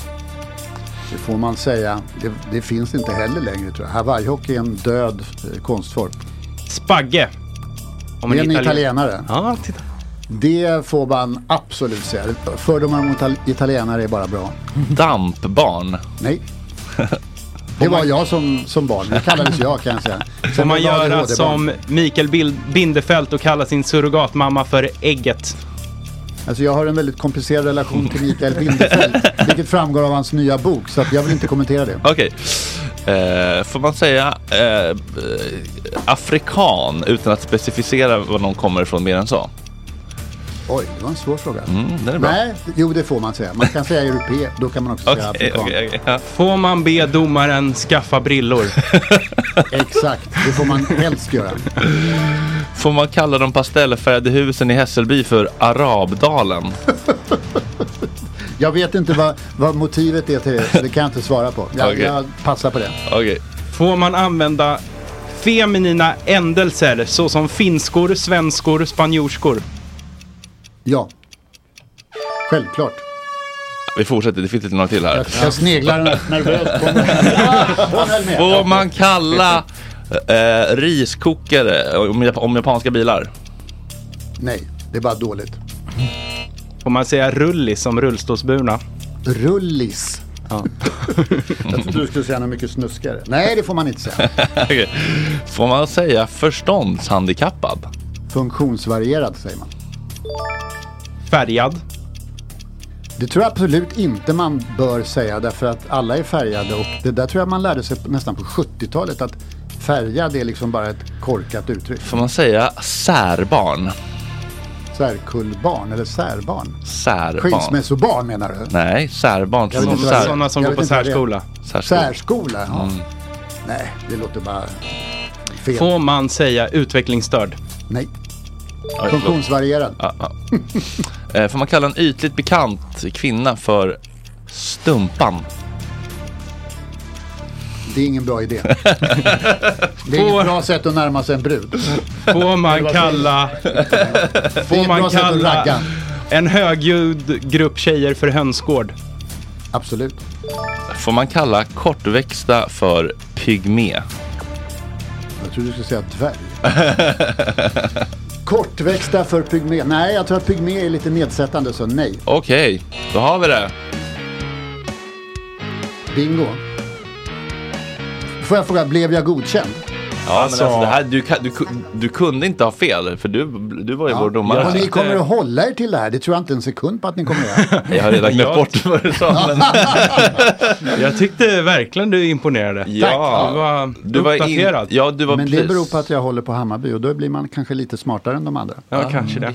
Det får man säga. Det, det finns inte heller längre tror jag. Hawaiihockey är en död eh, konstform.
Spagge. Om
det är en
italien-
italienare.
Ja, titta.
Det får man absolut säga. Fördomar mot ital- italienare är bara bra.
Dampbarn.
Nej. Det var jag som, som barn. Det kallades jag kan jag säga.
Får
var
man
det
göra
ADHD-barn.
som Mikael Bild- Bindefeld och kalla sin surrogatmamma för Ägget?
Alltså jag har en väldigt komplicerad relation till Mikael Bindefeld. vilket framgår av hans nya bok. Så att jag vill inte kommentera det.
Okej. Eh, får man säga eh, eh, afrikan utan att specificera var någon kommer ifrån mer än så?
Oj, det var en svår fråga.
Mm, den är bra.
Nej, jo det får man säga. Man kan säga europé. Då kan man också säga afrikan.
Får man be domaren skaffa brillor?
[laughs] Exakt, det får man helst göra.
Får man kalla de pastellfärgade husen i Hässelby för Arabdalen?
Jag vet inte vad, vad motivet är till det. Så det kan jag inte svara på. Jag,
Okej.
jag passar på det.
Okej.
Får man använda feminina ändelser såsom finskor, svenskor, spanjorskor?
Ja. Självklart.
Vi fortsätter, det finns lite några till här.
Jag sneglar nervöst på Han höll med.
[laughs] Får man kalla eh, riskokare om, om japanska bilar? [laughs]
Nej, det är bara dåligt.
Får man säga rullis om rullstolsburna? Mm.
Rullis?
Ja.
Jag trodde du skulle säga något mycket snuskigare. Nej, det får man inte säga.
Okej. Får man säga förståndshandikappad?
Funktionsvarierad säger man.
Färgad?
Det tror jag absolut inte man bör säga därför att alla är färgade och det där tror jag man lärde sig nästan på 70-talet att färgad är liksom bara ett korkat uttryck.
Får man säga särbarn?
Särkullbarn eller särbarn.
Särbarn?
Skilsmässobarn menar du?
Nej, särbarn.
Jag vet inte vad det är. Jag vet inte vad det är.
Särskola.
Särskola? Ja. Nej, det låter bara fel.
Får man säga utvecklingsstörd?
Nej.
Oj,
Funktionsvarierad.
Ja, [laughs] ja. Eh, Får man kalla en ytligt bekant kvinna för Stumpan?
Det är ingen bra [laughs] idé. Det är inget bra sätt att närma sig en brud.
Får man
[laughs]
kalla...
Det är
Får
ett bra
man
sätt att
kalla
ragga.
en högljudd grupp tjejer för hönsgård?
Absolut.
Får man kalla kortväxta för pygmé?
Jag trodde du skulle säga dvärg. [laughs] Kortväxta för pygmé. Nej, jag tror att pygmé är lite nedsättande så nej.
Okej, då har vi det.
Bingo. Får jag fråga, blev jag godkänd?
Ja, men alltså, det här, du, kan- du, ku- du kunde inte ha fel, för du, du var ju vår domare.
Och ni kommer att hålla er till det här. Det tror jag inte en sekund på att ni kommer att göra. [laughs]
Jag har redan glömt bort vad du sa. Men...
[laughs] Jag tyckte verkligen du imponerade.
Ja.
Du var
Du var in-
uppdaterad.
Ja, du var
Men det
precis-
beror på att jag håller på Hammarby och då blir man kanske lite smartare än de andra.
Ehm,
Ja, kanske det.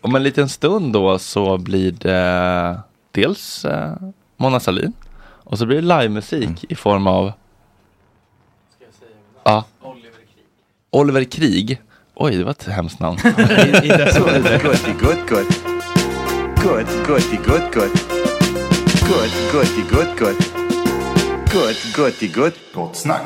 Om en liten stund då så blir det dels eh, Mona Sahlin och så blir det livemusik
Mm.
i form av Ja. Oliver Krig. Oj, det var ett hemskt namn.
[laughs]
[laughs]
I dessa tider.
Good, good. Good, good, good, good. Good, good, good, good. Good, good, good. Gott snack.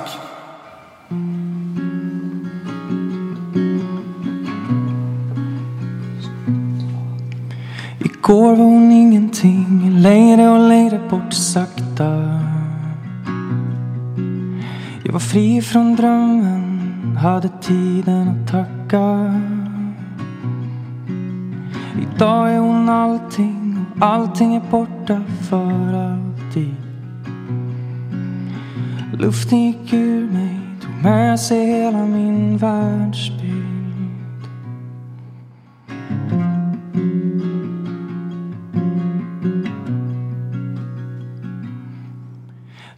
Igår var hon ingenting, längre och längre bort sakta. Jag var fri från drömmen, hade tiden att tacka. Idag är hon allting och allting är borta för alltid. Luften gick ur mig, tog med sig hela min världsbild.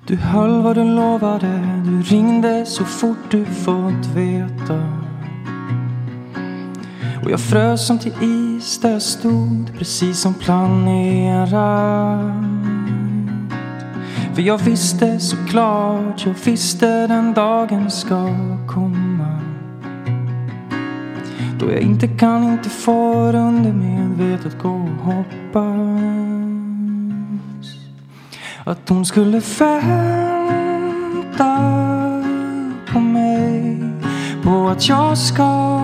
Du höll vad du lovade, du ringde så fort du fått veta. Och jag frös som till is där jag stod, precis som planerat. För jag visste såklart, jag visste den dagen ska komma. Då jag inte kan, inte får under medvetet gå och hoppas att hon skulle vänta på mig på att jag ska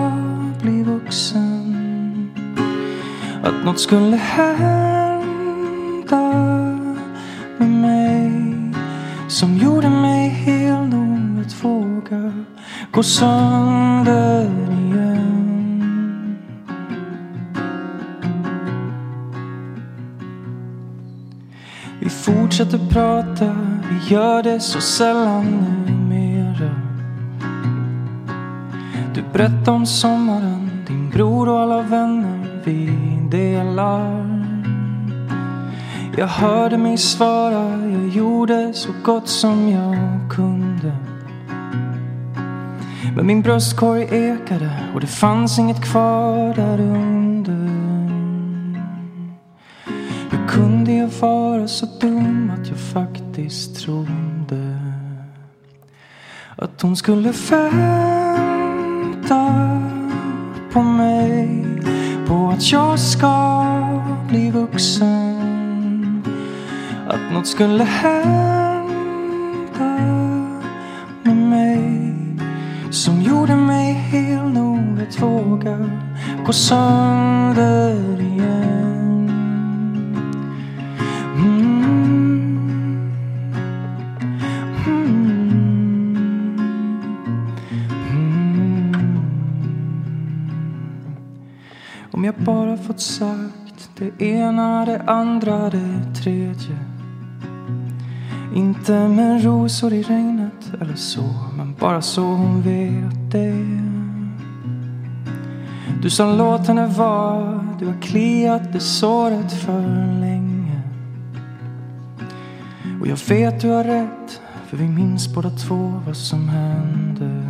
bli vuxen att något skulle hända med mig som gjorde mig hel nog att våga gå sönder igen. Vi fortsätter prata, vi gör det så sällan numera. Du berättade om sommaren, din bror och alla vänner vi delar. Jag hörde mig svara, jag gjorde så gott som jag kunde. Men min bröstkorg ekade och det fanns inget kvar där under. Hur kunde jag vara så dum att jag faktiskt trodde att hon skulle vänta på mig på att jag ska bli vuxen att något skulle hända med mig som gjorde mig hel nog att våga gå sönder igen. Mm. Mm. Mm. Om jag bara fått sagt det ena, det andra, det tredje inte med rosor i regnet eller så, men bara så hon vet det. Du sa låt henne vara, du har kliat det såret för länge. Och jag vet du har rätt, för vi minns båda två vad som hände.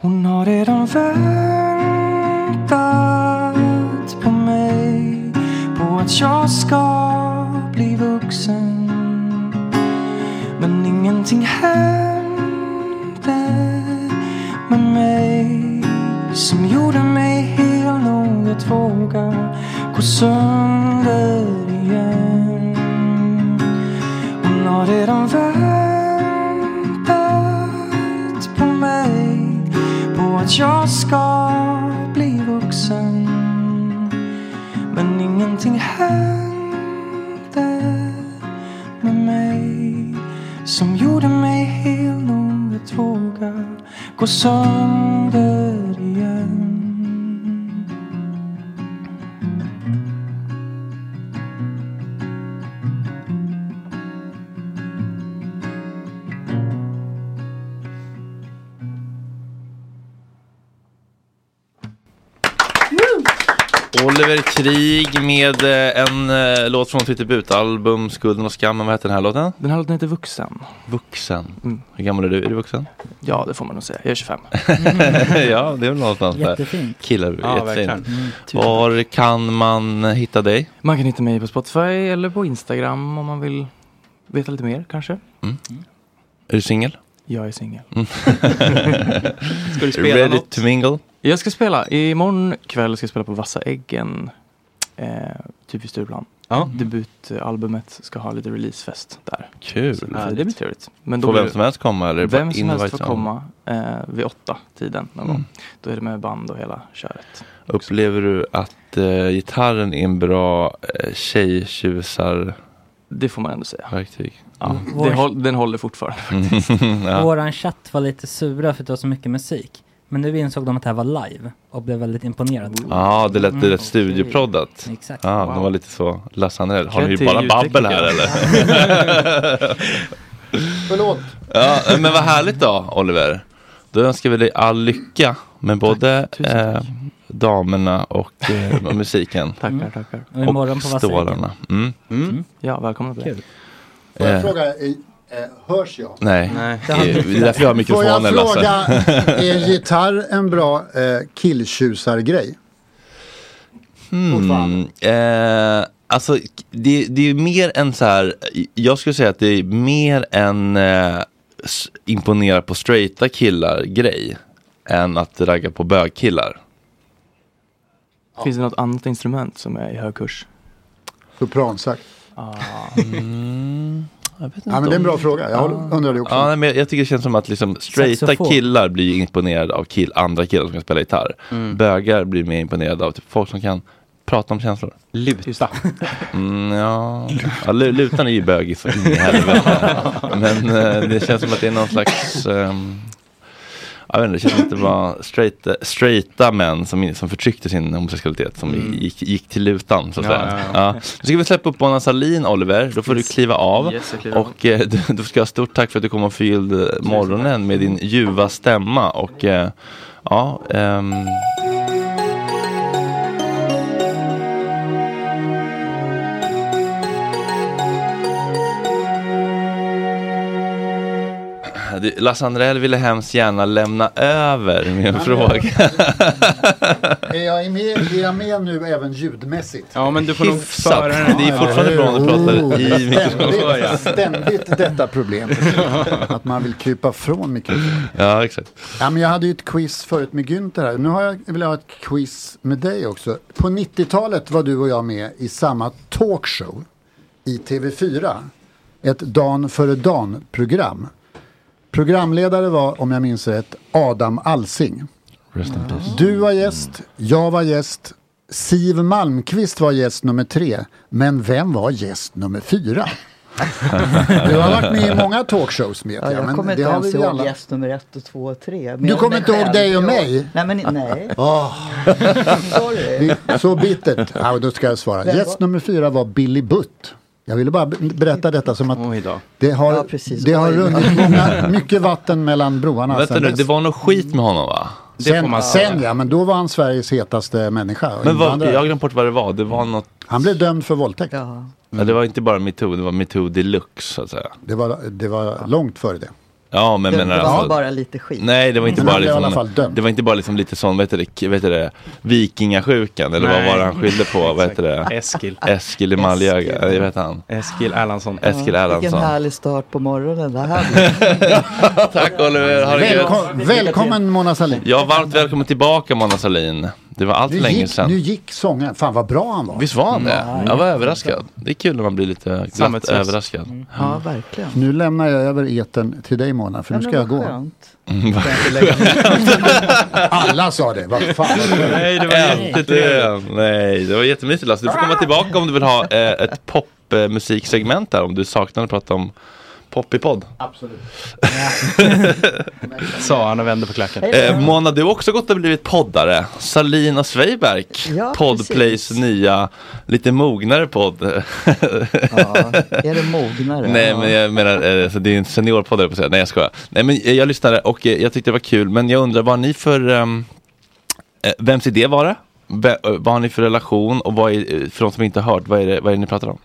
Hon har redan väntat på mig, på att jag ska bli vuxen Men ingenting hände med mig som gjorde mig hel nog att våga gå sönder igen Hon har redan väntat på mig på att jag ska bli vuxen Men ingenting hände med mig som gjorde mig hel nog att våga gå sönder igen.
Oliver Krig med eh, en eh, låt från sitt debutalbum Skulden och skammen. Vad heter den här låten?
Den här låten heter Vuxen. Mm.
Vuxen. Hur gammal är du? Är du vuxen?
Ja, det får man nog säga. Jag är 25.
[laughs] ja, det är väl någonstans där.
Jättefin.
Killar,
Ja,
jättefin.
verkligen. Mm, tusen
Var kan man hitta dig?
Man kan hitta mig på Spotify eller på Instagram om man vill veta lite mer kanske.
Är du singel?
Jag är singel.
Mm.
[laughs] Ska du spela
Ready
något?
to mingle?
Jag ska spela, imorgon kväll ska jag spela på Vassa äggen, eh, typ i Stureplan. Debutalbumet ska ha lite releasefest där.
Kul.
Så eh, det blir trevligt.
Får
blir
vem
det-
som helst komma, eller är det bara
Vem som helst
invite Mm.
får
only?
komma eh, vid åtta tiden någon gång. Då är det med band och hela köret.
Upplever du att eh, gitarren är en bra eh, tjejtjusar...
Det får man ändå säga.
Verktyg. [laughs]
Ja,
Vår-
det håll, den håller fortfarande faktiskt.
Mm, ja.
Våran chatt var lite sura för att det var så mycket musik. Men nu insåg de att det här var live och blev väldigt imponerade.
Ja, det lät, det
Mm.
lät studioproddat.
Exakt.
Ja,
Wow.
de var lite så, Lasse Anell, har
Cred
ni
till
bara babbel här eller?
ljudtekniker. [laughs]
Förlåt.
ja, men vad härligt då, Oliver. Då önskar vi dig all lycka med både eh, damerna och eh, musiken.
[laughs] Tackar, tackar.
Och imorgon på Vassa
stålarna. Mm.
Ja, välkomna till det.
Får jag
Eh.
fråga, eh, eh, hörs jag?
Nej,
Nej.
det är därför jag
Får
har mikrofonen
jag fråga,
Lasse.
är gitarr en bra eh, killtjusargrej?
Mm, eh, alltså, det, det är ju mer än så här, jag skulle säga att det är mer en eh, s- imponera på straighta killar grej än att ragga på bögkillar.
Finns det något annat instrument som är i hög kurs? Ah.
Sopransax.
[laughs] Mm, jag vet inte
Ja, men det är en
om-
bra fråga. Jag håller- undrar det också.
Ja, nej, men jag, jag tycker det känns som att liksom straighta
Saxofon.
killar blir
Mm.
imponerade av kill, andra killar som kan spela gitarr. Bögar blir mer imponerade av typ, folk som kan prata om känslor?
Luta.
Mm, ja. ja, lu- lutan är ju bögig så in i
[laughs]
helvete. Men eh, det känns som att det är någon slags... ehm, jag vet inte, det känns som att det var straighta, straighta män som, som förtryckte sin homosexualitet som gick, gick till lutan så att
Mm. Ja,
säga.
ja,
Ja. Nu ska vi släppa upp Mona Salin Oliver, då får
Yes.
du kliva av.
Yes, jag kliver av.
och eh, du, du ska ha stort tack för att du kom och fyllde morgonen med din ljuva stämma. Och eh, ja, ehm, Du, Lasse Andrell ville hemskt gärna lämna över med en fråga. [laughs]
Är jag med, är jag med nu även ljudmässigt?
Ja, men du får nog
Hyfsat.
föra den.
Det är fortfarande bra om du pratar i
Ständigt,
mikrofonen.
Oh. ständigt detta
[laughs]
problem. Att man vill krypa från mikrofonen.
Ja, exakt.
Ja, men jag hade ju ett quiz förut med Günther här. Nu har jag, vill jag ha ett quiz med dig också. På 90-talet var du och jag med i samma talkshow i TV4. Ett dan före dan-program. Programledare var, om jag minns rätt, Adam Alsing. Du var gäst, jag var gäst, Siv Malmqvist var gäst nummer tre. Men vem var gäst nummer fyra? Du har varit med i många talkshows med
Ja, jag
men
kommer
det
inte
har
ens
vi
ihåg
alla.
gäst nummer ett och två och tre.
Du kommer inte ihåg dig och mig? Ah.
Nej, men nej.
[laughs]
Åh.
Sorry.
Det- Så bittert. Ja, då ska jag svara.
Vem
Gäst
var-
nummer fyra var Billy Butt. Jag ville bara be- berätta detta som att det har, det har
Oj då.
runnit
[laughs]
många, mycket vatten mellan broarna
Vänta
sen
nu,
dess.
det var något skit med honom va?
Sen, sen ja, men då var han Sveriges hetaste människa. och
Men vad,
invandrare.
jag har glömt bort vad det var. Det var något,
Han blev dömd för våldtäkt. Mm.
ja, det var inte bara metoo, det var metoo deluxe så att säga.
Det var, det var långt före det.
Ja, men
Det-
menar
det var
alltså-
bara lite skit.
Nej, det var inte
Men
bara
Mm. han blev i
liksom,
alla fall dömd.
det var inte bara liksom lite sån, vad heter det, k- vad heter det vikingasjukan eller
Nej.
vad var det han skyllde på? Vad
[laughs]
heter det?
Eskil.
Eskil i Maljöga, vad heter han?
Eskil Erlandsson.
Eskil
Vilken
Erlandsson.
härlig start på morgonen. Det här
Tack Oliver, ha det gött.
Välkom, välkommen Mona Sahlin.
Ja, varmt välkommen tillbaka Mona Sahlin. Det var allt
Nu
länge
gick,
sedan.
nu gick sången. Fan vad bra han var.
Visst var han det? Jag var Mm. överraskad. Det är kul när man blir lite glatt
Samhällsvis.
överraskad.
Ja, verkligen.
Mm. Nu lämnar jag över etern till dig Mona, för nu ska jag gå.
Mm,
[laughs] Alla sa det, vad fan.
Nej, det var jättemysigt. Nej, det var jättemysigt Lasse. Du får komma tillbaka om du vill ha eh, ett popmusiksegment där om du saknar att prata om pop i podd.
Absolut.
Sa han och vände på klacken.
Hej
Eh,
då.
Mona, du har också gått och blivit poddare. Salina Sveiberg,
Ja,
Podplays nya, lite mognare podd.
är det mognare?
Nej,
Ja.
men jag menar, eh, så det är en seniorpoddare på sig. Nej, jag skojar. Nej, men eh, jag lyssnade och eh, jag tyckte det var kul, men jag undrar vad ni för, ehm, eh, vems idé var det? Ve- eh, Vad har ni för relation och vad är, eh, för de som inte har hört, vad är det, vad är det ni pratar om?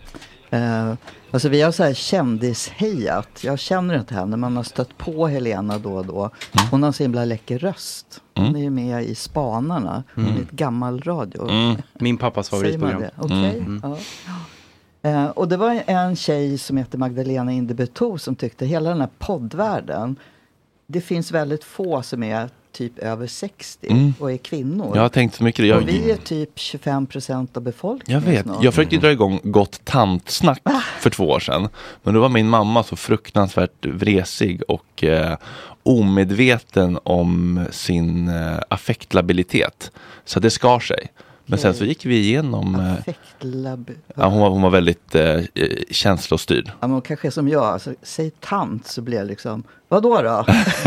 Eh, alltså vi har så här kändishejat. Jag känner inte henne, men har stött på Helena då och då.
Mm.
Hon har en så himla läcker röst. Hon
Mm.
är ju med i Spanarna. Hon är
Mm.
lite gammal radio.
Mm. Min pappas
Säger man
favoritprogram.
det? Okej.
Mm.
Ja. Eh, och det var en tjej som heter Magdalena Indebeto som tyckte hela den här poddvärlden, det finns väldigt få som är typ över 60
Mm.
och är kvinnor.
Jag har tänkt så mycket. Jag-
och vi är typ 25 procent av befolkningen
Jag vet,
snart.
jag försökte ju dra igång gott tantsnack för två år sedan. Men då var min mamma så fruktansvärt vresig och eh, omedveten om sin eh, affektlabilitet. Så det skar sig. Men sen så gick vi igenom, eh,
Affektlab...
ja, hon, var, hon var väldigt eh, eh, känslostyrd. [laughs]
Ja, men kanske som jag, alltså, säg tant så blir jag liksom, vadå
[laughs]
då? [laughs]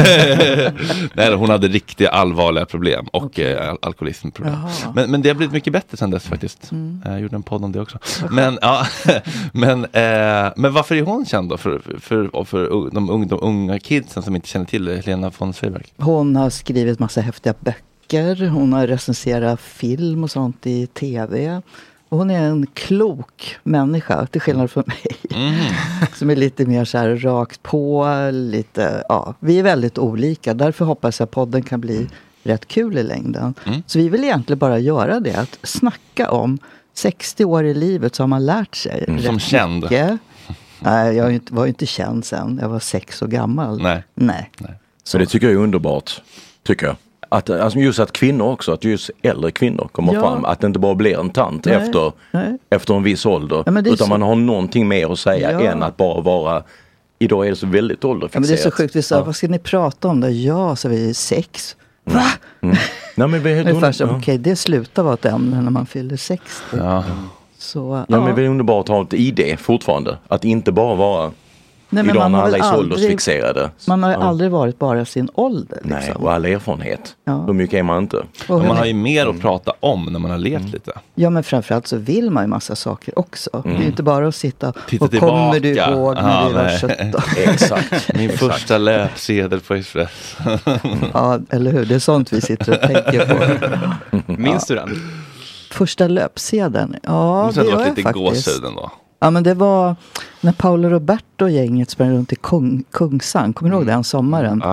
Nej, hon hade riktiga allvarliga problem och eh, al- alkoholismproblem.
Jaha. Mm.
Men, men det har blivit mycket bättre sen dess faktiskt. Eh, Jag gjorde en podd om det också. Men, ja, [laughs] men, eh, men varför är hon känd då för, för, för, för de, ung, de unga kidsen som inte känner till Helena von Zweigbergk?
Hon har skrivit massa häftiga böcker. Hon har recenserat film och sånt i tv. Och hon är en klok människa, till skillnad från
[laughs]
mig. Som är lite mer så här rakt på, lite, ja. Vi är väldigt olika. Därför hoppas jag podden kan bli rätt kul i längden.
Mm.
Så vi vill egentligen bara göra det, att snacka om 60 år i livet så har man lärt sig
Mm. Som
rätt
känd.
mycket. Nej, jag är ju inte- var ju inte känd sen. Jag var sex år gammal.
Nej.
Nej.
Så det tycker jag är underbart. Tycker jag. Att, alltså just att kvinnor också, att just äldre kvinnor kommer
Ja.
fram. Att det inte bara blir en tant
Nej,
efter,
nej.
efter en viss ålder.
Ja, men det är
utan
så-
man har någonting mer att säga
Ja.
än att bara vara Idag är det så väldigt ålderfixerat.
Ja, men det är så sjukt. Vi sa, vad ska ni prata om då? Ja, sa vi, sex. Va?
Mm. Nej, men vad
[laughs]
heter
Ungefär
hon?
som,
Ja.
okej, det slutar vara ett ämne när man fyller 60.
Ja.
Så,
Ja, men det är underbart att ha ett ID fortfarande. Att inte bara vara
Nej, men
idag
man
när
har
alla är
väl
så
aldrig-
åldersfixerade.
Man har
Ja.
aldrig varit bara sin ålder. liksom.
Nej, och all erfarenhet. Hur mycket är man inte? Mm.
Och hur- Man har
ju mer att prata om när man har levt lite.
Ja, men framförallt så vill man ju massa saker också. Det är ju inte bara att sitta
Mm. Titta
och
tillbaka.
kommer du ihåg när
Ja,
vi var
nej. [laughs]
17?
Min första löpsedel på Express.
Ja, eller hur? Det är sånt vi sitter och tänker på.
[laughs]
Mm. [laughs] Minns
Ja.
du den?
Första löpsedeln? Ja,
Minns
det
att det
gör
var
jag
lite
faktiskt.
gåshud ändå?
Ja, men det var när Paolo Roberto och gänget sprang runt i Kung, Kungsan. Kommer du ihåg den sommaren?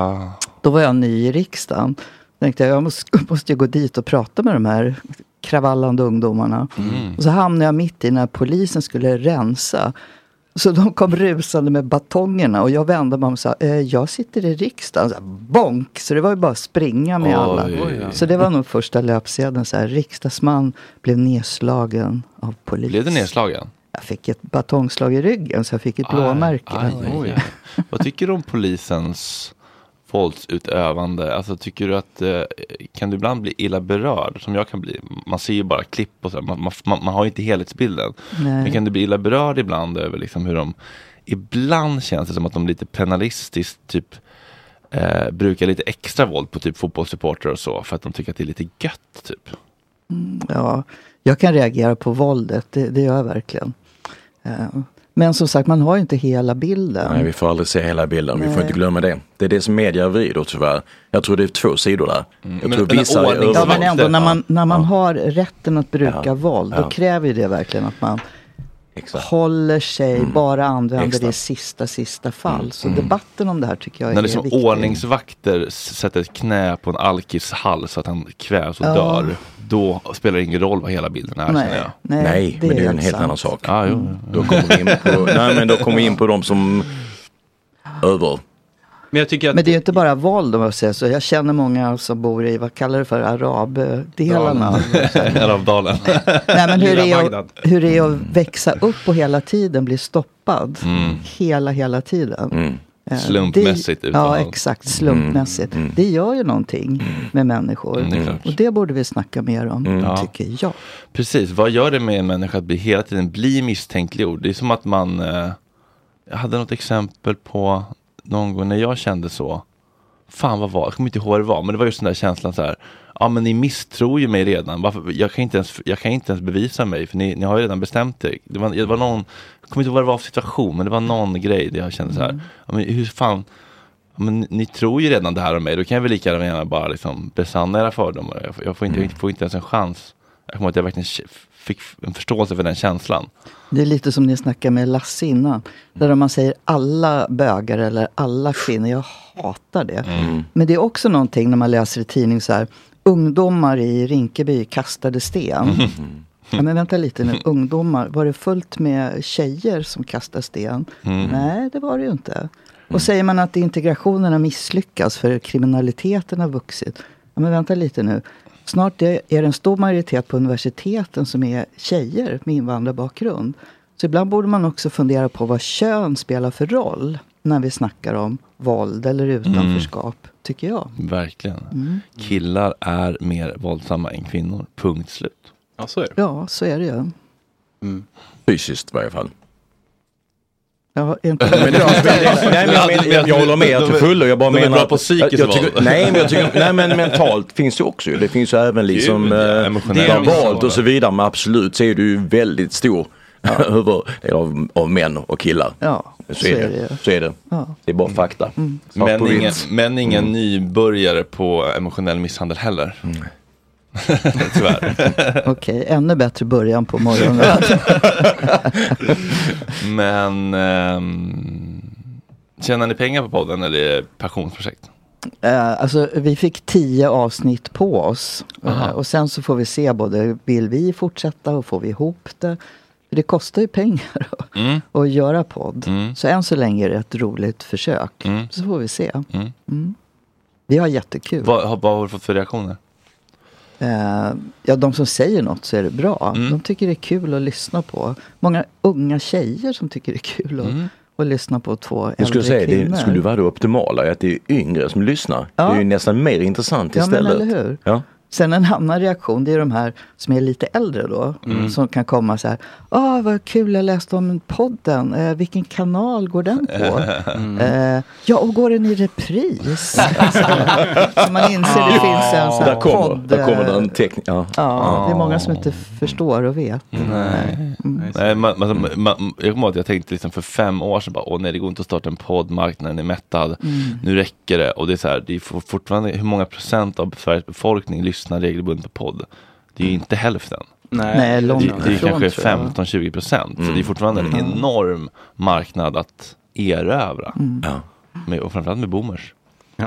Då var jag ny i riksdagen. tänkte jag, jag måste, [laughs] måste ju gå dit och prata med de här kravallande ungdomarna.
Mm.
Och så hamnade jag mitt i när polisen skulle rensa. Så de kom rusande med batongerna och jag vände mig om och sa, eh, jag sitter i riksdagen. Så här, bonk! Så det var ju bara att springa med
Oj,
alla.
oj, oj.
Så det var nog första löpsedeln, så här, riksdagsman blev nedslagen av polis.
Blev du nedslagen?
Jag fick ett batongslag i ryggen så jag fick ett blåmärke.
Aj, aj, aj. Vad tycker du om polisens våldsutövande? Alltså tycker du att, eh, kan du ibland bli illa berörd? Som jag kan bli. Man ser ju bara klipp och så. här. Man, man, man, man har ju inte helhetsbilden.
Nej.
Men kan du bli illa berörd ibland över liksom hur de, ibland känns det som att de lite penalistiskt typ eh, brukar lite extra våld på typ fotbollssupportrar och så för att de tycker att det är lite gött typ.
Mm, Ja, jag kan reagera på våldet, det, det gör jag verkligen. Eh, Men som sagt, man har ju inte hela bilden.
Nej, vi får aldrig se hela bilden. Vi
Nej.
får inte glömma det. Det är det som media vrider åt tyvärr. Jag tror det är två sidor där. Jag
Mm. men
tror
den
vissa är
ordningsmakten-
Ja, men ändå, när man, när man
Ja.
har rätten att bruka
Ja.
våld, då
Ja.
kräver ju det verkligen att man
Exakt. Mm.
håller sig, bara använder det i
Exakt.
sista, sista fall. Så
Mm.
debatten om det här tycker jag
När
är
liksom
viktig.
ordningsvakter s- sätter ett knä på en alkis hals så att han kvävs och
Ja.
dör. Då spelar det ingen roll vad hela bilden är
Nej,
känner jag.
nej, Nej, det men det är är en helt helt sant.
annan sak.
Ja, jo.
Då kommer vi in på, nej, men då kommer vi in på de som över.
Men jag tycker att
Men det är ju inte bara våld om jag säger så. Jag känner många som bor i, vad kallar du för, arabdelarna.
[laughs] Älvdalen.
[laughs] Nej, men hur,
Lilla
är
Bagdad.
att, hur är att växa upp och hela tiden bli stoppad? Hela, hela tiden. Eh,
Mm. Slumpmässigt Mm.
Det,
utan
ja,
att-
exakt. Slumpmässigt. Det gör ju någonting med människor.
Mm, det är klart.
och det borde vi snacka mer om,
Mm. Ja.
tycker jag.
Precis, vad gör det med en människa att bli, hela tiden bli misstänkliggjord? Det är som att man eh, Jag hade något exempel på någon gång när jag kände så Fan vad var, jag kommer inte ihåg vad det var, men det var just den där känslan så här Ja men ni misstror ju mig redan, Varför? Jag, kan inte ens, jag kan inte ens bevisa mig för ni, ni har ju redan bestämt er det var, det var någon, jag kommer inte ihåg vad det var för situation, men det var någon grej där jag kände Mm. så här ja, men hur fan Ja, men ni- ni tror ju redan det här om mig, då kan jag väl lika gärna bara liksom besanna era fördomar. Jag får, jag får, inte, jag får inte ens en chans. Jag kommer ihåg att jag verkligen k- fick en förståelse för den känslan.
Det är lite som ni snackade med Lasse innan. Där om man säger alla bögar eller alla kvinnor. Jag hatar det. Men det är också någonting när man läser i tidning så här. Ungdomar i Rinkeby kastade
[laughs]
sten. Ja, men vänta lite nu, ungdomar. Var det fullt med tjejer som kastade sten?
Mm.
Nej, det var det ju inte. Och säger man att integrationen har misslyckats för kriminaliteten har vuxit. Ja, men vänta lite nu. Snart är är det en stor majoritet på universiteten som är tjejer med invandrarbakgrund. Så ibland borde man också fundera på vad kön spelar för roll när vi snackar om våld eller
Mm.
utanförskap, tycker jag.
Verkligen.
Mm.
Killar är mer våldsamma än kvinnor. Punkt slut.
Ja, så är det.
Ja, så är det ju.
Fysiskt i varje fall.
Ja, är inte
Men det finns- Nej, men jag, men, jag, jag håller med till fullo. Jag bara
De är
menar
bra
att-
på psykiskt
jag tycker-
våld.
Nej, men jag tycker, nej, men mentalt finns det också ju. Det finns ju även liksom
Gud, ja,
eh,
emotionellt.
verbalt och så vidare. Men absolut så är du ju väldigt stor [laughs] överdel av, av män och killar.
Ja,
så, är det.
ju.
Så är det.
Ja.
Det är bara fakta. Svart på
Mm. Men
vitt.
ingen, men ingen
Mm.
nybörjare på emotionell misshandel heller. [laughs] Tyvärr. [laughs]
Okej, ännu bättre början på morgonen.
men ehm, tjänar ni pengar på podden eller är det passionsprojekt?
Eh, alltså, vi fick tio avsnitt på oss.
Aha.
Eh, och sen så får vi se både, vill vi fortsätta och får vi ihop det? För det kostar ju pengar [laughs]
Mm.
att göra podd.
Mm.
Så än så länge är det ett roligt försök.
Mm.
Så får vi se.
Mm.
Mm. Vi har jättekul.
Vad, har- vad har du fått för reaktioner?
Eh, ja, de som säger något så är det bra. De tycker det är kul att lyssna på. Många unga tjejer som tycker det är kul att och lyssna på två äldre
Jag skulle säga
kvinnor.
det skulle vara det optimala, att det är yngre som lyssnar.
Ja.
Det är ju nästan mer intressant
Ja, men
istället.
eller hur?
Ja.
Sen en annan reaktion, det är de här som är lite äldre då,
Mm.
som kan komma så här, ah vad kul jag läste om podden, eh, vilken kanal går den på?
Mm.
Eh, ja, och går den i repris? alltså, så man inser det finns en sån här
där kommer,
podd.
Där kommer
eh,
den teknik. Ja.
Ja, det är många som inte förstår och vet. Mm.
Nej. nej man, man, man, jag kommer ihåg att jag tänkte liksom för fem år sedan bara, åh nej det går inte att starta en podd, marknaden är mättad,
Mm.
nu räcker det. Och det är så här, det är for- fortfarande, hur många procent av Sveriges befolkning lyssnar regelbundet på podd? Det är ju inte hälften.
Nej,
Nej, långt
det, det är
ifrån,
kanske
tror jag.
15-20 procent. Så
Mm.
det är fortfarande en
Mm.
enorm marknad att erövra.
Mm.
Ja. Med, och framförallt med boomers.
[laughs]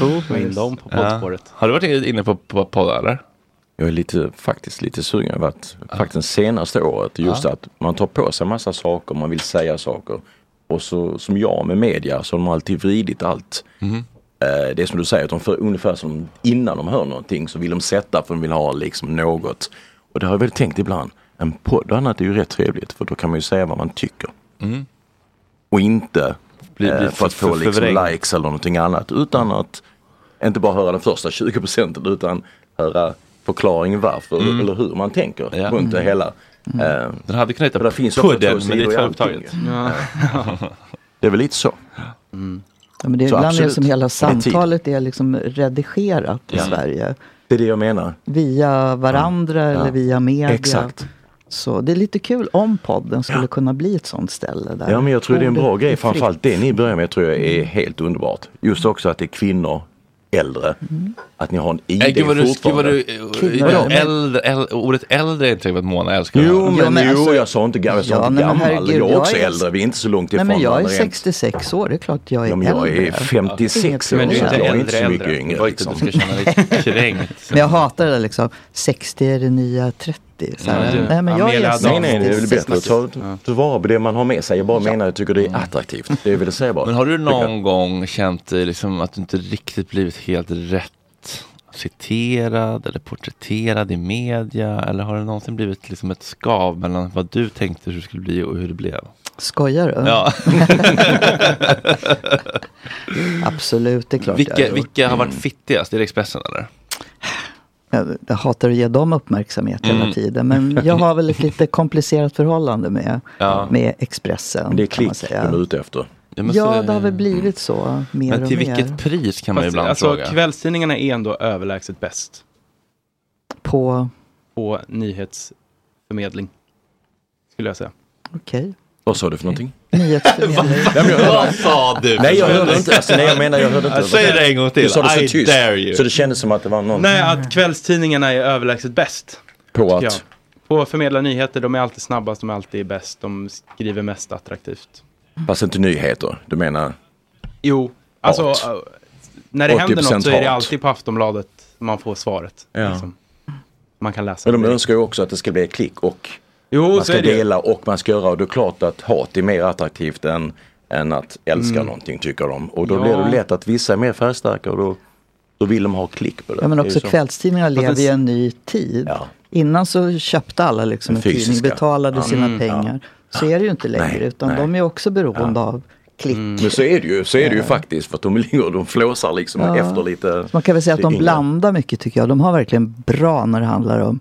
Boomers. Få in dem på poddspåret.
Har du varit inne på, på poddar eller?
Jag är lite, faktiskt lite sugen. Jag har varit faktiskt senaste året. Just
Ja.
att man tar på sig massa saker, man vill säga saker. Och så som jag med media så har de alltid vridit allt. Eh, Det är som du säger, att de för, ungefär som innan de hör någonting så vill de sätta för de vill ha liksom något. Och det har jag väl tänkt ibland. En podd och annat är ju rätt trevligt för då kan man ju säga vad man tycker.
Mm.
Och inte
Bli- bli
eh, för att få
för-
liksom
förvrängd. Mm.
likes eller någonting annat. Utan att inte bara höra den första 20 procenten utan höra förklaringen varför
Mm.
eller hur man tänker runt det
Mm.
hela. Eh,
Den hade kunnat heta Pudden, men det är tvärtaget. Ja. [laughs]
Det är väl lite så.
Ja, men det är
Så
ibland är
absolut.
det som hela
Med tid.
samtalet är liksom redigerat i
Ja.
Sverige.
Det är det jag menar.
Via varandra
Ja.
eller via media.
Exakt.
Så det är lite kul om podden skulle kunna bli ett sånt ställe. Där
Ja men jag tror det är en bra
ordet
grej.
fritt. Mm.
Framförallt det ni börjar med tror jag är helt underbart. Just också att det är kvinnor, äldre.
Mm.
Att ni har en ID
Nej, Äh, gud vad du, gud vad
fortfarande.
du, vadå, äldre, äldre, ordet äldre är inte vad Mona älskar.
Jo men, jo, jag sa inte, gammal, jag sa
alltså- ja,
inte
nej, men
gammal.
herregud,
jag är
jag
också
är-
äldre, vi är inte så långt
Nej
ifrån
men jag är
varandra rent.
66 år, det är klart jag är
Ja, men jag är
äldre.
56 år,
Inget
så
konstigt.
jag är inte så mycket yngre. liksom. [laughs]
Men jag hatar det där liksom, 60 är det nya 30. Så här.
Mm.
Ja,
nej men jag är
nej, nej, det är väl
66.
bättre att ta tillvara på det man har med sig. Jag bara menar, jag tycker det är attraktivt. Det vill jag säga bara.
Men har du någon gång känt dig liksom att du inte riktigt blivit helt rätt citerad eller porträtterad i media? Eller har det någonsin blivit liksom ett skav mellan vad du tänkte hur det skulle bli och hur det blev?
Skojar du?
Ja.
[laughs] Absolut, det är klart jag Mm. har
vilka,
gjort.
vilka har varit fittigast? Är det Expressen eller?
Jag, jag hatar att ge dem uppmärksamhet hela
Mm.
tiden.
[laughs]
Men jag har väl ett lite komplicerat förhållande med,
Ja.
med Expressen.
Det är
kan man
klick de
säga.
är ute efter.
Ja,
men Ja, så- det har väl blivit så, mer Men och till mer. vilket
pris kan man ibland
alltså,
fråga.
Kvällstidningarna är ändå överlägset bäst
På,
på nyhetsförmedling. Skulle jag säga.
okej.
Vad sa du för någonting?
Nyhetsförmedling.
Nej, men jag hörde-
Vad sa du?
Nej jag hörde inte, alltså, nej jag menar jag hörde inte.
Säg det en gång till.
Du sa det så
I
tyst.
dare you.
Så det kändes som att det var någon.
Nej, att kvällstidningarna är överlägset bäst.
På
tycker
att?
jag. På att förmedla nyheter, de är alltid snabbast, de är alltid bäst, de skriver mest attraktivt.
Fast inte nyheter, du menar?
Jo, alltså
Hat.
äh, när det händer
80%
något så är det
hat.
alltid på Aftonbladet man får svaret.
Ja.
liksom. Man kan läsa.
Men de önskar ju också att Alltså, det ska bli klick och
Jo,
man
så
ska
är det ju.
dela och man ska göra och det är klart att hat är mer attraktivt än, än att älska
Mm.
någonting tycker de. Och då
Ja.
blir det lätt att vissa är mer färgstarka och då, då vill de ha klick på det.
Ja, men
Det är
också
ju så.
kvällstidningar
Fast
lever
det-
i en ny tid. Innan så köpte alla liksom
Den
en tidning,
fysiska.
betalade
Ja.
sina
Mm,
pengar. Så är det ju inte längre, utan
nej.
de är också beroende av klick.
Mm. Men så är det ju, så är det ju
Eh.
faktiskt för att de ligger och de flåsar liksom
Ja.
efter lite.
Så man kan väl säga att
det
de
yngre.
blandar mycket tycker jag. De har verkligen bra när det handlar om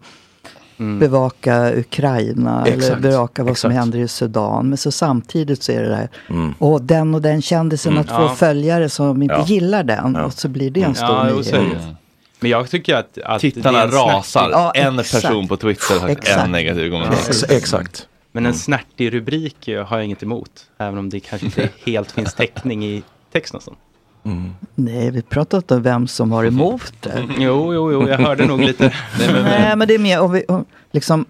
Mm.
bevaka Ukraina eller
Exakt,
bevaka vad som händer i Sudan. Men så samtidigt så är det det här,
Mm.
och den och den kändisen
Mm,
att få
ja.
följare som inte
Ja.
gillar den. Och så blir det en stor
Mm. ja, jo,
nyhet.
så är det ju. Men jag tycker att, att
Tittarna
det är en snärtig-
rasar. Ja, En exakt. person på Twitter har sagt Exakt. en negativ kommentar. Mm. Ex-
exakt.
Men en snärtig rubrik eh, har jag inget emot. Även om det
[laughs]
kanske inte helt finns täckning i texten. och sånt.
Mm. Nej, vi pratar inte om vem som har emot det.
Mm. Jo, [laughs] jo, jo, jag hörde nog lite.
[laughs]
Mm.
Nej, men det är mer om vi, om, liksom,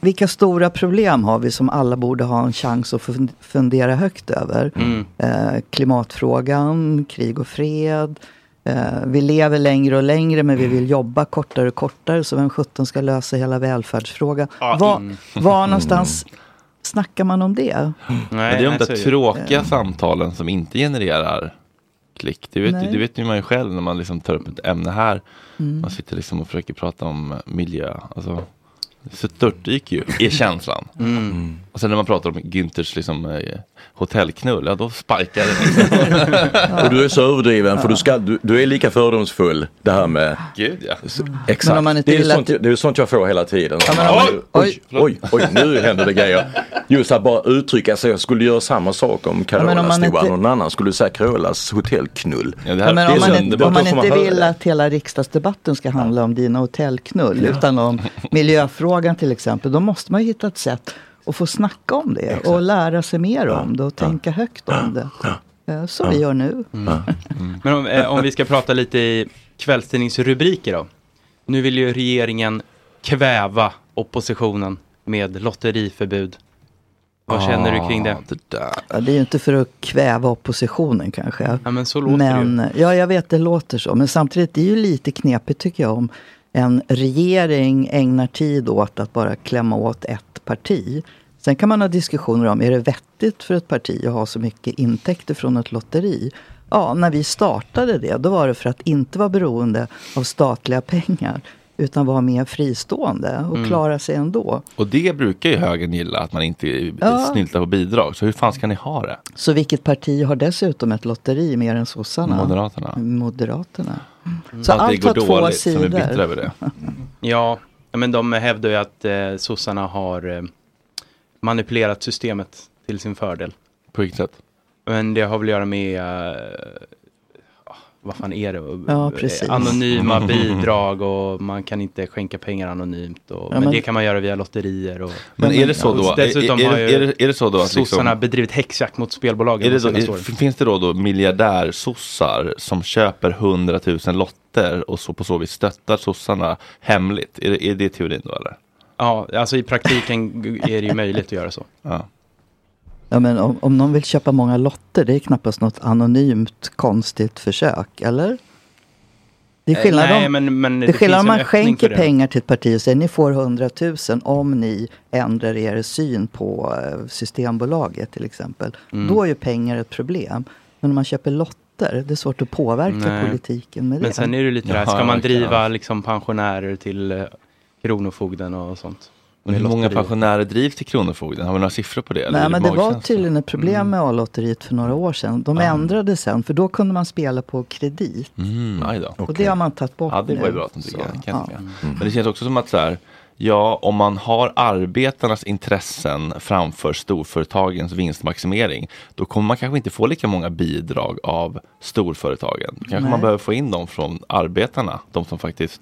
vilka stora problem har vi som alla borde ha en chans att fun- fundera högt över?
Mm.
Eh, klimatfrågan, krig och fred. Eh, vi lever längre och längre men vi vill jobba kortare och kortare så vem sjutton ska lösa hela välfärdsfrågan?
Ja,
var,
mm.
var någonstans snackar man om det?
men det är de
nej,
där
så är det.
tråkiga samtalen som inte genererar klick. Det vet, ju-
Nej.
det vet ju man ju själv när man liksom tar upp ett ämne här.
Mm.
Man sitter liksom och
[laughs]
försöker prata om miljö. Alltså, så störtdyker ju, är känslan.
Mm.
Och sen när man pratar om Günthers liksom, eh, hotellknull, ja, då sparkar
[laughs]
Och
det. [laughs] Liksom.
du är så överdriven för du, ska, du, du är lika fördomsfull det här med...
Gud, ja.
S-
Men om man
Exakt,
inte
det är, ju
gillar
sånt,
att-
det är ju sånt jag får hela tiden.
men om man-
oj, oj, oj, oj, nu händer det grejer. Just att bara uttrycka sig, jag skulle göra samma sak om
men om
Carola
man
stod
inte-
här, någon annan skulle säga Carolas hotellknull.
Ja, men om man, inte, om man inte vill
att...
att hela riksdagsdebatten ska handla om dina hotellknull
Ja.
utan om miljöfrågan till exempel, då måste man ju hitta ett sätt att få snacka om det och lära sig mer om det och tänka högt om det. Eh, Som vi gör nu.
Mm. Men om, eh, om vi ska prata lite i kvällstidningsrubriker då. Nu vill ju regeringen kväva oppositionen med lotteriförbud. Vad känner du kring
Ah,
det?
Ja, det är ju inte för att kväva oppositionen kanske.
Ja, men så låter
Men,
det
Ja, jag vet, det låter så. Men samtidigt, det är ju lite knepigt tycker jag om en regering ägnar tid åt att bara klämma åt ett parti. Sen kan man ha diskussioner om, är det vettigt för ett parti att ha så mycket intäkter från ett lotteri? Ja, när vi startade det, då var det för att inte vara beroende av statliga pengar, utan vara mer fristående och
Mm.
klara sig ändå.
Och det brukar ju högern gilla, att man inte
Ja.
snyltar på bidrag. Så hur fan ska ni ha det?
Så vilket parti har dessutom ett lotteri mer än sossarna?
Moderaterna.
Moderaterna.
Mm.
Så
Att det
allt
går
har två
dåligt, som
sidor.
är bittra
[laughs]
över det.
Ja, ja, men de hävdar ju att eh, sossarna har eh, manipulerat systemet till sin fördel.
På vilket sätt?
Men det har väl att göra med, eh, ah, vad fan är det?
Ja, precis.
[laughs]
Anonyma bidrag och man kan inte skänka pengar anonymt. Och, men,
men-
det kan man göra via lotterier. Och,
Men är det så då?
Och Dessutom
Är- är-
har
är
ju
det- är det så då att liksom-
sossarna bedrivit häxjakt mot spelbolagen
Är det
de
då,
senaste
är,
åren.
finns det då, då miljardärsossar som köper 100 000 lotter och så på så vis stöttar sossarna hemligt? Är det, är det teorin då eller?
Ja, alltså i praktiken g- är det ju möjligt att göra så.
Ja, men om, om någon vill köpa många lotter, det är knappast något anonymt konstigt försök, eller? Det är
Eh,
skillnad,
nej,
om,
men- men
det är
det
skillnad
finns
om
en
man
öppning för
skänker
det.
pengar till ett parti och säger ni får 100 000 om ni ändrar er syn på eh, Systembolaget till exempel.
Mm.
Då är ju pengar ett problem. Men om man köper lotter, det är svårt att påverka
Nej.
politiken med det.
Men sen är det ju lite det här,
Jaha,
ska man
verkligen.
driva liksom pensionärer till eh, Kronofogden och sånt?
Men
Med
hur många
lotterier.
pensionärer drivs till Kronofogden? Har vi några siffror på det? eller är
Nej, men det var
magkänsla? Mm.
tydligen ett problem med A-lotteriet för några år sedan. De ändrade sen, för då kunde man spela på kredit.
Mm, aj då.
Och det har man tagit bort
Ja, det var ju
nu.
bra att de tycker
Så,
det, kan jag
ja.
tycka.
Mm.
Men det känns också som att så här, ja, om man har arbetarnas intressen framför storföretagens vinstmaximering, då kommer man kanske inte få lika många bidrag av storföretagen. Då kanske
Nej.
man behöver få in dem från arbetarna, de som faktiskt,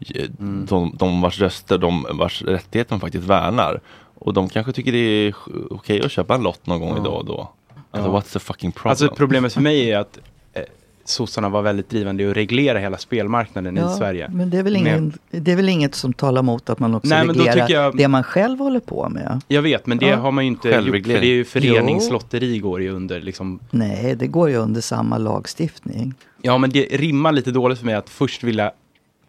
eh,
Mm.
de, de vars röster, de vars rättigheter de faktiskt värnar. Och de kanske tycker det är okej att köpa en lott någon gång
Ja.
idag och då. Alltså,
Ja.
what's the fucking problem?
Alltså problemet för mig är att eh, sossarna var väldigt drivande i att reglera hela spelmarknaden
Ja,
i Sverige.
Men det är, väl
Med-
ingen, det är väl inget som talar emot att man också
Nej, men då
reglerar
tycker jag-
det man själv håller på med.
Jag vet, men det
Ja.
har man ju inte gjort, för det är
Självreglering.
ju föreningslotteri går ju under. Liksom.
Nej, det går ju under samma lagstiftning.
Ja, men det rimmar lite dåligt för mig att först vilja,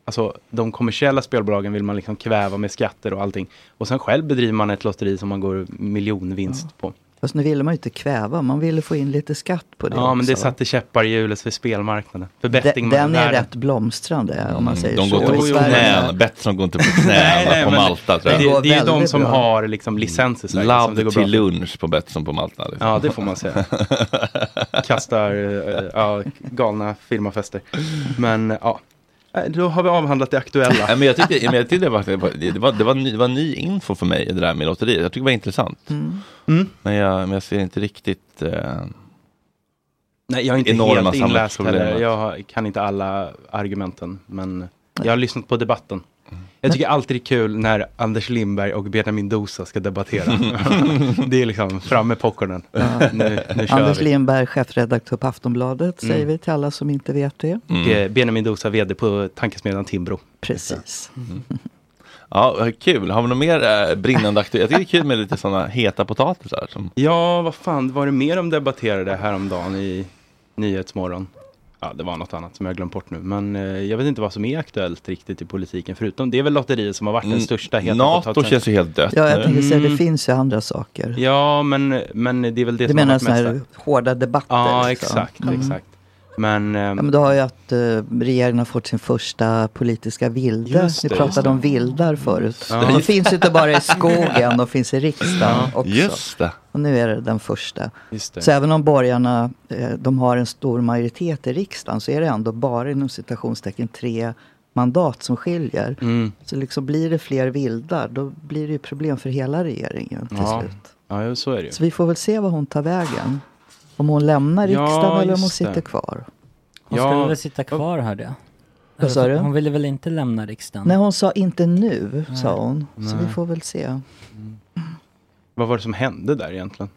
alltså de kommersiella spelbolagen vill man liksom kväva med skatter och allting. Och sen själv bedriver man ett lotteri som man går miljonvinst på.
Fast nu ville man ju inte kväva, man ville få in lite skatt på det
Ja, men det
också.
satte käppar i hjulet för spelmarknaden. För
den, den är
bettingvärlden.
rätt blomstrande om man säger
Mm. De
så.
går inte på
I Sverige.
knäna, Betsson går inte på
Nej, nej,
knäna på
men
Malta tror jag. Mm.
det- Det, är ju de som har liksom licenser. i Sverige som det
Love
går
till
bra för.
lunch på Betsson på Malta. liksom.
Ja, det får
[laughs]
man säga. Kastar eh, ja, galna firmafester. Men ja, Eh, då har vi avhandlat det aktuella.
Nej, men jag tyckte, men jag tyckte det, var, det, var, det, var, det, var ny, det var ny info för mig det där med lotteriet. Jag tycker det var intressant.
Mm.
Men, jag, men jag ser inte riktigt eh,
Nej, jag är inte
enorma
helt inläst
samhällsproblem.
heller. Jag har- kan inte alla argumenten, men jag har lyssnat på debatten.
Mm.
Jag tycker alltid det är kul när Anders Lindberg och Benjamin Dosa
[laughs]
ska debattera. det är liksom fram med popcornen. [laughs] Nu, nu kör
Anders
vi.
Lindberg, chefredaktör på Aftonbladet,
Mm.
säger vi till alla som inte vet det.
Mm.
Och, eh, Benjamin Dosa, vd på tankesmedjan Timbro.
Precis.
Mm. Ja, vad kul. Har vi något mer eh, brinnande aktuellt? Jag tycker det är kul med lite sådana heta potatisar. Som,
Ja, vad fan var det mer de debatterade häromdagen i Nyhetsmorgon? Ja, det var något annat som jag har glömt bort nu. Men eh, jag vet inte vad som är aktuellt riktigt i politiken. Förutom det är väl lotterier som har varit den
Mm,
största heta
NATO
potatisen.
känns ju helt dött
Ja, jag tänker säga, det
Mm.
finns ju andra saker.
Ja, men, men det är väl det
Du
som har
menar
varit
sådana
mest.
här hårda debatter?
Ja,
liksom.
exakt,
Mm.
exakt. Men, eh,
Ja, men då har ju att eh, regeringen har fått sin första politiska vilde.
Just
Vi
det, just
pratade
det.
om vildar förut.
Ja.
De finns ju inte bara i skogen, de finns i riksdagen
Ja,
också.
just det.
Och nu är det den första.
Just det.
Så även om borgarna eh, de har en stor majoritet i riksdagen så är det ändå bara inom citationstecken tre mandat som skiljer.
Mm.
Så liksom blir det fler vildar, då blir det ju problem för hela regeringen till
ja.
slut.
Ja, jo, så är det ju.
Så vi får väl se vad hon tar vägen. Om hon lämnar
Ja,
riksdagen eller om hon
just det.
sitter kvar.
Hon skulle väl sitta kvar hörde jag.
Vad sa du?
Hon ville väl inte lämna riksdagen?
Nej, hon sa inte nu,
Nej.
sa hon. Så
Nej.
vi får väl se.
Vad var det som hände där egentligen?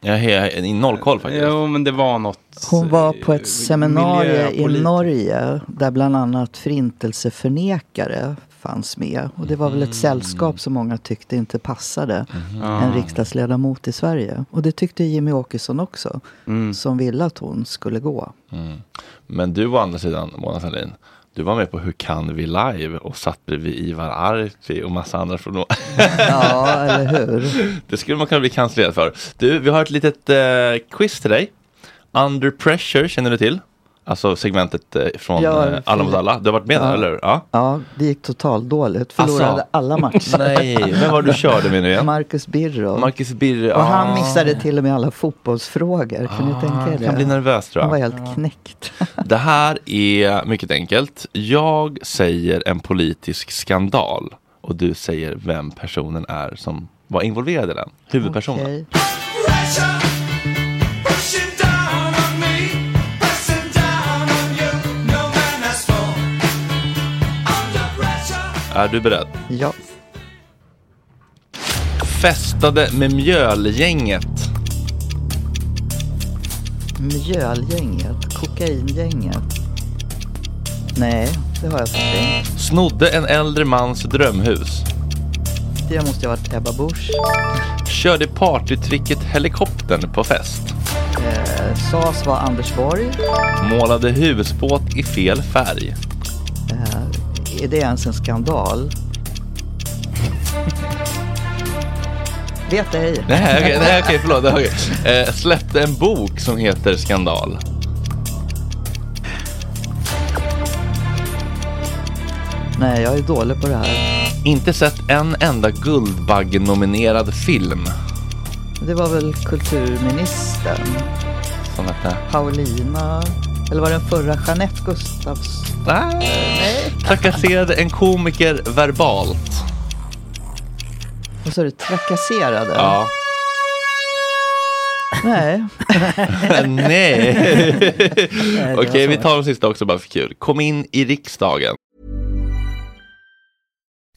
Jag har noll koll faktiskt.
Jo, men det var något.
Hon var på
eh,
ett seminarium i
miljöpolit-
Norge där bland annat förintelseförnekare fanns med. Och det var väl ett sällskap som många tyckte inte passade en
Mm. Ah.
riksdagsledamot i Sverige. Och det tyckte Jimmy Åkesson också,
Mm.
som ville att hon skulle gå.
Mm. Men du å andra sidan, Mona Sahlin, du var med på Hur kan vi live och satt bredvid Ivar Arpi och massa andra från
Ja,
[laughs]
eller hur?
Det skulle man kunna bli cancellerad för. Du, vi har ett litet eh, quiz till dig. Under pressure känner du till? Alltså segmentet eh, från
Ja,
eh, Alla mot alla. Du har varit med där,
Ja.
eller hur? Ja.
Ja, det gick totaldåligt. Förlorade
Alltså.
alla matcher.
[laughs] Nej, vem var det du körde med nu igen?
Marcus Birro.
Marcus Birro.
Och han
ah.
missade till och med alla fotbollsfrågor. Kan ni tänka er det?
kan bli nervös, tror Ah, jag.
Han var helt knäckt.
Det här är mycket enkelt. Jag säger en politisk skandal och du säger vem personen är som var involverad i den. Huvudpersonen.
Okej.
Är du beredd?
Ja.
Festade med mjölgänget.
Mjölgänget, kokaingänget. Nej, det har jag inte tänkt.
Snodde en äldre mans drömhus.
Det måste ju ha varit Ebba Busch.
Körde partytricket helikoptern på fest.
Eh, SAS var Anders Borg.
Målade husbåt i fel färg.
Eh, är det ens en skandal? Vet ej.
Nej, okej, nej,
[laughs]
okej förlåt. okej. Eh, släppte en bok som heter Skandal.
Nej, jag är dålig på det här.
Inte sett en enda Guldbaggenominerad film.
Det var väl kulturministern.
Som hette...
Paulina. Eller var det den förra? Jeanette Gustafs...
Nej. Trakasserade en komiker verbalt.
Vad sa du? Trakasserade?
Ja.
[laughs]
[laughs]
Nej. [laughs]
Nej.
det var
Okej, vi
svårt.
tar den sista också bara för kul. Kom in i riksdagen.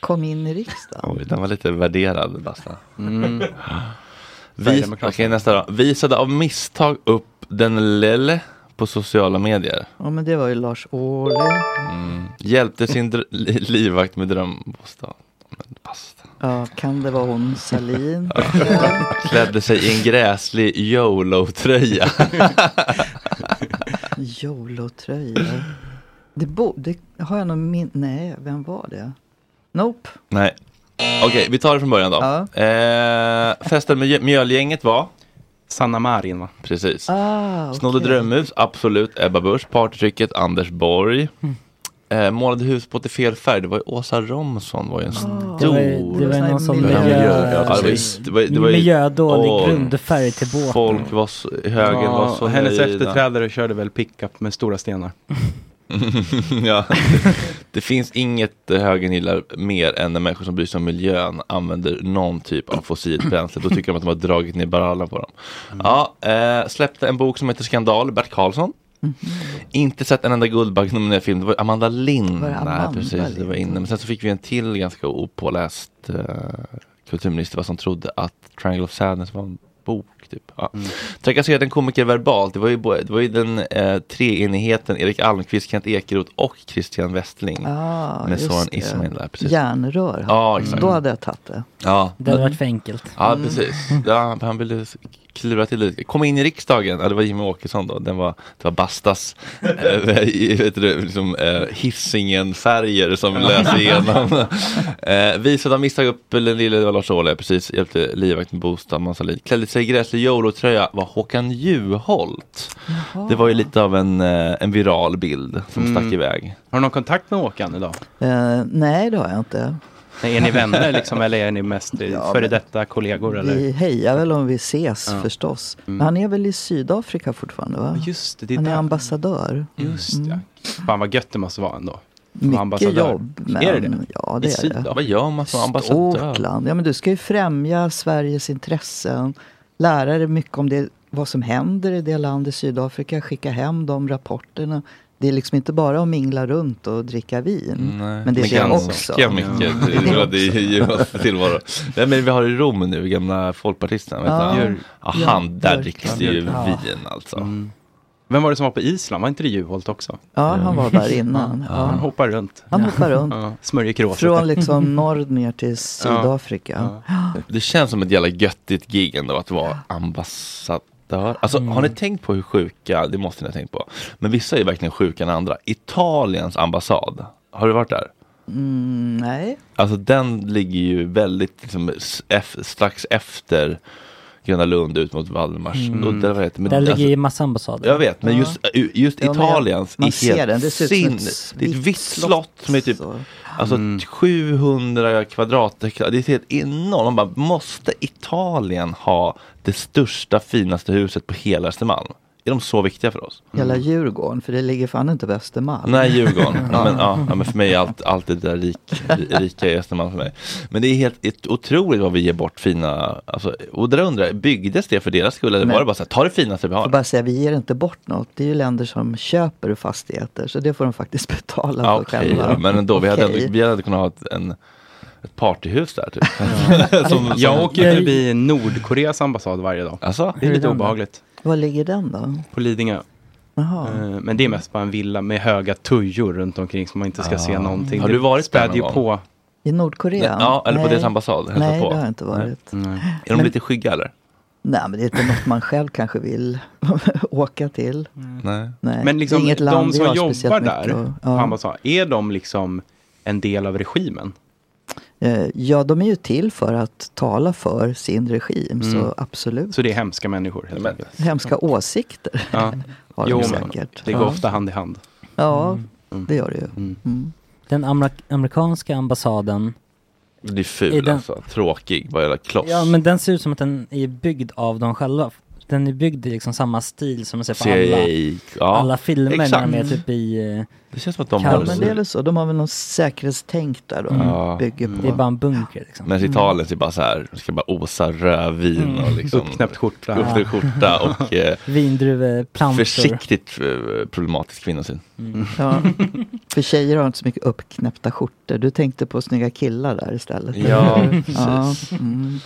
Kom in i riksdagen.
Oj, den var lite värderad, Basta. [gasps]
Mm.
Vi,
Sverigedemokraterna.
okay, nästa då. Visade av misstag upp den lille på sociala medier.
Ja, men det var ju Lars Ohly.
Mm.
Mm.
Hjälpte sin dr- li- livvakt med drömbostad. Men Basta.
Ja, kan det vara hon Salin?
Klädde sig i en gräslig
[laughs]
YOLO-tröja. [laughs]
Jolotröja. Det, bo- det har jag nog min... Nej, vem var det? Nope.
Nej. Okej, vi tar det från början då. Eh, festen med Mjölgänget var?
Sanna Marin va?
Precis.
Ah,
Snodde
okej.
drömhus, absolut. Ebba Busch. Partytrycket, Anders Borg.
Mm.
Eh, målade huspåt i fel färg, det var ju Åsa Romson var ju en stor...
Ah, Det var ju- det var ju någon som
Ja,
miljö-
ja, det var ju- det var ju- det var ju-
miljödålig
Åh,
grundfärg till båten.
Folk var så, högern
Ja,
var så
och Hennes
nöjda.
efterträdare körde väl pickup med stora stenar.
[laughs]
[laughs]
ja. det, det finns inget eh, högern gillar mer än när människor som bryr sig om miljön använder någon typ av fossilt bränsle. Då tycker de att de har dragit ner barallen på dem.
Mm.
Ja, eh, släppte en bok som heter Skandal, Bert Karlsson.
Mm-hmm.
Inte sett en enda Guldbaggenominerad film. Det var Amanda Lind.
Var det Amanda
Nej, precis, det var inne. Men sen så fick vi en till ganska opåläst eh, kulturminister vad som trodde att Triangle of Sadness var en bok. Typ. Ja.
Mm.
Trakasserat en komiker verbalt. Det var ju, bo- det var ju den eh, treenigheten Erik Almqvist, Kent Ekeroth och Christian Westling.
Ah,
med
just
Soran
det.
Ismail där. Precis.
Järnrör.
Ja, exakt.
Då hade jag tagit det.
Ja.
Det hade varit för enkelt.
Ja,
Mm.
precis. Ja, han ville s- klura till lite. Kom in i riksdagen. Ja, det var Jimmy Åkesson då. Den var, det var Bastas [laughs] eh, i- vet du, liksom, eh, Hisingen-färger som lös igenom. eh, visade av misstag upp den lille det var Lars Ohly. Precis, hjälpte livvakt med bostad. Man Klädde sig i gräslig Jolo-tröja var Håkan Juholt. Det var ju lite av en, eh, en viral bild som stack iväg.
Mm. Har du någon kontakt med Håkan idag?
Eh, nej, det har jag inte.
Nej, Är ni vänner liksom eller är ni mest eh,
Ja,
före
men-
detta kollegor? Eller?
Vi hejar väl om vi ses
Ja.
förstås.
Mm.
Men han är väl i Sydafrika fortfarande va?
Just det, det är
han är
där.
ambassadör.
Just
Mm.
ja. Fan vad gött det måste vara ändå. Som
Mycket
ambassadör.
jobb, men
Är det det?
ja det
I
är det.
Vad gör man som ambassadör?
Stort land. Ja, men du ska ju främja Sveriges intressen, lära dig mycket om det, vad som händer i det landet, Sydafrika, skicka hem de rapporterna. Det är liksom inte bara att mingla runt och dricka vin. Men det är det också.
Ganska mycket bröd i Juhas tillvaro. Nej men vi har i Rom nu, gamla folkpartisten. Vet
Ja.
ja.
Björk.
Ja, han, där
Björk.
dricks det ju
Ja.
vin alltså.
Vem var det som var på Island? Var inte det Juholt också?
Mm. Ja, han var där innan.
Ja,
Ja.
Han hoppar runt.
Han
[laughs]
hoppar runt.
Ja, Smörjer kråset.
Från liksom norr ner till Sydafrika.
Det känns som ett jävla göttigt gig ändå att vara ambassadör. Alltså har ni tänkt på hur sjuka, det måste ni ha tänkt på. Men vissa är ju verkligen sjuka än andra. Italiens ambassad, har du varit där?
Mm, nej.
Alltså den ligger ju väldigt liksom, s- eff- strax efter Gröna Lund ut mot Valdemarsudde. Mm.
Där ligger ju massa ambassader.
Jag vet, men just, ju- just
Ja, men jag-
Italiens
man
är
ser
helt
den, det ser ut som ett
sinnes- Det är ett vitt slott som är typ alltså, 700 kvadratmeter. Det är helt enormt. Man bara, måste Italien ha det största, finaste huset på hela Östermalm? Är de så viktiga för oss?
Hela Djurgården, för det ligger fan inte på Östermalm.
Mm. Nej,
[laughs]
Djurgården. ja. Men, ja, ja, men för mig är allt, allt det där rik, ri- rika i Östermalm för mig. Men det är helt ett- otroligt vad vi ger bort fina, alltså, och där undrar jag, byggdes det för deras skull eller
Nej.
var det bara så här, ta det finaste vi har?
Får bara säga, vi ger inte bort något. Det är ju länder som köper fastigheter, så det får de faktiskt [laughs] betala för
okej,
själva.
ja, men ändå, vi hade,
Okej.
ändå, vi hade kunnat ha ett, en, ett partyhus där typ. [laughs]
Jag åker ju förbi Nordkoreas ambassad varje dag. Det är
Hur är
lite
den då?
obehagligt.
Var ligger den då?
På Lidingö.
Jaha.
Eh, Men det är mest bara en villa med höga tujor runt omkring som man inte ska
Ah.
se någonting.
Har
Det
du varit där
späder
någon
ju
gång?
på.
I Nordkorea?
Ja, eller på
Nej.
deras ambassad, hälsa
Nej,
på.
det har jag inte varit.
Nej.
Är de
Men-
lite skygga eller?
Nej, men det är inte något man själv kanske vill [laughs] åka till.
Mm. Nej.
Nej.
Men liksom,
det är inget land
de
vi
som
har
jobbar
speciellt
där
mycket att-
på ambassaden, är de liksom en del av regimen?
Eh, Ja, de är ju till för att tala för sin regim,
Mm.
så absolut.
Så det är hemska människor helt enkelt?
Hemska åsikter
Ja.
[laughs] har de
Jo, men
säkert.
det går
Ja.
ofta hand i hand.
Ja, det gör det ju. Mm.
Den amer- amerikanska ambassaden,
Det är ful
Är den-
alltså, tråkig, bara jävla kloss.
ja men den ser ut som att den är byggd av dem själva. Den är byggd i liksom samma stil som man ser på
CIA,
alla,
ja.
alla filmer när de är
Exakt.
typ i... eh,
Det känns som att de
Ja,
har
men det är väl så. De har väl någon säkerhetstänk där de
Mm. Ja.
bygger på.
Det är bara en bunker liksom.
Men
Mm.
Italien är bara så här, ska bara osa rödvin
Mm.
och liksom
Uppknäppt skjorta.
uppknäppt skjorta
[laughs]
och eh,
Vindruveplantor.
försiktigt eh, problematisk kvinnosyn.
Ja.
Mm.
[laughs]
För tjejer har inte så mycket uppknäppta skjortor. Du tänkte på snygga killar där istället.
[laughs] Ja,
eller hur? Ja,
precis.
mm.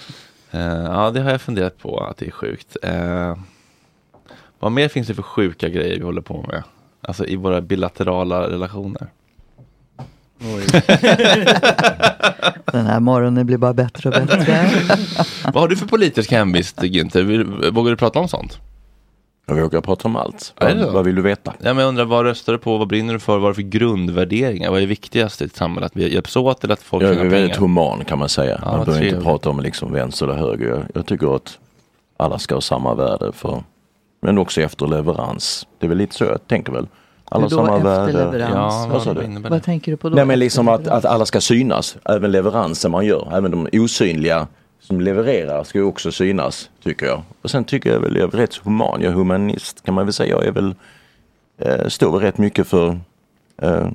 Eh, ja, det har jag funderat på att det är sjukt. Eh, vad mer finns
[laughs]
det för sjuka grejer vi håller på med? Alltså i våra bilaterala relationer.
[laughs] Den här morgonen blir bara bättre och
[laughs]
bättre.
Vad har du för politisk hemvist, Günther? Vill- Vågar du prata om sånt?
Jag vågar prata om allt.
Är det
Vad-
så?
vad vill du veta?
Ja, men jag undrar, vad röstar du på? Vad brinner du för? Vad är det för grundvärderingar? Vad är viktigast i ett samhälle? Att vi hjälps åt eller att folk
Jag är
tjänar
väldigt
pengar?
human kan man säga.
Ja,
man
vad
behöver inte
trevligt.
prata om liksom vänster eller höger. Jag, jag tycker att alla ska ha samma värde. För, men också efter leverans. Det är väl lite så jag tänker väl. Alla
Hur
har
då
samma
efter
värde.
leverans?
Ja, vad sa
Vad
du?
innebär det? Vad tänker du på då?
Nej men liksom att, att alla ska synas. Även leveransen man gör. Även de osynliga som levererar ska ju också synas. Tycker jag. Och sen tycker jag väl jag är rätt human. Jag är humanist kan man väl säga. Jag är väl, eh, står väl rätt mycket för eh,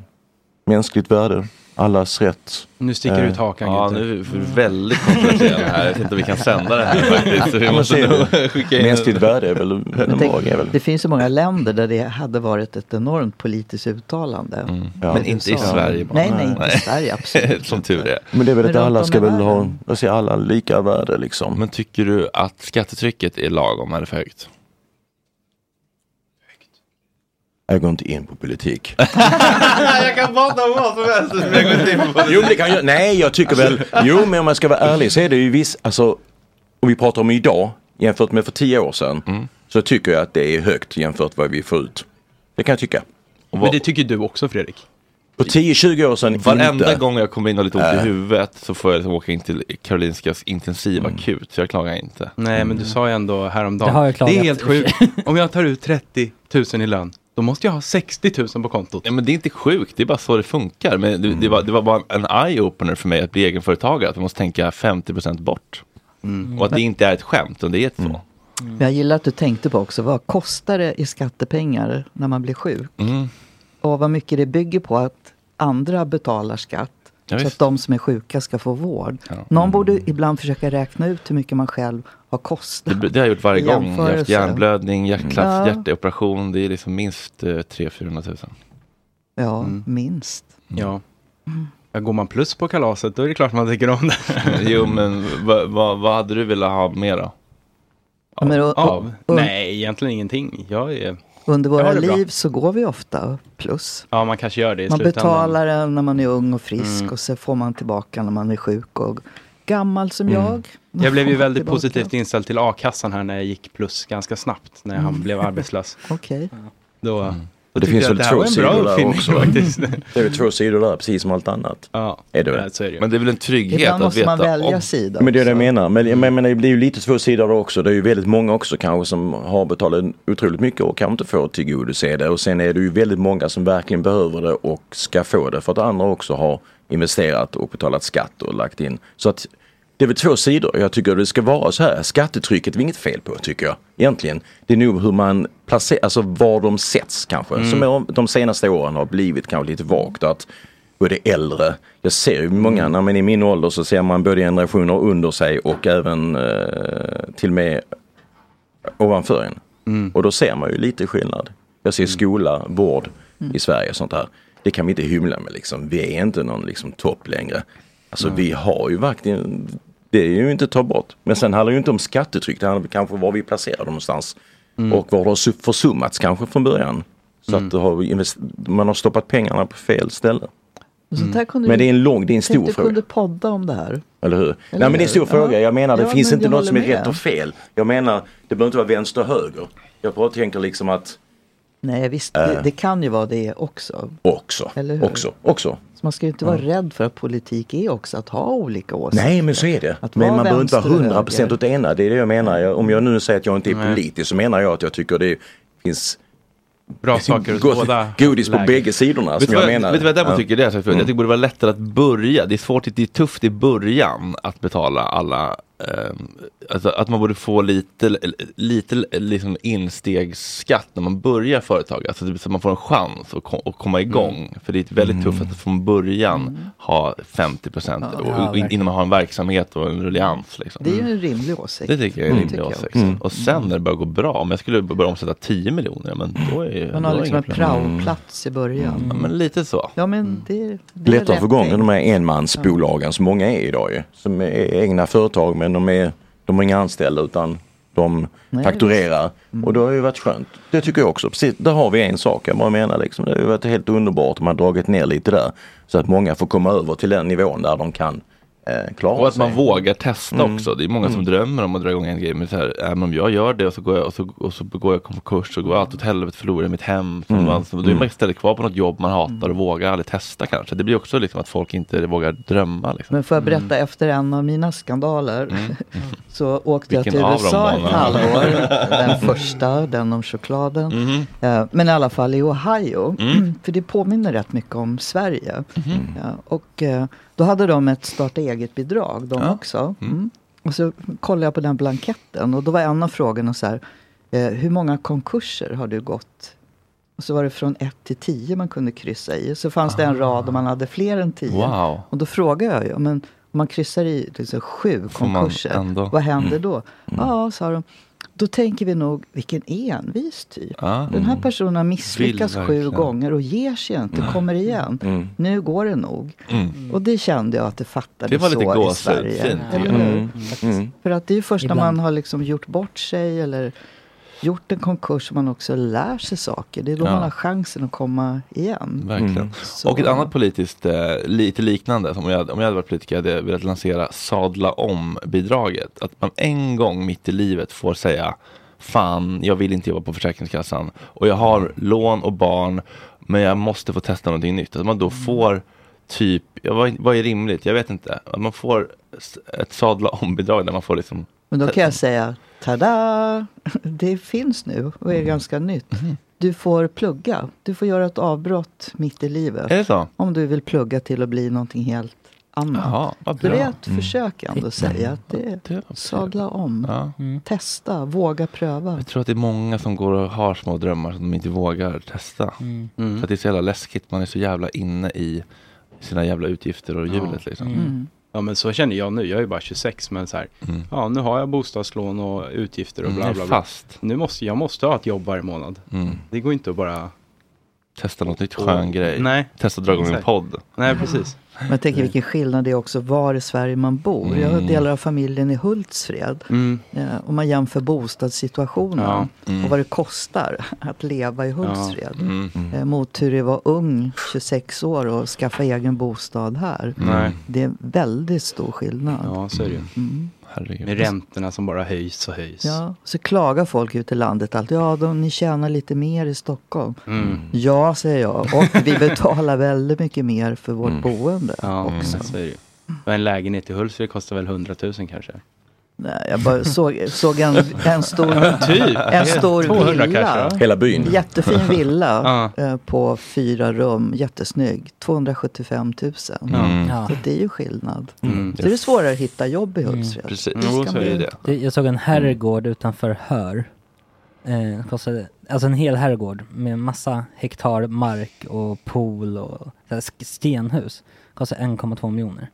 mänskligt värde. Allas rätt.
Nu sticker
Eh,
du ut hakan,
Ja,
Günther.
nu är vi för- väldigt kontroversiella här. Jag vet inte om vi kan sända
[laughs]
det här faktiskt. Så vi
Ja, men
måste
ser
nog
du.
skicka in...
Mänskligt värde är väl
[laughs]
Men
en
tänk,
bra grej Mm. väl?
det finns ju många länder där det hade varit ett enormt politiskt uttalande.
Mm. Ja.
Men inte i
USA.
Sverige bara.
Nej, nej, inte i Sverige. absolut
[laughs] Som tur är.
Men det är väl
Men
att alla
runt
ska
om i
väl ha, jag ser alla lika värde liksom.
Men tycker du att skattetrycket är lagom eller för högt?
Jag går inte in på politik.
[laughs] jag kan prata om vad som helst. men jag går inte in på-
[laughs] jo, men det kan jag, nej, jag tycker väl,
Alltså-
jo, men om man ska vara ärlig så är det ju viss, alltså, om vi pratar om idag jämfört med för tio år sedan,
Mm.
så tycker jag att det är högt jämfört med vad vi får ut. Det kan jag tycka.
Men det tycker du också Fredrik?
På 10-20 år sedan
Varenda
inte.
gång jag kommer in och har lite ont i
Äh.
huvudet så får jag liksom åka in till Karolinskas
Mm.
intensivakut. Så jag klagar inte.
Nej, men du
Mm.
sa ju ändå häromdagen.
Det har jag klagat.
är helt sjukt.
[laughs]
Om jag tar ut
Mm.
30 000 i lön, då måste jag ha 60 000 på kontot.
Ja, men det är inte sjukt, det är bara så det funkar. Men det, det, var, det var bara en eye-opener för mig att bli egenföretagare, att man måste tänka 50% bort. Och att det inte är ett skämt, utan det är ett så. Mm.
Men jag gillar att du tänkte på också, vad kostar det i skattepengar när man blir sjuk?
Mm.
Och vad mycket det bygger på att andra betalar skatt.
Ja,
så
visst. Mm.
att de som är sjuka ska få vård. Någon borde ibland försöka räkna ut hur mycket man själv har
Det,
kostat.
det har jag gjort varje
I
gång. Jag har haft
jämförelse.
hjärnblödning,
Ja.
hjärtklaff, hjärtoperation. Det är liksom minst eh, 300-400 000.
Ja, minst.
Mm. Ja. Ja, går man plus på kalaset, då är det klart man tycker om det.
jo, men vad vad- vad hade du velat ha mer då?
Ja,
[laughs]
men och-
Av?
och-
Nej, egentligen ingenting. Jag är...
Under
Jag
våra
har det bra.
liv så går vi ofta plus.
Ja, man kanske gör det i
Man
slutändan.
betalar den när man är ung och frisk
Mm.
och så får man tillbaka när man är sjuk och gammal som
Mm.
jag.
Jag blev
[laughs]
ju väldigt
Tillbaka.
positivt inställd till a-kassan här när jag gick plus ganska snabbt när han
Mm.
blev arbetslös.
Okej.
Då,
Och Mm. det
tyckte
finns
jag
väl
att här
två
var en
sidor
bra
där
uppfinning
också.
[laughs] faktiskt.
[laughs] Det är väl två sidor där, precis som allt annat.
Ja,
är det väl?
så är det ju.
Men det är väl en trygghet
Ibland
att
måste
veta
man välja
om-
sida.
Men det är det jag menar. Men, men, men det blir ju lite två sidor där också. Det är ju väldigt många också kanske som har betalat otroligt mycket och kanske inte får tillgodose det. Och sen är det ju väldigt många som verkligen behöver det och ska få det för att andra också har investerat och betalat skatt och lagt in. Så att det är väl två sidor. Jag tycker det ska vara så här. Skattetrycket är inget fel på tycker jag. Egentligen. Det är nog hur man placerar, alltså var de sätts kanske.
Mm.
Som jag- de senaste åren har blivit kanske lite vagt. Att både äldre. Jag ser ju många, när man är i min ålder så ser man både generationer under sig och även eh, till och med ovanför en.
Mm.
Och då ser man ju lite skillnad. Jag ser skola, vård
Mm.
i Sverige och sånt här. Det kan vi inte hymla med liksom. Vi är inte någon liksom, topp längre. Alltså vi har ju verkligen, det är ju inte att ta bort. Men sen handlar det ju inte om skattetryck, det handlar kanske om var vi placerar dem någonstans.
Mm.
Och var det har su- försummats kanske från början. Så att det har invest- man har stoppat pengarna på fel ställe.
Och
Mm.
sånt här kunde
Men
du-
det är en lång, det är en
Tänk
stor
du
fråga.
kunde podda om det här.
Eller hur?
Eller
Nej men det är en
hur?
stor
Ja.
fråga. Jag menar det
Ja,
finns
men
inte
jag
något som är
håller med.
rätt och fel. Jag menar det behöver inte vara vänster och höger. Jag bara tänker liksom att
Nej visst,
Äh.
det, det kan ju vara det också.
också,
Eller hur?
också, också.
Så man ska ju inte vara rädd för att politik är också att ha olika åsikter.
Nej men så är det.
Att
Men
vara
man behöver inte vara
vänster och
100 procent
höger.
åt det ena. Det är det jag menar. Jag, om jag nu säger att jag inte är
Nej.
politisk så menar jag att jag tycker det finns
Bra saker åt
gott-
båda
godis på
läger.
bägge sidorna.
Vet
Som
du
jag
vad,
menar.
vet du vad jag däremot
Ja. Mm.
tycker? Det är, så här, för Jag tycker det borde vara lättare att börja. Det är svårt, det är tufft i början att betala alla. Eh, alltså att man borde få lite, lite liksom instegsskatt när man börjar företag. Alltså det, så att man får en chans att, ko- att komma igång. För det är väldigt tufft
Mm.
att från början
Mm.
ha 50 procent
Ja,
och,
ja,
och,
verkligen.
innan man har en verksamhet och en ruljans. Liksom.
Det är ju en rimlig åsikt.
Det tycker jag är en
Mm.
rimlig
Tycker jag
åsikt.
också.
Och sen när det börjar gå bra, om jag skulle börja omsätta 10 miljoner, men då är ju-
Man
då
har
är
liksom
inga
en
problem. Mm.
praoplats i början.
Ja, men lite så.
Ja men det, det är
lättare att
rätt
få igång de här enmansbolagen som många är idag ju. Som är egna företag men de, är, de har inga anställda utan de
Nej,
fakturerar. Och då har det ju varit skönt. Det tycker jag också. Precis, där har vi en sak. Jag bara menar liksom, det har ju varit helt underbart om man dragit ner lite där. Så att många får komma över till den nivån där de kan eh, klara sig.
Och att man vågar testa
Mm.
också. Det är många som
Mm.
drömmer om att dra igång en grej. Men så här, även om jag gör det och så går jag, och så, och så går jag konkurs och går allt åt helvete, förlorar jag mitt hem. Så
Mm.
man, så, då är man
Mm.
istället kvar på något jobb man hatar och vågar aldrig testa kanske. Det blir också liksom att folk inte vågar drömma. Liksom. Mm.
Men får jag berätta efter en av mina skandaler [laughs] så åkte jag
Vilken
till
av dem
USA
var
ett
det?
halvår.
[laughs]
Den första, den om chokladen. Eh, Men i alla fall i Ohio,
Mm.
[clears throat] för det påminner rätt mycket om Sverige. Ja, och eh, då hade de ett starta eget-bidrag, de
Ja.
också. Mm. Och så kollade jag på den blanketten och då var en av frågorna så här, eh, hur många konkurser har du gått? Och så var det från 1 till 10 man kunde kryssa i. Så fanns det en rad om man hade fler än 10.
Ah. Wow.
Och då frågade jag ju, men om man kryssar i liksom sju
Får man
konkurser,
ändå?
vad händer
Mm.
då? Ja, sa de, då tänker vi nog, vilken envis typ.
Ah.
Den här personen har misslyckats
Vill
sju
verkligen.
gånger och ger sig inte, kommer igen.
Mm.
Nu går det nog.
Mm.
Och det kände jag att det fattades
Det var lite
så i
gåshud.
Sverige.
Fint, tycker
Eller
jag.
hur?
Mm. Mm.
För att det är ju först när
Ibland.
man har liksom gjort bort sig eller gjort en konkurs som man också lär sig saker. Det är då
Ja.
man har chansen att komma igen.
Verkligen. Och ett annat politiskt, eh, lite liknande, som om jag, om jag hade varit politiker hade jag velat lansera sadla om-bidraget. Att man en gång mitt i livet får säga fan, jag vill inte jobba på Försäkringskassan och jag har lån och barn men jag måste få testa någonting nytt. Att man då får typ, ja, vad, vad är rimligt? Jag vet inte. Att man får s- ett sadla om-bidrag där man får liksom
Men då kan jag säga, tada! [laughs] Det finns nu och
Mm.
är ganska nytt. Du får plugga. Du får göra ett avbrott mitt i livet.
Är det så?
Om du vill plugga till att bli någonting helt annat.
Jaha, vad
Så det är
bra.
ett
Mm.
försök ändå att säga att det är sadla om.
Mm.
Testa, våga pröva.
Jag tror att det är många som går och har små drömmar som de inte vågar testa.
Mm.
För att det är så jävla läskigt. Man är så jävla inne i sina jävla utgifter och hjulet. Liksom.
Mm. Ja men så känner jag nu, jag är ju bara 26 men så här,
Mm.
ja nu har jag bostadslån och utgifter och
Mm,
bla
det är
bla bla.
fast.
Nu måste, jag måste ha ett jobb varje månad.
Mm.
Det går inte att bara...
Testa något nytt skön grej.
Nej.
Testa att dra igång en
Exakt.
podd.
Nej
Mm.
precis.
Men jag tänker vilken skillnad det är också var i Sverige man bor. Jag har
Mm.
delar av familjen i Hultsfred.
Mm.
Eh, Om man jämför bostadssituationen
Ja. Mm.
och vad det kostar att leva i Hultsfred.
Ja. Mm. Mm.
Eh, Mot hur det var ung, 26 år och skaffa egen bostad här.
Mm. Nej.
Det är en väldigt stor skillnad.
Ja så är det ju.
Mm.
Med räntorna som bara höjs och höjs.
Ja, så klagar folk ute i landet alltid. Ja, de, ni tjänar lite mer i Stockholm.
Mm.
Ja, säger jag. Och vi betalar väldigt mycket mer för vårt boende
Mm. Ja,
också.
men så är det ju. Och en lägenhet i Hultsfred kostar väl 100 000 kanske?
Nej, jag bara såg, såg en, en stor,
Typ.
en stor
200
villa.
kanske. Hela byn. [laughs]
Jättefin villa eh, på fyra rum, jättesnygg. 275 000.
Mm. Ja.
Så det är ju skillnad.
Mm.
Så det är svårare att hitta jobb i Hultsfred.
Mm, Precis.
Det ska man ju inte-
Det- Jag såg en herrgård utanför Hör. Eh, kostade, alltså en hel herrgård med massa hektar mark och pool och så här sk- stenhus. Kostade 1,2 miljoner.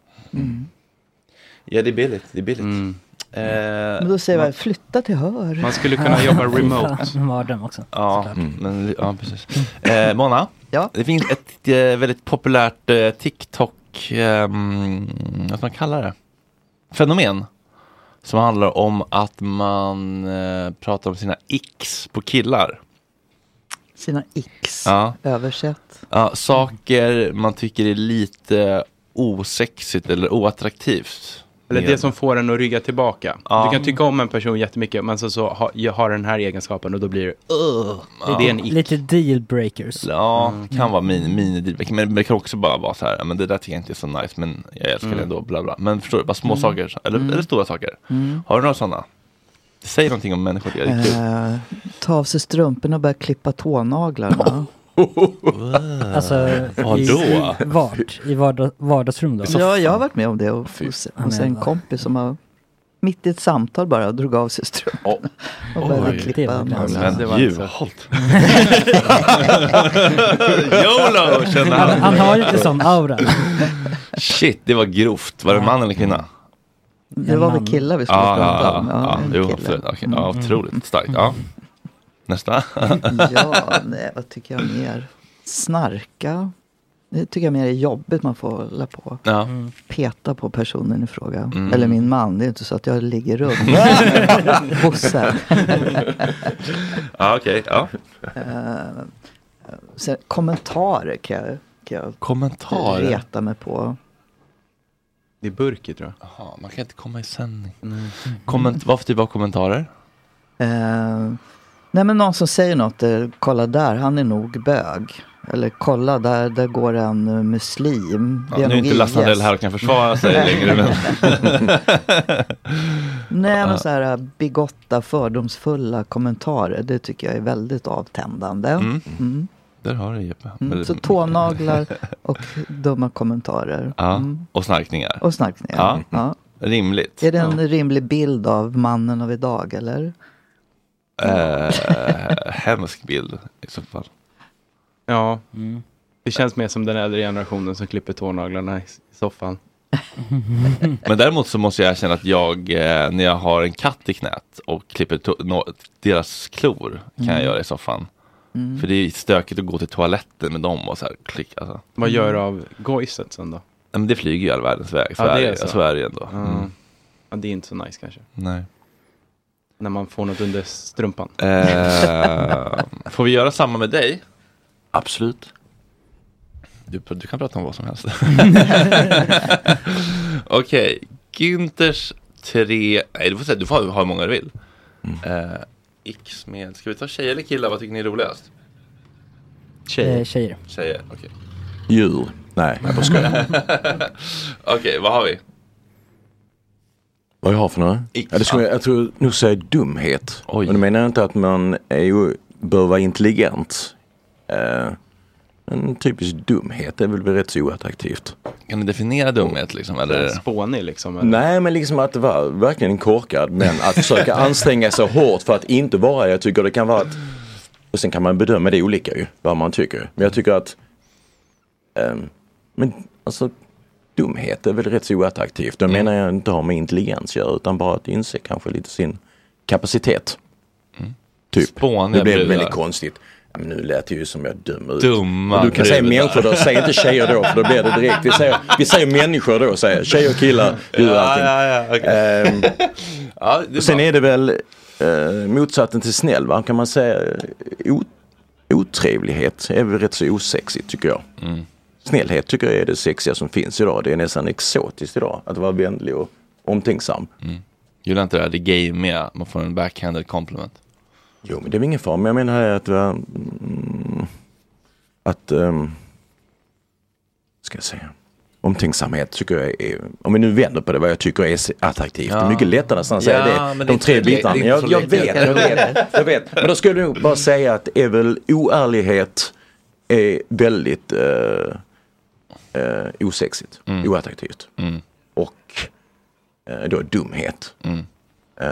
Ja, det är billigt. Det är billigt.
Mm.
Eh,
Men då säger jag, flytta till Hör.
Man skulle
[laughs]
kunna jobba remote.
En mardröm också.
Ja, mm, men,
Mm.
ja precis. Eh, Mona,
Ja.
det finns ett eh, väldigt populärt eh, TikTok, eh, mm, vad ska man kalla det? Fenomen. Som handlar om att man eh, pratar om sina x på killar.
Sina x.
Ja.
Översätt.
Ja, saker man tycker är lite osexigt eller oattraktivt.
Eller
med-
det som får en att rygga tillbaka.
Ja.
Du kan tycka om en person jättemycket men så, så har, jag har den här egenskapen och då blir det
Ja.
Det är en ick.
Lite dealbreakers.
Ja,
Mm.
det kan vara min, mini dealbreaker. Men det kan också bara vara så här, "Ja, men det där tycker jag inte är så nice, men jag älskar
Mm.
det ändå, bla bla. Men förstår du, bara små
Mm.
saker, eller,
Mm.
eller stora saker.
Mm.
Har du några sådana? Säg någonting om människor, det är riktigt.
Eh, ta av sig strumporna och börja klippa
[laughs]
tånaglarna. [laughs]
Alltså,
Vad
i,
då?
i vart? I vardag, vardagsrum då?
Ja, jag har varit med om det och, hos,
fan.
hos en kompis som har mitt i ett samtal bara drog av sig strumporna [laughs] och började
Oj.
klippa naglarna.
Men
det var
alltså-
Juholt. [laughs] YOLO kände han.
Han- han har ju inte sån aura.
Shit, det var grovt. Var det en man eller kvinna?
Det var väl killar vi skulle
Ja,
prata
ja,
om.
Ja,
en
Ah, jo,
kille.
absolut. Okej,
Mm.
ja, otroligt starkt. Ja. Nästa.
[laughs]
[laughs]
ja, nej, vad tycker jag mer? Snarka. Det tycker jag mer är jobbigt man får hålla på.
Ja.
Peta på personen i fråga.
Mm.
Eller min man. Det är inte så att jag ligger
[laughs]
runt. [laughs] Bosse.
ja, okej. ja.
Eh, sen, kommentarer kan jag, kan jag
Kommentarer?
reta mig på.
Det är burkigt tror jag. Jaha, man kan inte komma i sändning.
Mm.
Komment- vad för typ av kommentarer?
Eh, nej men någon som säger något, eh, kolla där, han är nog bög. Eller kolla där, där går en eh, muslim.
Ja,
Det
nu
nog
är inte Lasse
IS."
Andrell här och kan
[laughs]
försvara sig längre, men-
Nej men
Ja.
så här eh, bigotta, fördomsfulla kommentarer. Det tycker jag är väldigt avtändande.
Mm.
Mm.
Där har du det, Jeppe.
Mm. Så
[laughs]
tånaglar och dumma kommentarer.
Ja,
Mm.
och snarkningar.
Och snarkningar,
Ja.
ja.
Rimligt.
Är det en rimlig bild av mannen av idag eller?
Eh, hemsk bild i så fall.
Ja. Det känns mer som den äldre generationen som klipper tånaglarna i s- i soffan.
Men däremot så måste jag erkänna att jag, eh, när jag har en katt i knät och klipper to- nå- deras klor, kan
Mm.
jag göra i soffan.
Mm.
För det är stökigt att gå till toaletten med dem och så här klick. Alltså.
Vad gör du av gojset sen då?
Nej, men det flyger ju all världens väg, så,
Ja,
är,
det
det
är så.
så. är det ju ändå.
Ja.
Mm.
Ja, det är inte så nice kanske.
Nej.
När man får något under strumpan. [laughs]
Eh, får vi göra samma med dig? Absolut. Du, du kan prata om vad som [laughs] helst. Okej, Günthers tre... Nej, du får, säga, du får ha hur många du vill. Eh, X med... Ska vi ta tjejer eller killar? Vad tycker ni är roligast?
Eh, tjejer.
Tjejer, okej.
Mm. Djur. Nej, jag bara skojar.
[laughs] okej, vad har vi?
Vad jag har för några? Ja, det skulle jag, jag tror nog säga dumhet. Men då menar jag inte att man är ju, bör vara intelligent. Eh, en typisk dumhet är väl rätt så oattraktivt.
Kan du definiera dumhet liksom? Eller?
Spånig liksom? Eller?
Nej, men liksom att vara verkligen korkad. Men att
[laughs]
försöka anstränga sig hårt för att inte vara. Jag tycker det kan vara att... Och sen kan man bedöma det olika ju, vad man tycker. Men jag tycker att... ehm, men alltså, dumhet är väl rätt så oattraktivt.
Mm.
Då menar jag inte har med intelligens att göra, utan bara att inse kanske lite sin kapacitet. Typ. det
Spåniga
blev
Mm. brudar.
väldigt konstigt. Ja, men nu lät det ju som jag dömer ut.
Dumma
Och du kan säga
brudar.
människor då, säg inte tjejer då, för då blir det direkt. Vi säger, vi säger människor då, säger jag. Tjejer och killar, du och
Ja,
allting.
ja, ja,
Ehm,
[laughs]
och sen är det väl eh, motsatsen till snäll, va? kan man säga. eh, O- otrevlighet är väl rätt så osexigt tycker jag.
Mm,
Snällhet tycker jag är det sexiga som finns idag. Det är nästan exotiskt idag att vara vänlig och omtänksam.
Gillar inte det här, mm. det gamea, man får en backhanded compliment.
Jo, men det är väl ingen fara. Men jag menar här att... eh, Mm, att... Um, ska jag säga? Omtänksamhet tycker jag är, om vi nu vänder på det, vad jag tycker är attraktivt. Det är
Ja.
mycket lättare nästan att
Ja,
säga
men det
det.
är
De
inte
tre
så lätt.
bitarna.
Det är inte så
Jag, jag
lätt.
vet, jag
[laughs]
vet, jag vet. Men då skulle jag nog bara säga att är väl oärlighet är väldigt eh, eh, osexigt,
Mm.
oattraktivt. Och eh, då dumhet.
Mm.
Eh,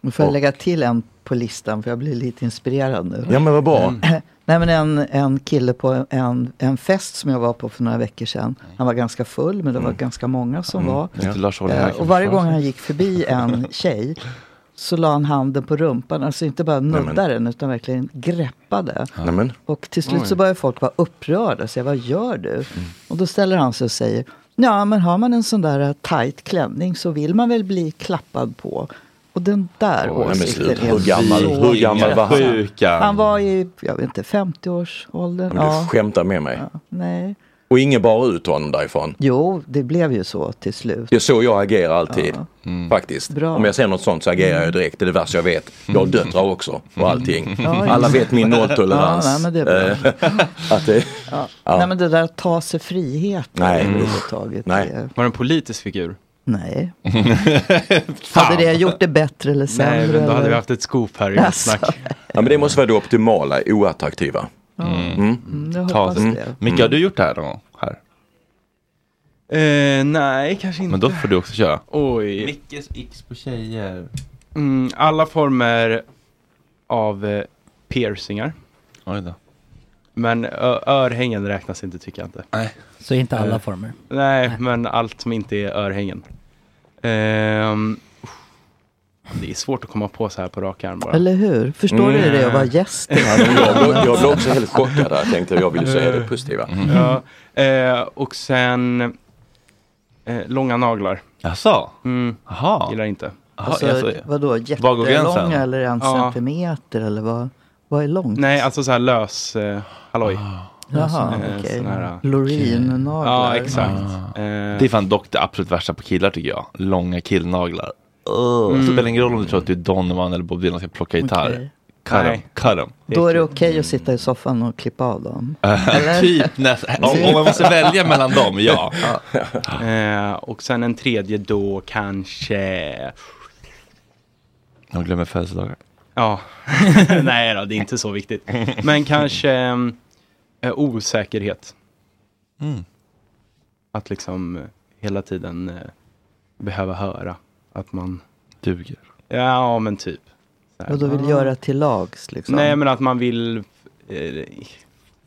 Nu får jag lägga till en på listan för jag blir lite inspirerad nu. Mm.
Ja, men vad bra.
[clears throat] Nej men en, en kille på en, en fest som jag var på för några veckor sedan. Han var ganska full men det var ganska många som
Mm.
var.
Inte Lars Ohly
Eh,
här, kan
och varje
försvara
gång
sig.
han gick förbi
[laughs]
en tjej så la han handen på rumpan. Alltså inte bara
men-
nuddade den utan verkligen greppade.
Nej, men.
Och till slut
Oj.
så börjar folk vara upprörda och säga, vad gör du?
Mm.
Och då ställer han sig och säger, ja men har man en sån där eh, tight klänning så vill man väl bli klappad på. Och den där
Oj, men
åsikten
sluta.
är
Hur gammal-
så
hur gammal var han? Sjukan.
Han var i, jag vet inte, 50-årsåldern.
Men
Ja,
du skämtar med mig.
nej.
Och ingen bar ut honom därifrån.
Jo, det blev ju så till slut.
Det är så jag agerar alltid.
Mm.
Faktiskt. Om jag ser något sånt så agerar jag direkt. Det är det värsta jag vet. Jag
Mm.
har döttrar också och allting.
Ja, just
Alla
det.
vet min nolltolerans. Eh,
Ja, nej, men det är
[laughs] att det,
Ja.
Ja.
Nej men det där att ta sig frihet. Mm.
Nej, usch.
överhuvudtaget.
Nej.
Var det en politisk figur?
Nej.
Fan.
Hade det gjort det bättre eller sämre? eller?
ett scoop här
i vårt snack. Alltså.
Ja, men det måste vara det optimala, oattraktiva.
Mm, jag Ta hoppas sig. det.
Micke, har du gjort det här någon gång? Här?
Eh, nej, kanske inte.
Men då får du också köra.
Oj.
Mickes X på tjejer.
Mm, alla former av eh, piercingar.
Oj då.
Men ö- örhängen räknas inte tycker jag inte.
Nej.
Så inte alla
Eh,
former.
Nej, men allt som inte är örhängen. Ehm, Det är svårt att komma på så här på rak arm bara. Mm.
Eller hur? Förstår du det att vara gäst i den här
jag, blev,
podden?
jag blev också helt chockad där. Jag tänkte jag vill säga det positiva.
Ja, eh, och sen eh, långa naglar.
Jaså?
Mm.
Jaha.
Gillar inte.
Alltså, vadå, jättelång eller en
Ja.
centimeter eller vad, vad är långt?
Nej, alltså så här lös eh, halloj.
Jaha,
Eh,
okej.
sån här, eh,
Lorin-naglar.
Ja, exakt.
Ah.
Eh,
Det är fan dock det absolut värsta på killar tycker jag. Långa killnaglar. Oh,
Mm.
Spelar ingen roll om du tror att du är Donovan eller Bob Dylan ska plocka gitarr.
Okej.
Cut them.
Nej.
Cut them.
Då är det okej att sitta i soffan och klippa av dem. Eller?
typ näst, om, om man måste välja mellan dem, ja.
Eh, och sen en tredje då kanske...
Jag glömmer födelsedagar.
Ja, [laughs] nej då, det är inte så viktigt. Men kanske ehm, eh, osäkerhet.
Mm.
Att liksom eh, hela tiden eh, behöva höra att man...
Duger.
Ja, men typ. Så här,
Och då vill
"Ah."
göra till lags liksom.
Nej, men att man vill eh,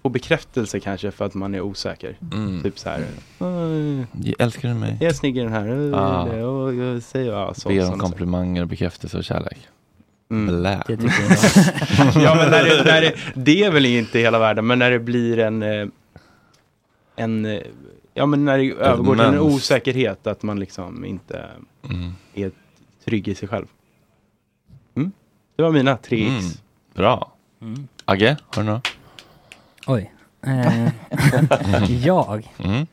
få bekräftelse kanske för att man är osäker.
Mm.
Typ så här. "Oj,
Älskar du mig?
Jag är snygg i den här. Oj,
Ah.
det- oj, oj, säg, ja, "Ah, så,
Be
sånt.
om komplimanger, bekräftelse och kärlek.
Mm.
Blä.
[laughs] [laughs] ja, men när det, när det, det är väl inte hela världen, men när det blir en... eh, en eh, ja, men när det övergår till en
mönster.
osäkerhet, att man liksom inte
Mm.
är trygg i sig själv. Mm. Det var mina tre x.
Mm. Bra.
Mm.
Agge, har
[laughs]
du några?
Oj. Eh, [laughs] jag?
Mm.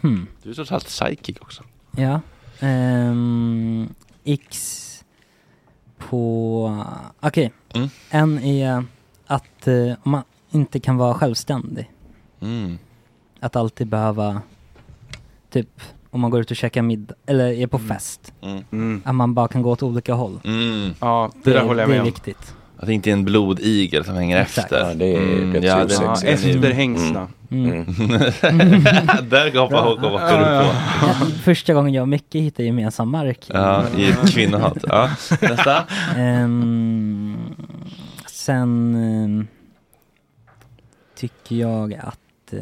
Hmm.
Du är trots allt psychic också.
Ja. Ehm, X på... Okej.
Mm.
En är att eh, om man inte kan vara självständig.
Mm.
Att alltid behöva, typ om man går ut och käkar middag, eller är på fest.
Mm.
Att man bara kan gå åt olika håll.
Mm.
Ja,
det där Det- håller jag det med är om. viktigt.
Att det inte är en blodigel som hänger
Exakt.
efter. Mm,
Ja, det är rätt
det-
osexigt. Ja, efterhängsna.
Mm.
[laughs] Där hoppar Håkan Håkan upp på.
[laughs] Första gången jag och Micke hittade gemensam mark.
Ja, i
[laughs]
ett kvinnohat. Ja. Nästa.
Ehm, sen ehm, tycker jag att... eh,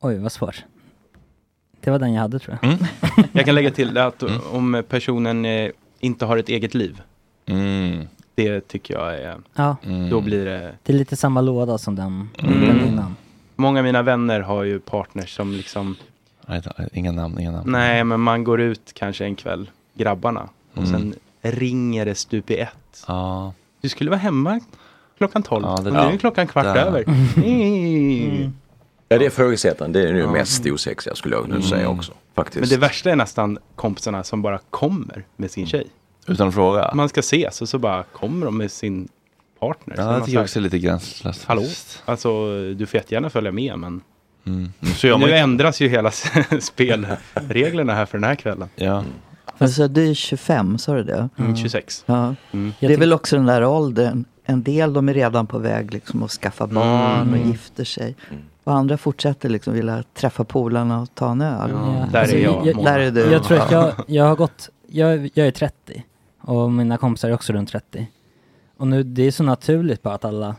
oj, vad svårt. Det var den jag hade tror jag.
Mm.
Jag kan lägga till det att om personen eh, inte har ett eget liv,
Mm.
det tycker jag är...
Ja.
Då blir det...
Det är lite samma låda som den,
Mm.
den innan.
Många av mina vänner har ju partners som liksom...
Nej, nej, Inga namn, inga namn.
Nej, men man går ut kanske en kväll, grabbarna, och
Mm.
sen ringer det stup i ett.
Ja.
Du skulle vara hemma klockan tolv,
det
och nu är
där.
klockan kvart
Där.
över. [laughs] Mm.
Ja, det är frågesättaren. Det är nu mest osexiga skulle jag nu
Mm.
säga också. Faktiskt.
Men det värsta är nästan kompisarna som bara kommer med sin tjej.
Utan att fråga.
Man ska ses och så bara kommer de med sin partner. Så
Ja, det
man
tycker jag
så
också är lite gränslöst.
här, Hallå, alltså du får jättegärna följa med men
Mm. Så
nu
gör man ju-
ändras ju hela [laughs] spelreglerna här för den här kvällen.
Ja.
Alltså du är 25, sa du det?
Mm, 26.
Ja.
Mm.
Det är väl också den där åldern. En del de är redan på väg liksom att skaffa barn
Mm.
och gifter sig. Och andra fortsätter liksom vilja träffa polarna och ta en öl.
Ja.
Alltså, Där är du.
Jag tror att jag,
[laughs]
jag har gått, jag, jag är 30 och mina kompisar är också runt 30. Och nu, det är så naturligt bara att alla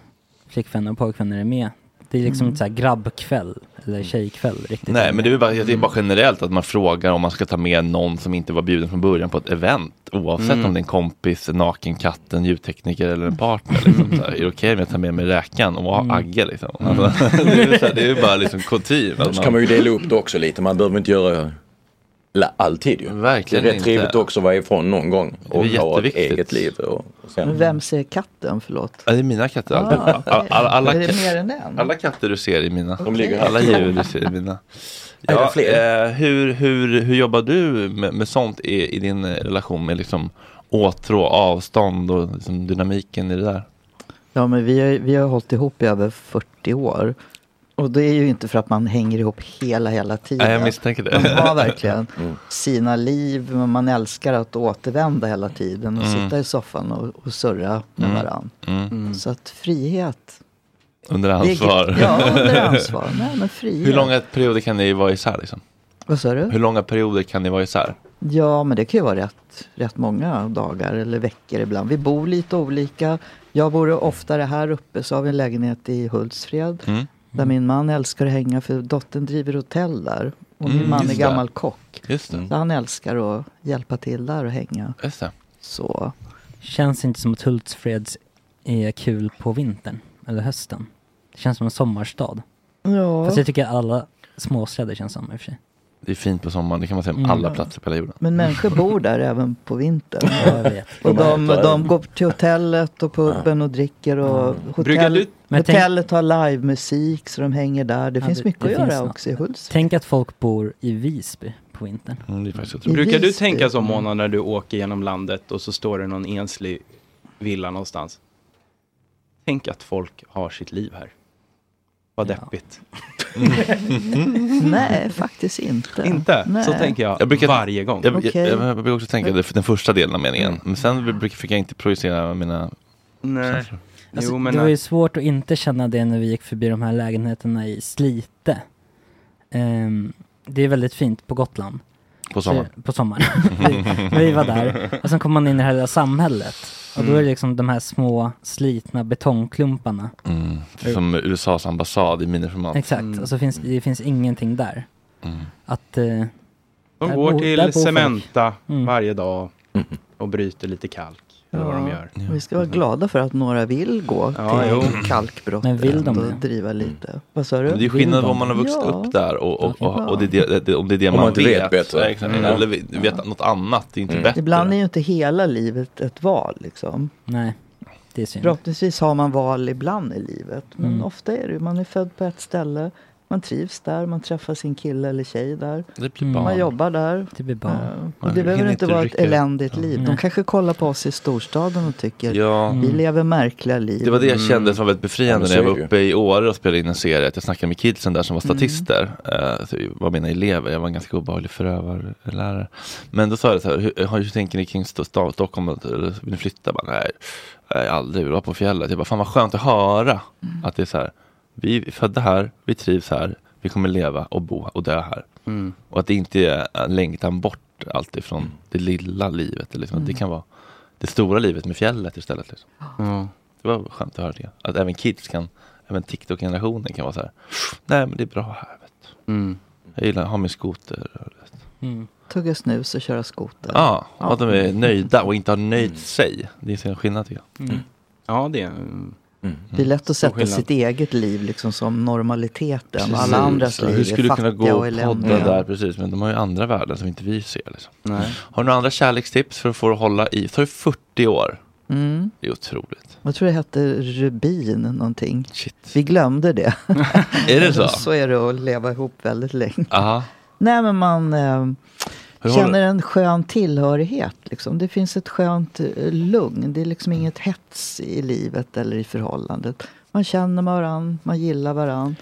flickvänner och pojkvänner är med. Det är liksom
Mm.
inte så här grabbkväll eller tjejkväll riktigt.
Nej, men det är, ju bara, det är bara
Mm.
generellt att man frågar om man ska ta med någon som inte var bjuden från början på ett event. Oavsett
Mm.
om det är en kompis, en naken katt, en ljudtekniker eller en partner. Liksom, så här, är det okej om jag tar med mig räkan och
Mm.
Agge? Liksom? Alltså, [laughs] det, är ju så här, det är ju bara
[laughs]
liksom kutym. att
Så kan man ju dela upp det också lite. Man behöver inte göra la- alltid ju.
Verkligen
det är rätt
inte.
trevligt också att vara ifrån någon gång.
är
Och ha ett
jätteviktigt.
eget liv. Och, och
Men
sen.
vem ser katten? Förlåt.
Mm. Ja, det är mina katter.
Ah,
alla, alla,
okej.
alla, alla,
Är det mer än en?
alla katter du ser är mina.
De ligger här.
alla djur du ser är mina.
[laughs] Är det
Ja,
fler?
eh, hur, hur, hur jobbar du med, med sånt i, i din eh, relation med liksom åtrå, avstånd och liksom dynamiken i det där?
Ja, men vi har, vi har hållit ihop i över 40 år. Och det är ju inte för att man hänger ihop hela, hela tiden.
Nej, jag misstänker det. Mm.
Man har
[laughs]
verkligen sina liv, men man älskar att återvända hela tiden och
Mm.
sitta i soffan och, och surra med
Mm.
varandra.
Mm.
Så att frihet.
Under
Det är
ansvar.
gitt- ja,
[laughs]
under ansvar. Nej, men frihet.
Hur långa perioder kan ni vara isär? Liksom?
Vad sa du?
Hur långa perioder kan ni vara isär?
Ja, men det kan ju vara rätt, rätt många dagar eller veckor ibland. Vi bor lite olika. Jag bor oftare här uppe, så har vi en lägenhet i Hultsfred.
Mm.
Där min man älskar att hänga, för dottern driver hotell där. Och min
Mm,
man är
just
gammal
det.
kock.
Just det.
Så han älskar att hjälpa till där och hänga.
Just det.
Så.
Känns inte som att Hultsfreds är kul på vintern eller hösten. Det känns som en sommarstad.
Ja.
Fast jag tycker alla småstäder känns som i och för sig.
Det är fint på sommaren, det kan man säga om
Mm.
alla platser på hela jorden.
Men människor bor där även på vintern.
Ja, jag vet.
och de,
Ja, jag vet.
de går till hotellet och puben och dricker och
Brygga
hotell,
du- Men tänk-
hotellet har livemusik så de hänger där. Det
Ja,
finns mycket att
finns
göra
något. [laughs]
också i Hultsfred.
Tänk att folk bor i Visby på vintern. Mm.
Brukar du tänka
Mm.
så Mona när du åker genom landet och så står det någon enslig villa någonstans? Tänk att folk har sitt liv här.
[laughs]
Vad deppigt.
Mm.
Nej, faktiskt inte.
Inte?
Nej.
Så tänker jag,
Jag brukar-
varje gång.
Jag,
Okej. Mm.
jag, jag, jag brukar också tänka det för den första delen av meningen. Men sen brukar, fick jag inte projicera mina...
Nej.
Alltså,
Jo, men
det var ju svårt att inte känna det när vi gick förbi de här lägenheterna i Slite. Ehm, det är väldigt fint på Gotland.
På sommaren.
Så- På sommaren. [laughs] vi, vi var där. Och sen kom man in i det här lilla samhället. Och då är det
Mm.
liksom de här små slitna betongklumparna.
Mm, som USAs ambassad i miniformat.
Exakt.
Mm.
Mm.
Och så finns det finns ingenting där.
Mm.
Att... eh,
De
där
går
bor- där bor
till
folk.
Cementa
Mm.
varje dag
Mm.
och bryter lite kalk. Eller vad de
Ja,
gör.
Vi ska vara glada för att några vill gå
Ja,
till
jo. Mm.
kalkbrott
Men vill de
ändå
det?
och driva lite. Vad sa du?
Men det är
Vill
skillnad
de?
om man har vuxit
Ja.
upp där och, och,
Ja.
och, och det, är det- det, om det är det
Om man
man
inte
vet.
vet bättre.
Ja, exakt.
Mm.
Eller vet vet något annat, det är
Mm.
inte bättre.
Ibland är ju inte hela livet ett val liksom.
Nej, det är synd.
Förhoppningsvis har man val ibland i livet. Men
Mm.
ofta är det ju, man är född på ett ställe. Man trivs där, man träffar sin kille eller tjej där.
Det blir barn.
Man jobbar där.
Det blir barn.
Eh, Och
Man
det behöver
hinner
inte
inte
vara ett
rycka ut.
eländigt liv. De
Nej.
kanske kollar på oss i storstaden och tycker
Ja.
vi
Mm.
lever märkliga liv.
Det var det
Mm.
jag kände som var väldigt befriande
Ja, men så
när jag
är
var
det ju.
uppe i Åre och spelade in en serie. Att jag snackade med kidsen där som var
Mm.
statister. eh, så var mina elever. Jag var en ganska obehaglig förövarlärare. Men då sa jag så här, hur, hur tänker ni kring Sto- Sto- Stockholm? Eller Vill ni flytta? Jag bara, nej, nej, aldrig. Jag vill vara på fjället. Jag bara, fan vad skönt att höra. Att det är så här, vi är födda här, vi trivs här, vi kommer leva och bo och dö här.
Mm.
Och att det inte är en längtan bort allt ifrån det lilla livet. Eller liksom. att Det
Mm.
kan vara det stora livet med fjället istället. Liksom.
Ja.
Det var skönt att höra det. Att även kids kan, även TikTok-generationen kan vara så här. Nej men det är bra här. Vet du. Jag gillar att ha min skoter.
Mm.
Tugga snus och köra skoter.
Ja, och att de är nöjda och inte har nöjt sig. Det är en skillnad tycker jag.
Mm.
Ja, det är... Mm.
Det är lätt att
Stor
sätta
skillnad.
sitt eget liv liksom som normaliteten.
Precis.
Alla andras
Ja,
liv
Hur skulle
är
du kunna
fattiga
gå
och
och podda
eländiga.
där precis? Men de har ju andra värden som inte vi ser. Liksom.
Nej.
Har du några andra kärlekstips för att få det att hålla i? Det tar ju 40 år.
Mm.
Det är otroligt.
Jag tror det hette rubin någonting.
Shit.
Vi glömde det.
[laughs] Är det
[laughs]
så?
så är det att leva ihop väldigt länge.
Aha.
Nej men man eh,
Hur har
känner en skön tillhörighet. Liksom. Det finns ett skönt eh, lugn. Det är
Mm.
liksom inget hets i livet eller i förhållandet. Man känner varandra, man gillar varandra.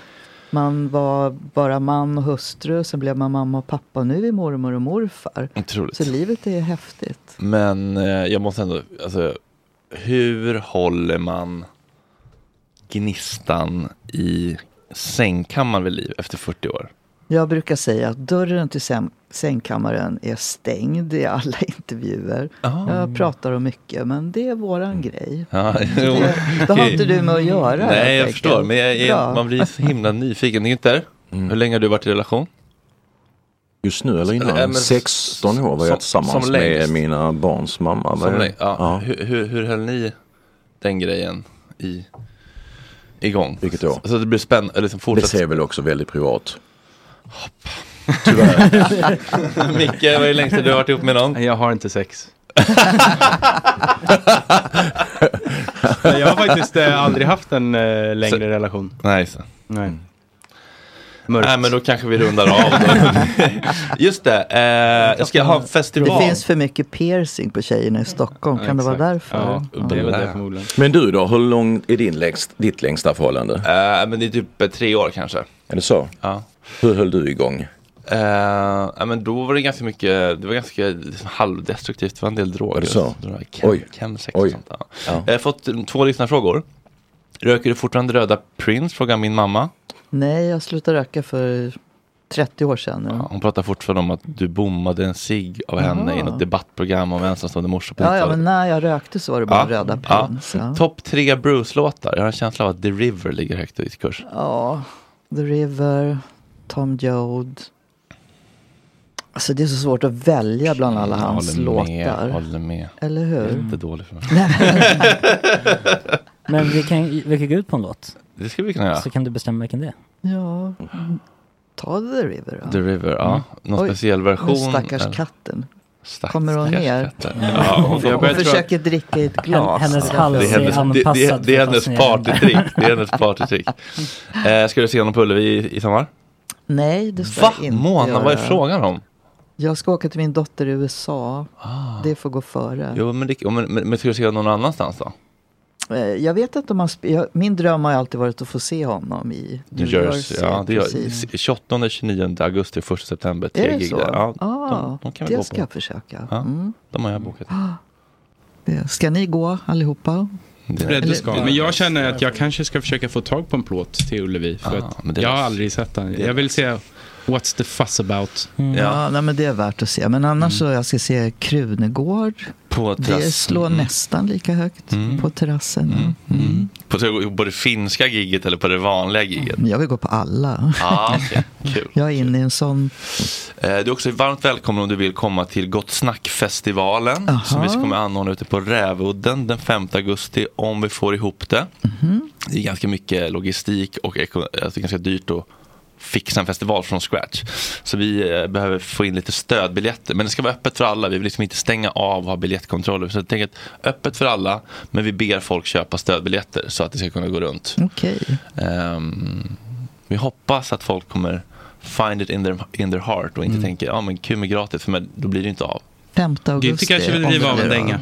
Man var bara man och hustru, sen blev man mamma och pappa. Nu är vi mormor och morfar.
Otroligt.
Så livet är häftigt.
Men eh, jag måste ändå, alltså, hur håller man gnistan i sängkammaren vid liv efter 40 år?
Jag brukar säga att dörren till säng- sängkammaren är stängd i alla [laughs] intervjuer. Jag pratar om mycket, men det är våran grej.
Ah. Mm. [laughs] Ja,
Det,
jo,
det har
okej.
inte du med att göra. helt
Nej, jag
enkelt.
förstår. Men jag,
Bra.
jag, man blir så himla nyfiken. Inte? Hur länge har du varit i relation?
Just nu eller
Eller,
innan?
äh, men-
16 år var
som-
jag tillsammans
som
med
längst.
mina barns mamma. var
Som
jag.
länge, ja. Hur, hur, hur höll ni den grejen i, igång? Vilket år? Så det blir spännande. Eller liksom
Det
fortsatt...
ser väl också väldigt privat.
[laughs] Mm.
[laughs]
[laughs] Micke, vad är det längsta du har varit ihop med någon?
Jag har inte sex. Nej, [laughs] jag har faktiskt eh, aldrig haft en eh, längre relation.
Nej, så. Mm.
Nej.
Nej, men då kanske vi rundar av.
[laughs]
Då. Just det, eh, jag ska ha en festival.
Det finns för mycket piercing på tjejerna i Stockholm. Kan det vara därför?
Men du då, hur långt är din längst, ditt längsta förhållande?
Eh, men det är typ eh, tre år kanske.
Är det så?
Ja.
Hur höll du igång?
Eh, ja, men då var det ganska mycket, det var ganska liksom, halvdestruktivt, det var en del droger.
Var det så?
Droger, Chem,
Oj.
Chemsex
Oj.
och sånt. Ja. Jag har fått mm, två lyssnarfrågor. Röker du fortfarande röda Prince? Frågar min mamma.
Nej, jag slutade röka för 30 år sedan. nu.
Hon pratar fortfarande om att du bommade en cigg av henne i
Jaha.
något debattprogram om ensamstående morsor på
Ja, ja,
90-talet.
men när jag rökte så var det bara röda
ja.
prins. Ja.
Topp tre Bruce-låtar. Jag har en känsla av att The River ligger högt i kurs.
Ja, The River, Tom Joad. Alltså det är så svårt att välja bland alla hans
håller med,
låtar.
håller med. Mm.
Eller hur?
Jättedålig för mig.
Men vi kan, vi kan gå ut på en låt.
Det skulle vi kunna göra.
Så kan du bestämma vilken det är.
Ja, ta The River då.
[laughs] The River, ja. Någon speciell version,
Mm. Den stackars
eller?
katten.
Stack-
Kommer hon
stackars
ner?
katten. Ja, hon-
hon
jag börjar tro
försöker dricka [laughs] i ett glas.
Hennes hals
det är hennes, det, det, det är hennes partytrick. Det är hennes partytrick. Eh, ska du se honom på Ullevi i, i sommar?
[laughs] Nej, det ska
Va?
jag inte
Mona, vad är
göra.
frågan om?
Jag ska åka till min dotter i USA.
Ah.
Det får gå före.
Jo, men, det, men, men, men ska du se honom någon annanstans då?
Eh, Jag vet inte om han... sp- jag- Min dröm har ju alltid varit att få se honom i
New Jersey. Ja,
[gasps]
det gör, 28, 29 augusti, 1 september. Tre
Är det
gig
så?
där. Ja,
Ah,
vi
det
gå
ska
på.
jag försöka.
Ja,
Mm.
De har jag bokat.
Det- Eh, Ska ni gå allihopa?
Det
Eller-
ska. Men jag känner att jag kanske ska försöka få tag på en plåt till Ullevi. För
Ah, men
att
det
jag har
löser-
aldrig sett den.
det
Jag vill se What's the fuss [laughs] about.
Mm. Ja, nej, men det är värt att se. Men annars så jag ska se Krunegård.
Mm. På
det
terrassen.
slår
Mm.
nästan lika högt på terrassen. Mm.
På, på det finska giget eller på det vanliga giget?
Men Jag vill gå på alla. [laughs]
Ah, okej. Kul.
Jag är inne i en sån...
Eh, Du är också varmt välkommen om du vill komma till Gott Snack-festivalen
Aha.
som vi kommer anordna ute på Rävudden den 5 augusti om vi får ihop det. Det är ganska mycket logistik och eko- alltså det är ganska dyrt att fixa en festival från scratch. Så vi eh, behöver få in lite stödbiljetter. Men det ska vara öppet för alla. Vi vill liksom inte stänga av och ha biljettkontroller. Så jag tänker att öppet för alla, men vi ber folk köpa stödbiljetter så att det ska kunna gå runt.
Okej.
Ehm, vi hoppas att folk kommer find it in their, in their heart och inte
Mm.
tänker ja men kul med gratis för men, då blir det inte av.
5 augusti. om det blir av.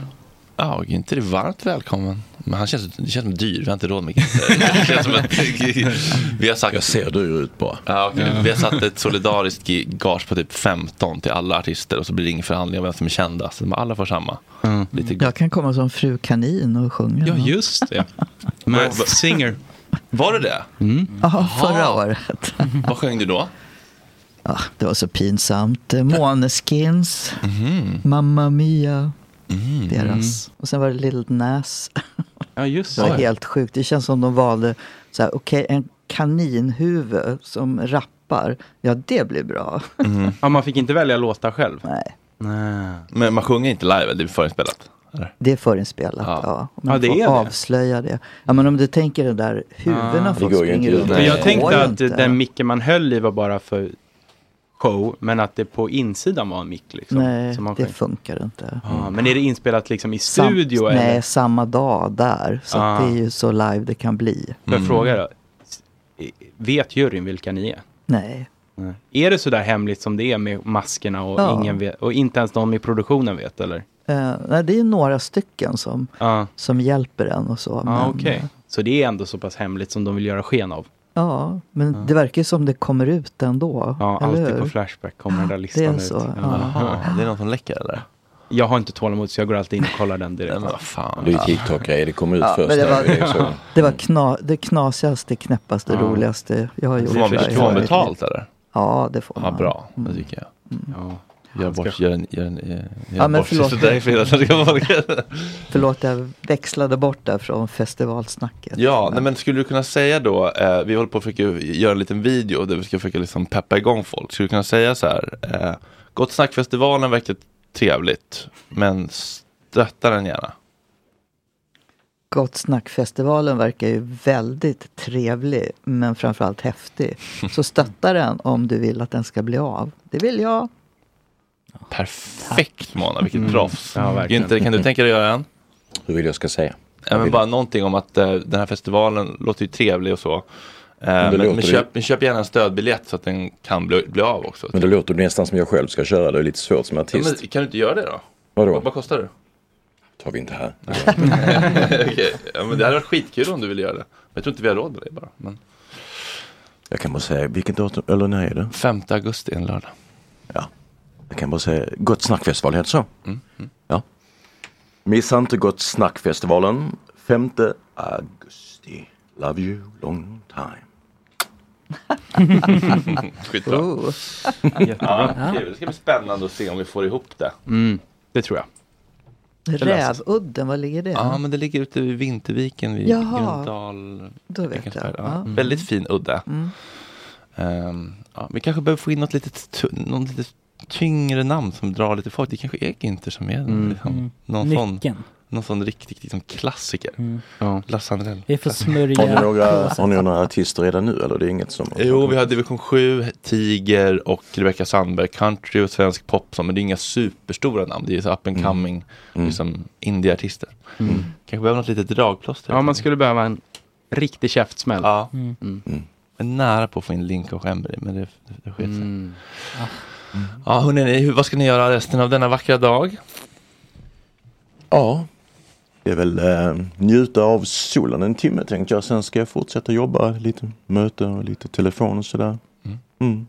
Ja, inte det är varmt välkommen. Men han känns, det känns som dyr, vi har inte råd med Ginter. [laughs] Det känns som att vi har sagt... Jag ser dyr ut bara. Ja, okej. Vi har satt ett solidariskt gage på typ 15 till alla artister och så blir det ingen förhandling om vem som är kändast. Så Alla får samma. Lite
Jag kan komma som fru kanin och sjunga.
Ja, just [laughs] det.
Masked
Singer. Var det det?
Ja, förra
Jaha.
året.
Vad sjöng du då?
Ah, det var så pinsamt. Eh, Måneskins,
Mhm.
Mamma Mia, deras. Och sen var det Little Nas.
[laughs] Ja, just
Det var
det.
helt sjukt. Det känns som de valde, så här, okej, en kaninhuvud som rappar. Ja, det blir bra.
Ja, man fick inte välja låtar själv.
Mm. Nej.
Men man sjunger inte live, det är förinspelat?
Det är förinspelat, ja. Om
Ja,
man
det
får
är det.
avslöja det. Ja, men om du tänker det där
Ah.
huvudena folk springer runt
För
i,
jag
det
tänkte
går ju
att
inte.
den micken man höll i var bara för show, men att det på insidan var en mick. Liksom,
Nej,
som man
det
sjöng.
funkar inte.
Ja, men är det inspelat liksom i
Sam-
Ah. studio? eller?
Nej, samma dag där. Så att
Ah.
det är ju så live det kan bli.
Får jag fråga då? Vet juryn vilka ni är?
Nej.
Är det så där hemligt som det är med maskerna och,
Ja.
ingen vet, och inte ens någon i produktionen vet? Eller?
Eh, nej, det är några stycken som,
Ja.
som hjälper en och så.
Ja,
men,
Ah, okej. Så det är ändå så pass hemligt som de vill göra sken av?
ja, men det verkar ju som det kommer ut ändå.
Ah. Ja,
eller
alltid på
hur?
Flashback kommer den där listan
Det är
ut.
så, ja.
Jaha, det är någon som läcker eller?
Jag har inte tålamod så jag går alltid in och kollar den direkt. Men vad
fan.
Det är ju TikTok-grejer, det kommer ut
Ja, men
först.
det var,
Det är så.
det var kna, det knasigaste, knäppaste,
Ah.
Ja.
roligaste jag har gjort.
Får man,
där i
får man
hela mitt
betalt
liv.
eller?
Ja, det får man. Mm.
Ja, bra. Det tycker jag. Gör bort, gör en, gör en, eh, gör
Ja, men
bort sig [laughs]
förlåt.
sådär i fredags.
[laughs] Förlåt, jag växlade bort där från festivalsnacket.
Ja, nej, men skulle du kunna säga då, eh, vi håller på att försöka göra en liten video där vi ska försöka liksom peppa igång folk. Skulle du kunna säga så här, eh, Gott snackfestivalen verkar trevligt, men stötta den gärna.
Gott snackfestivalen verkar ju väldigt trevlig, men framförallt häftig. Så stötta den om du vill att den ska bli av. Det vill jag.
Perfekt Mona, vilket
Mm.
proffs.
Ja, verkligen.
Günther, kan du tänka dig att göra en?
Hur vill jag ska säga?
Ja, men bara någonting om att eh, den här festivalen låter ju trevlig och så. Eh, men, men,
låter ju-
köp, men köp gärna en stödbiljett så att den kan bli, bli av också.
Men då låter det nästan som jag själv ska köra, det är lite svårt som
Ja,
artist.
men, kan du inte göra det då?
Vadå?
Vad, vad kostar det?
tar vi inte
[laughs]
här.
Okej, ja, men det hade varit skitkul om du ville göra det. Men jag tror inte vi har råd med det bara. Men... [laughs]
Jag kan bara säga, vilket datum, eller när är det?
5 augusti, en lördag.
Ja. Jag kan bara säga, Gott snackfestival heter så.
Mm,
Ja. Missa inte Gott snackfestivalen 5 augusti. Love you long time.
[laughs] Skitbra. [laughs]
Oh.
Ja,
Ja.
kul. Det ska bli spännande att se om vi får ihop det.
Mm, det tror jag. löses.
Rävudden, var ligger det?
Ja, men det ligger ute vid Vinterviken vid
Jaha.
Grundal.
Då vet jag.
Ekensberg. Ja.
Ja. Mm.
Väldigt fin udde.
Mm.
Ehm, ja, vi kanske behöver få in något litet, tu- någon litet tyngre namn som drar lite folk. Det kanske är Günther som är liksom, någon, sån,
Mm. Nyckeln. Mm.
någon sån riktigt liksom, klassiker. Lasse Andrell.
Vi får smörja
Har ni, några,
på.
har ni några artister redan nu eller det är inget som...
Jo, vi har division 7, Tiger och Rebecca Sandberg, country och svensk pop. så, Men det är inga superstora namn, det är så up and
Mm.
coming Liksom, indieartister.
Mm.
Kanske behöver något litet dragplåster.
Ja, man skulle behöva en riktig käftsmäll.
Ja.
Mm.
Jag är nära på att få in Link och Emily, men det, det, det sket sig.
Mm.
Ah.
Mm. Ja, hörrni, hur- vad ska ni göra resten av denna vackra dag?
Ja. Det är väl eh, njuta av solen en timme tänkte jag. Sen ska jag fortsätta jobba lite möten och lite telefon och sådär. Mm.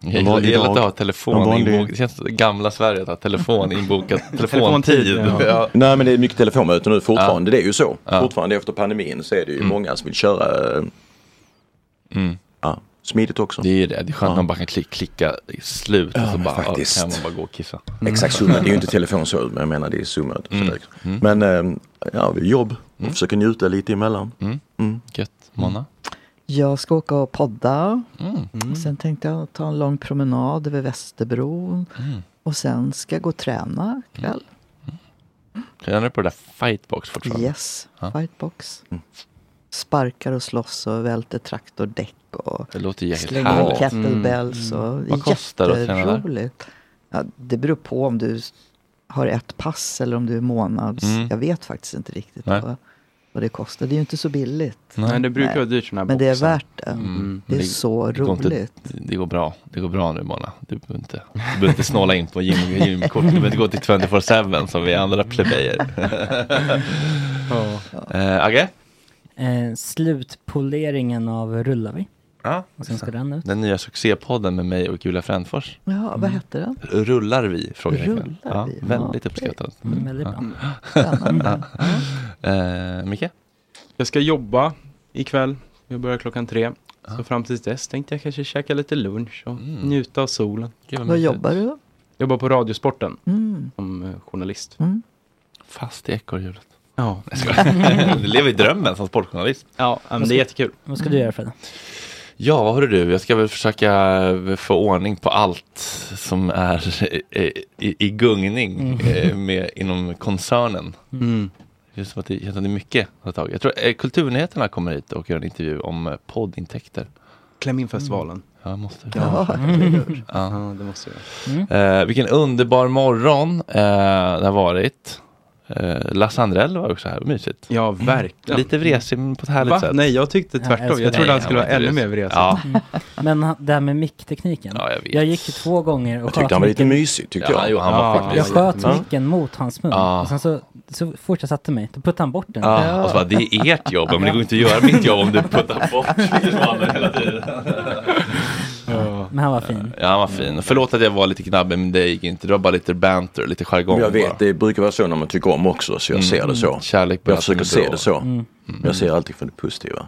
Jag
En
gillar-
vanlig
jag gillar att
dag.
ha
En
telefon
vanlig-
inbokat. Det känns som det gamla Sverige att ha telefon
[laughs]
inbokat. [laughs] Telefontid.
Telefontid,
ja.
Nej men det är mycket telefonmöten nu fortfarande. Det är ju så.
Ja. Mm.
Fortfarande efter pandemin så är det ju många som vill köra eh, ja, smidigt också.
Det är ju det. Det är skönt att man bara kan klicka, klicka i slut och
Ja,
så
men
bara, ja,
faktiskt. Mm.
kan man bara gå och kissa.
Exakt Zoom, det är ju inte telefonsöld men jag menar det är Zoom. Mm. Men eh, ja, vi jobb och försöker njuta lite emellan.
Mm. Gött. Mona?
Jag ska åka och podda.
Mm.
Sen tänkte jag ta en lång promenad över Västerbron.
Mm.
Och sen ska jag gå och träna ikväll.
Tränar du på det där fightbox fortfarande?
Yes,
Ja. Mm.
fightbox. Sparkar och slåss och välter traktordäck och
Det låter jäkligt
slänger
härligt.
med kettlebells.
Mm.
Och
Mm. Vad kostar det att träna där?
jätteroligt. Ja, det beror på om du har ett pass eller om du är månads.
Mm.
Jag vet faktiskt inte riktigt
Nej.
vad, vad det kostar. Det är ju inte så billigt.
Nej, det brukar vara dyrt, såna här
Eh, Men det är
boxar.
värt det.
Mm.
Det är så
går inte-
roligt.
det går bra. Det går bra nu Mona. Du behöver inte, du behöver inte snåla in på gym, gymkort. Du behöver inte gå till 24-7 som vi andra
[laughs]
plebejer. eh, Agge?
Eh, slutpoleringen av Rullavi.
Ja,
Och sen ska
exakt.
den ut. Mm.
Den nya succépodden med mig och Julia Frändfors.
Ja, vad hette den?
Rullar vi? Frågar jag ikväll.
Rullar
ja,
vi?
Väldigt
Ja,
uppskattat.
okej. Mm, väldigt bra.
[laughs]
Spännande.
eh, Micke?
Jag ska jobba ikväll. Jag börjar klockan tre. Så fram tills dess tänkte jag kanske käka lite lunch och
Mm.
njuta av solen.
vad Vad mysigt. jobbar du då?
Jobbar på Radiosporten
Mm.
som eh, journalist.
Mm.
Fast i ekorrhjulet.
[laughs] Ja.
[laughs] Jag skojar. Du lever i drömmen som sportjournalist.
Ja, men det är jättekul.
Vad ska du göra Fred?
Ja, hörru du, jag ska väl försöka få ordning på allt som är i, i, i gungning
Mm.
eh, med, inom koncernen.
Mm.
Det känns som att det, känns som det är mycket att ta tag i. Jag tror eh, Kulturnyheterna kommer hit och gör en intervju om eh, poddintäkter.
Kläm in festivalen.
Ja, jag Mm. måste.
Ja.
Mm. Ja.
ja, det måste jag.
Mm.
Eh, vilken underbar morgon eh, det har varit. Eh, Lasse Andrell var också här, mysigt.
Ja, verkligen.
Lite vresig men på ett härligt
Va?
sätt.
Nej, jag tyckte
Ja, jag tvärtom. Jag älskar trodde det. han skulle
var
vara
inte
ännu
vresig.
mer vresig.
Ja.
Mm. Men han- det här med micktekniken.
Ja, jag
jag,
vet.
gick ju två gånger och
Jag tyckte han var lite mysig tyckte
Ja,
jag.
jo, han var Ja, faktiskt-
Jag sköt
Ja.
micken mot hans mun.
Ja.
Och sen så, så fort jag satte mig, då puttade han bort den.
Ja, och så bara, det är ert jobb, men det går inte att göra mitt jobb om du puttar
[laughs]
bort mikrofonen hela tiden.
Ja. Men han var fin.
Mm. Ja, han var fin. Förlåt att jag var lite knabbig, men det gick inte. Det var bara lite banter, lite jargong.
Jag vet,
bara.
det brukar vara så när man tycker om också så jag
Mm.
ser det så.
Kärlek på
jag
allt som
försöker
är
se
bra.
det så.
Mm.
Jag ser alltid för det positiva.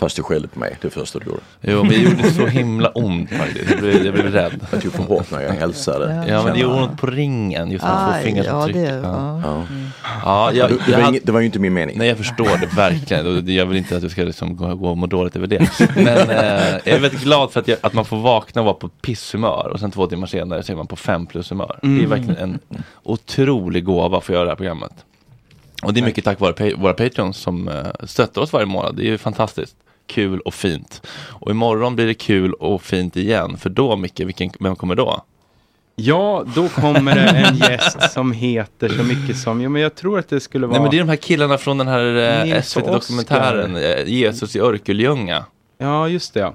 Fast du skällde på mig det första du gjorde.
Jo, men det gjorde så himla ont faktiskt. Jag blev, jag blev rädd.
Jag tog för hårt när jag hälsade.
Ja, men det gjorde ont på ringen. Just när man
Aj,
får fingeravtryck.
ja,
det-
ja.
Ja. Mm.
Ja, jag,
Det- det var inget-
var ju inte min mening. Nej, jag förstår det verkligen. Och det- Jag vill inte att du ska liksom gå, gå och må dåligt över det. [laughs] Men eh, jag är väldigt glad för att, jag, att man får vakna och vara på pisshumör och sen två timmar senare så är man på fem plus humör. Det är
Mm.
verkligen en otrolig gåva att få göra det här programmet. Och det är mycket tack vare pa- våra patrons som eh, stöttar oss varje månad. Det är ju fantastiskt kul och fint. Och imorgon blir det kul och fint igen. För då, Micke, vilken, vem kommer då?
Ja, då kommer det en gäst som heter så mycket som, jo men jag tror att det skulle vara...
Nej men det är de här killarna från den här eh,
Nils och
SVT-dokumentären, eh, Jesus i Örkelljunga.
Ja, just det. ja.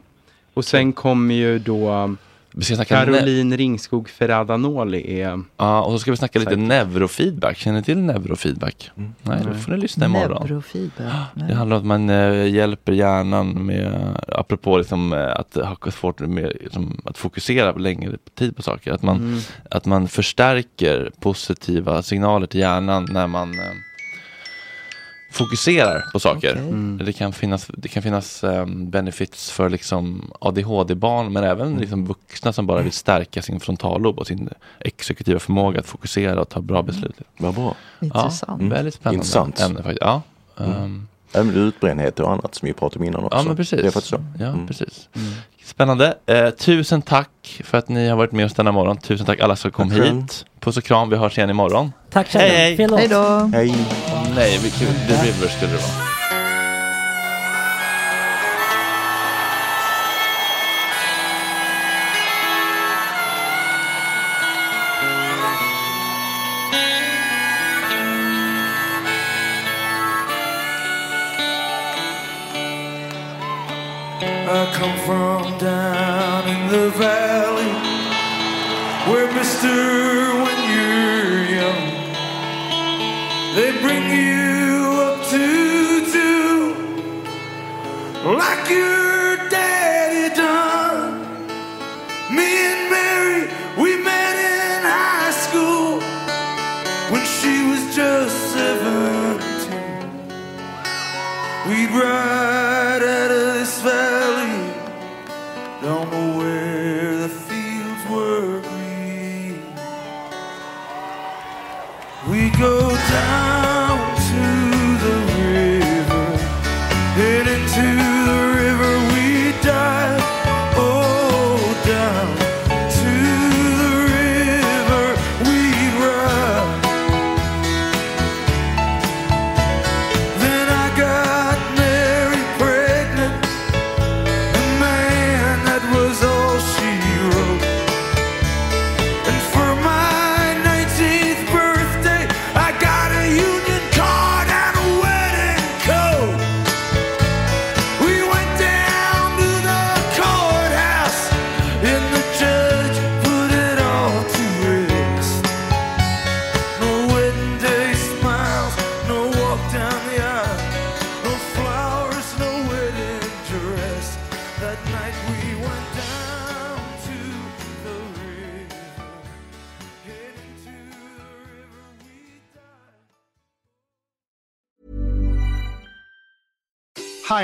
Och sen kommer ju då um,
ska snacka
Caroline Ringskog Ferradanoli är...
Ja, och så ska vi snacka lite
Säkert.
neurofeedback. Känner ni till neurofeedback? Nej, då
Mm. Nej.
får ni lyssna imorgon.
Neurofiber.
Det handlar om att man eh, hjälper hjärnan med, apropå liksom, eh, att ha svårt med, liksom, att fokusera på längre tid på saker. Att man,
Mm.
att man förstärker positiva signaler till hjärnan när man eh, fokuserar på saker.
Okej. Mm.
Det kan finnas, det kan finnas eh, benefits för liksom, ADHD-barn men även
Mm.
liksom, vuxna som bara vill stärka sin frontallob och sin exekutiva förmåga att fokusera och ta
Mm.
bra beslut.
Vad bra.
Ja, väldigt spännande
Intressant.
ämne faktiskt. Ja.
Mm.
Ehm,
Även utbrändhet och annat som vi pratade om innan också.
Ja men precis.
Det är faktiskt så.
Ja,
Mm.
precis. Spännande. Eh, tusen tack för att ni har varit med oss denna morgon. Tusen tack alla som kom
Tack själv.
hit. Puss och kram, vi hörs igen imorgon.
Tack själv.
Hej, hej.
Fel låt.
Hej. Nej, vi- The River skulle det vara.
I come from down in the valley where Mr. When you're young, they bring you up to do like your daddy done. Me and Mary, we met in high school when she was just 17. We'd ride out of this valley. Don't know where the fields were green. We go down to the river. And into the river we dive. Oh, down to the river we'd ride. Then I got Mary pregnant. And man, that was all she wrote. And for my 19th birthday, I got a union card and a wedding coat. We went down to the courthouse, and the judge put it all to rest. No wedding day smiles, no walk down the aisle, no flowers, no wedding dress. That night we went down to the river. Heading to the river we
Hi,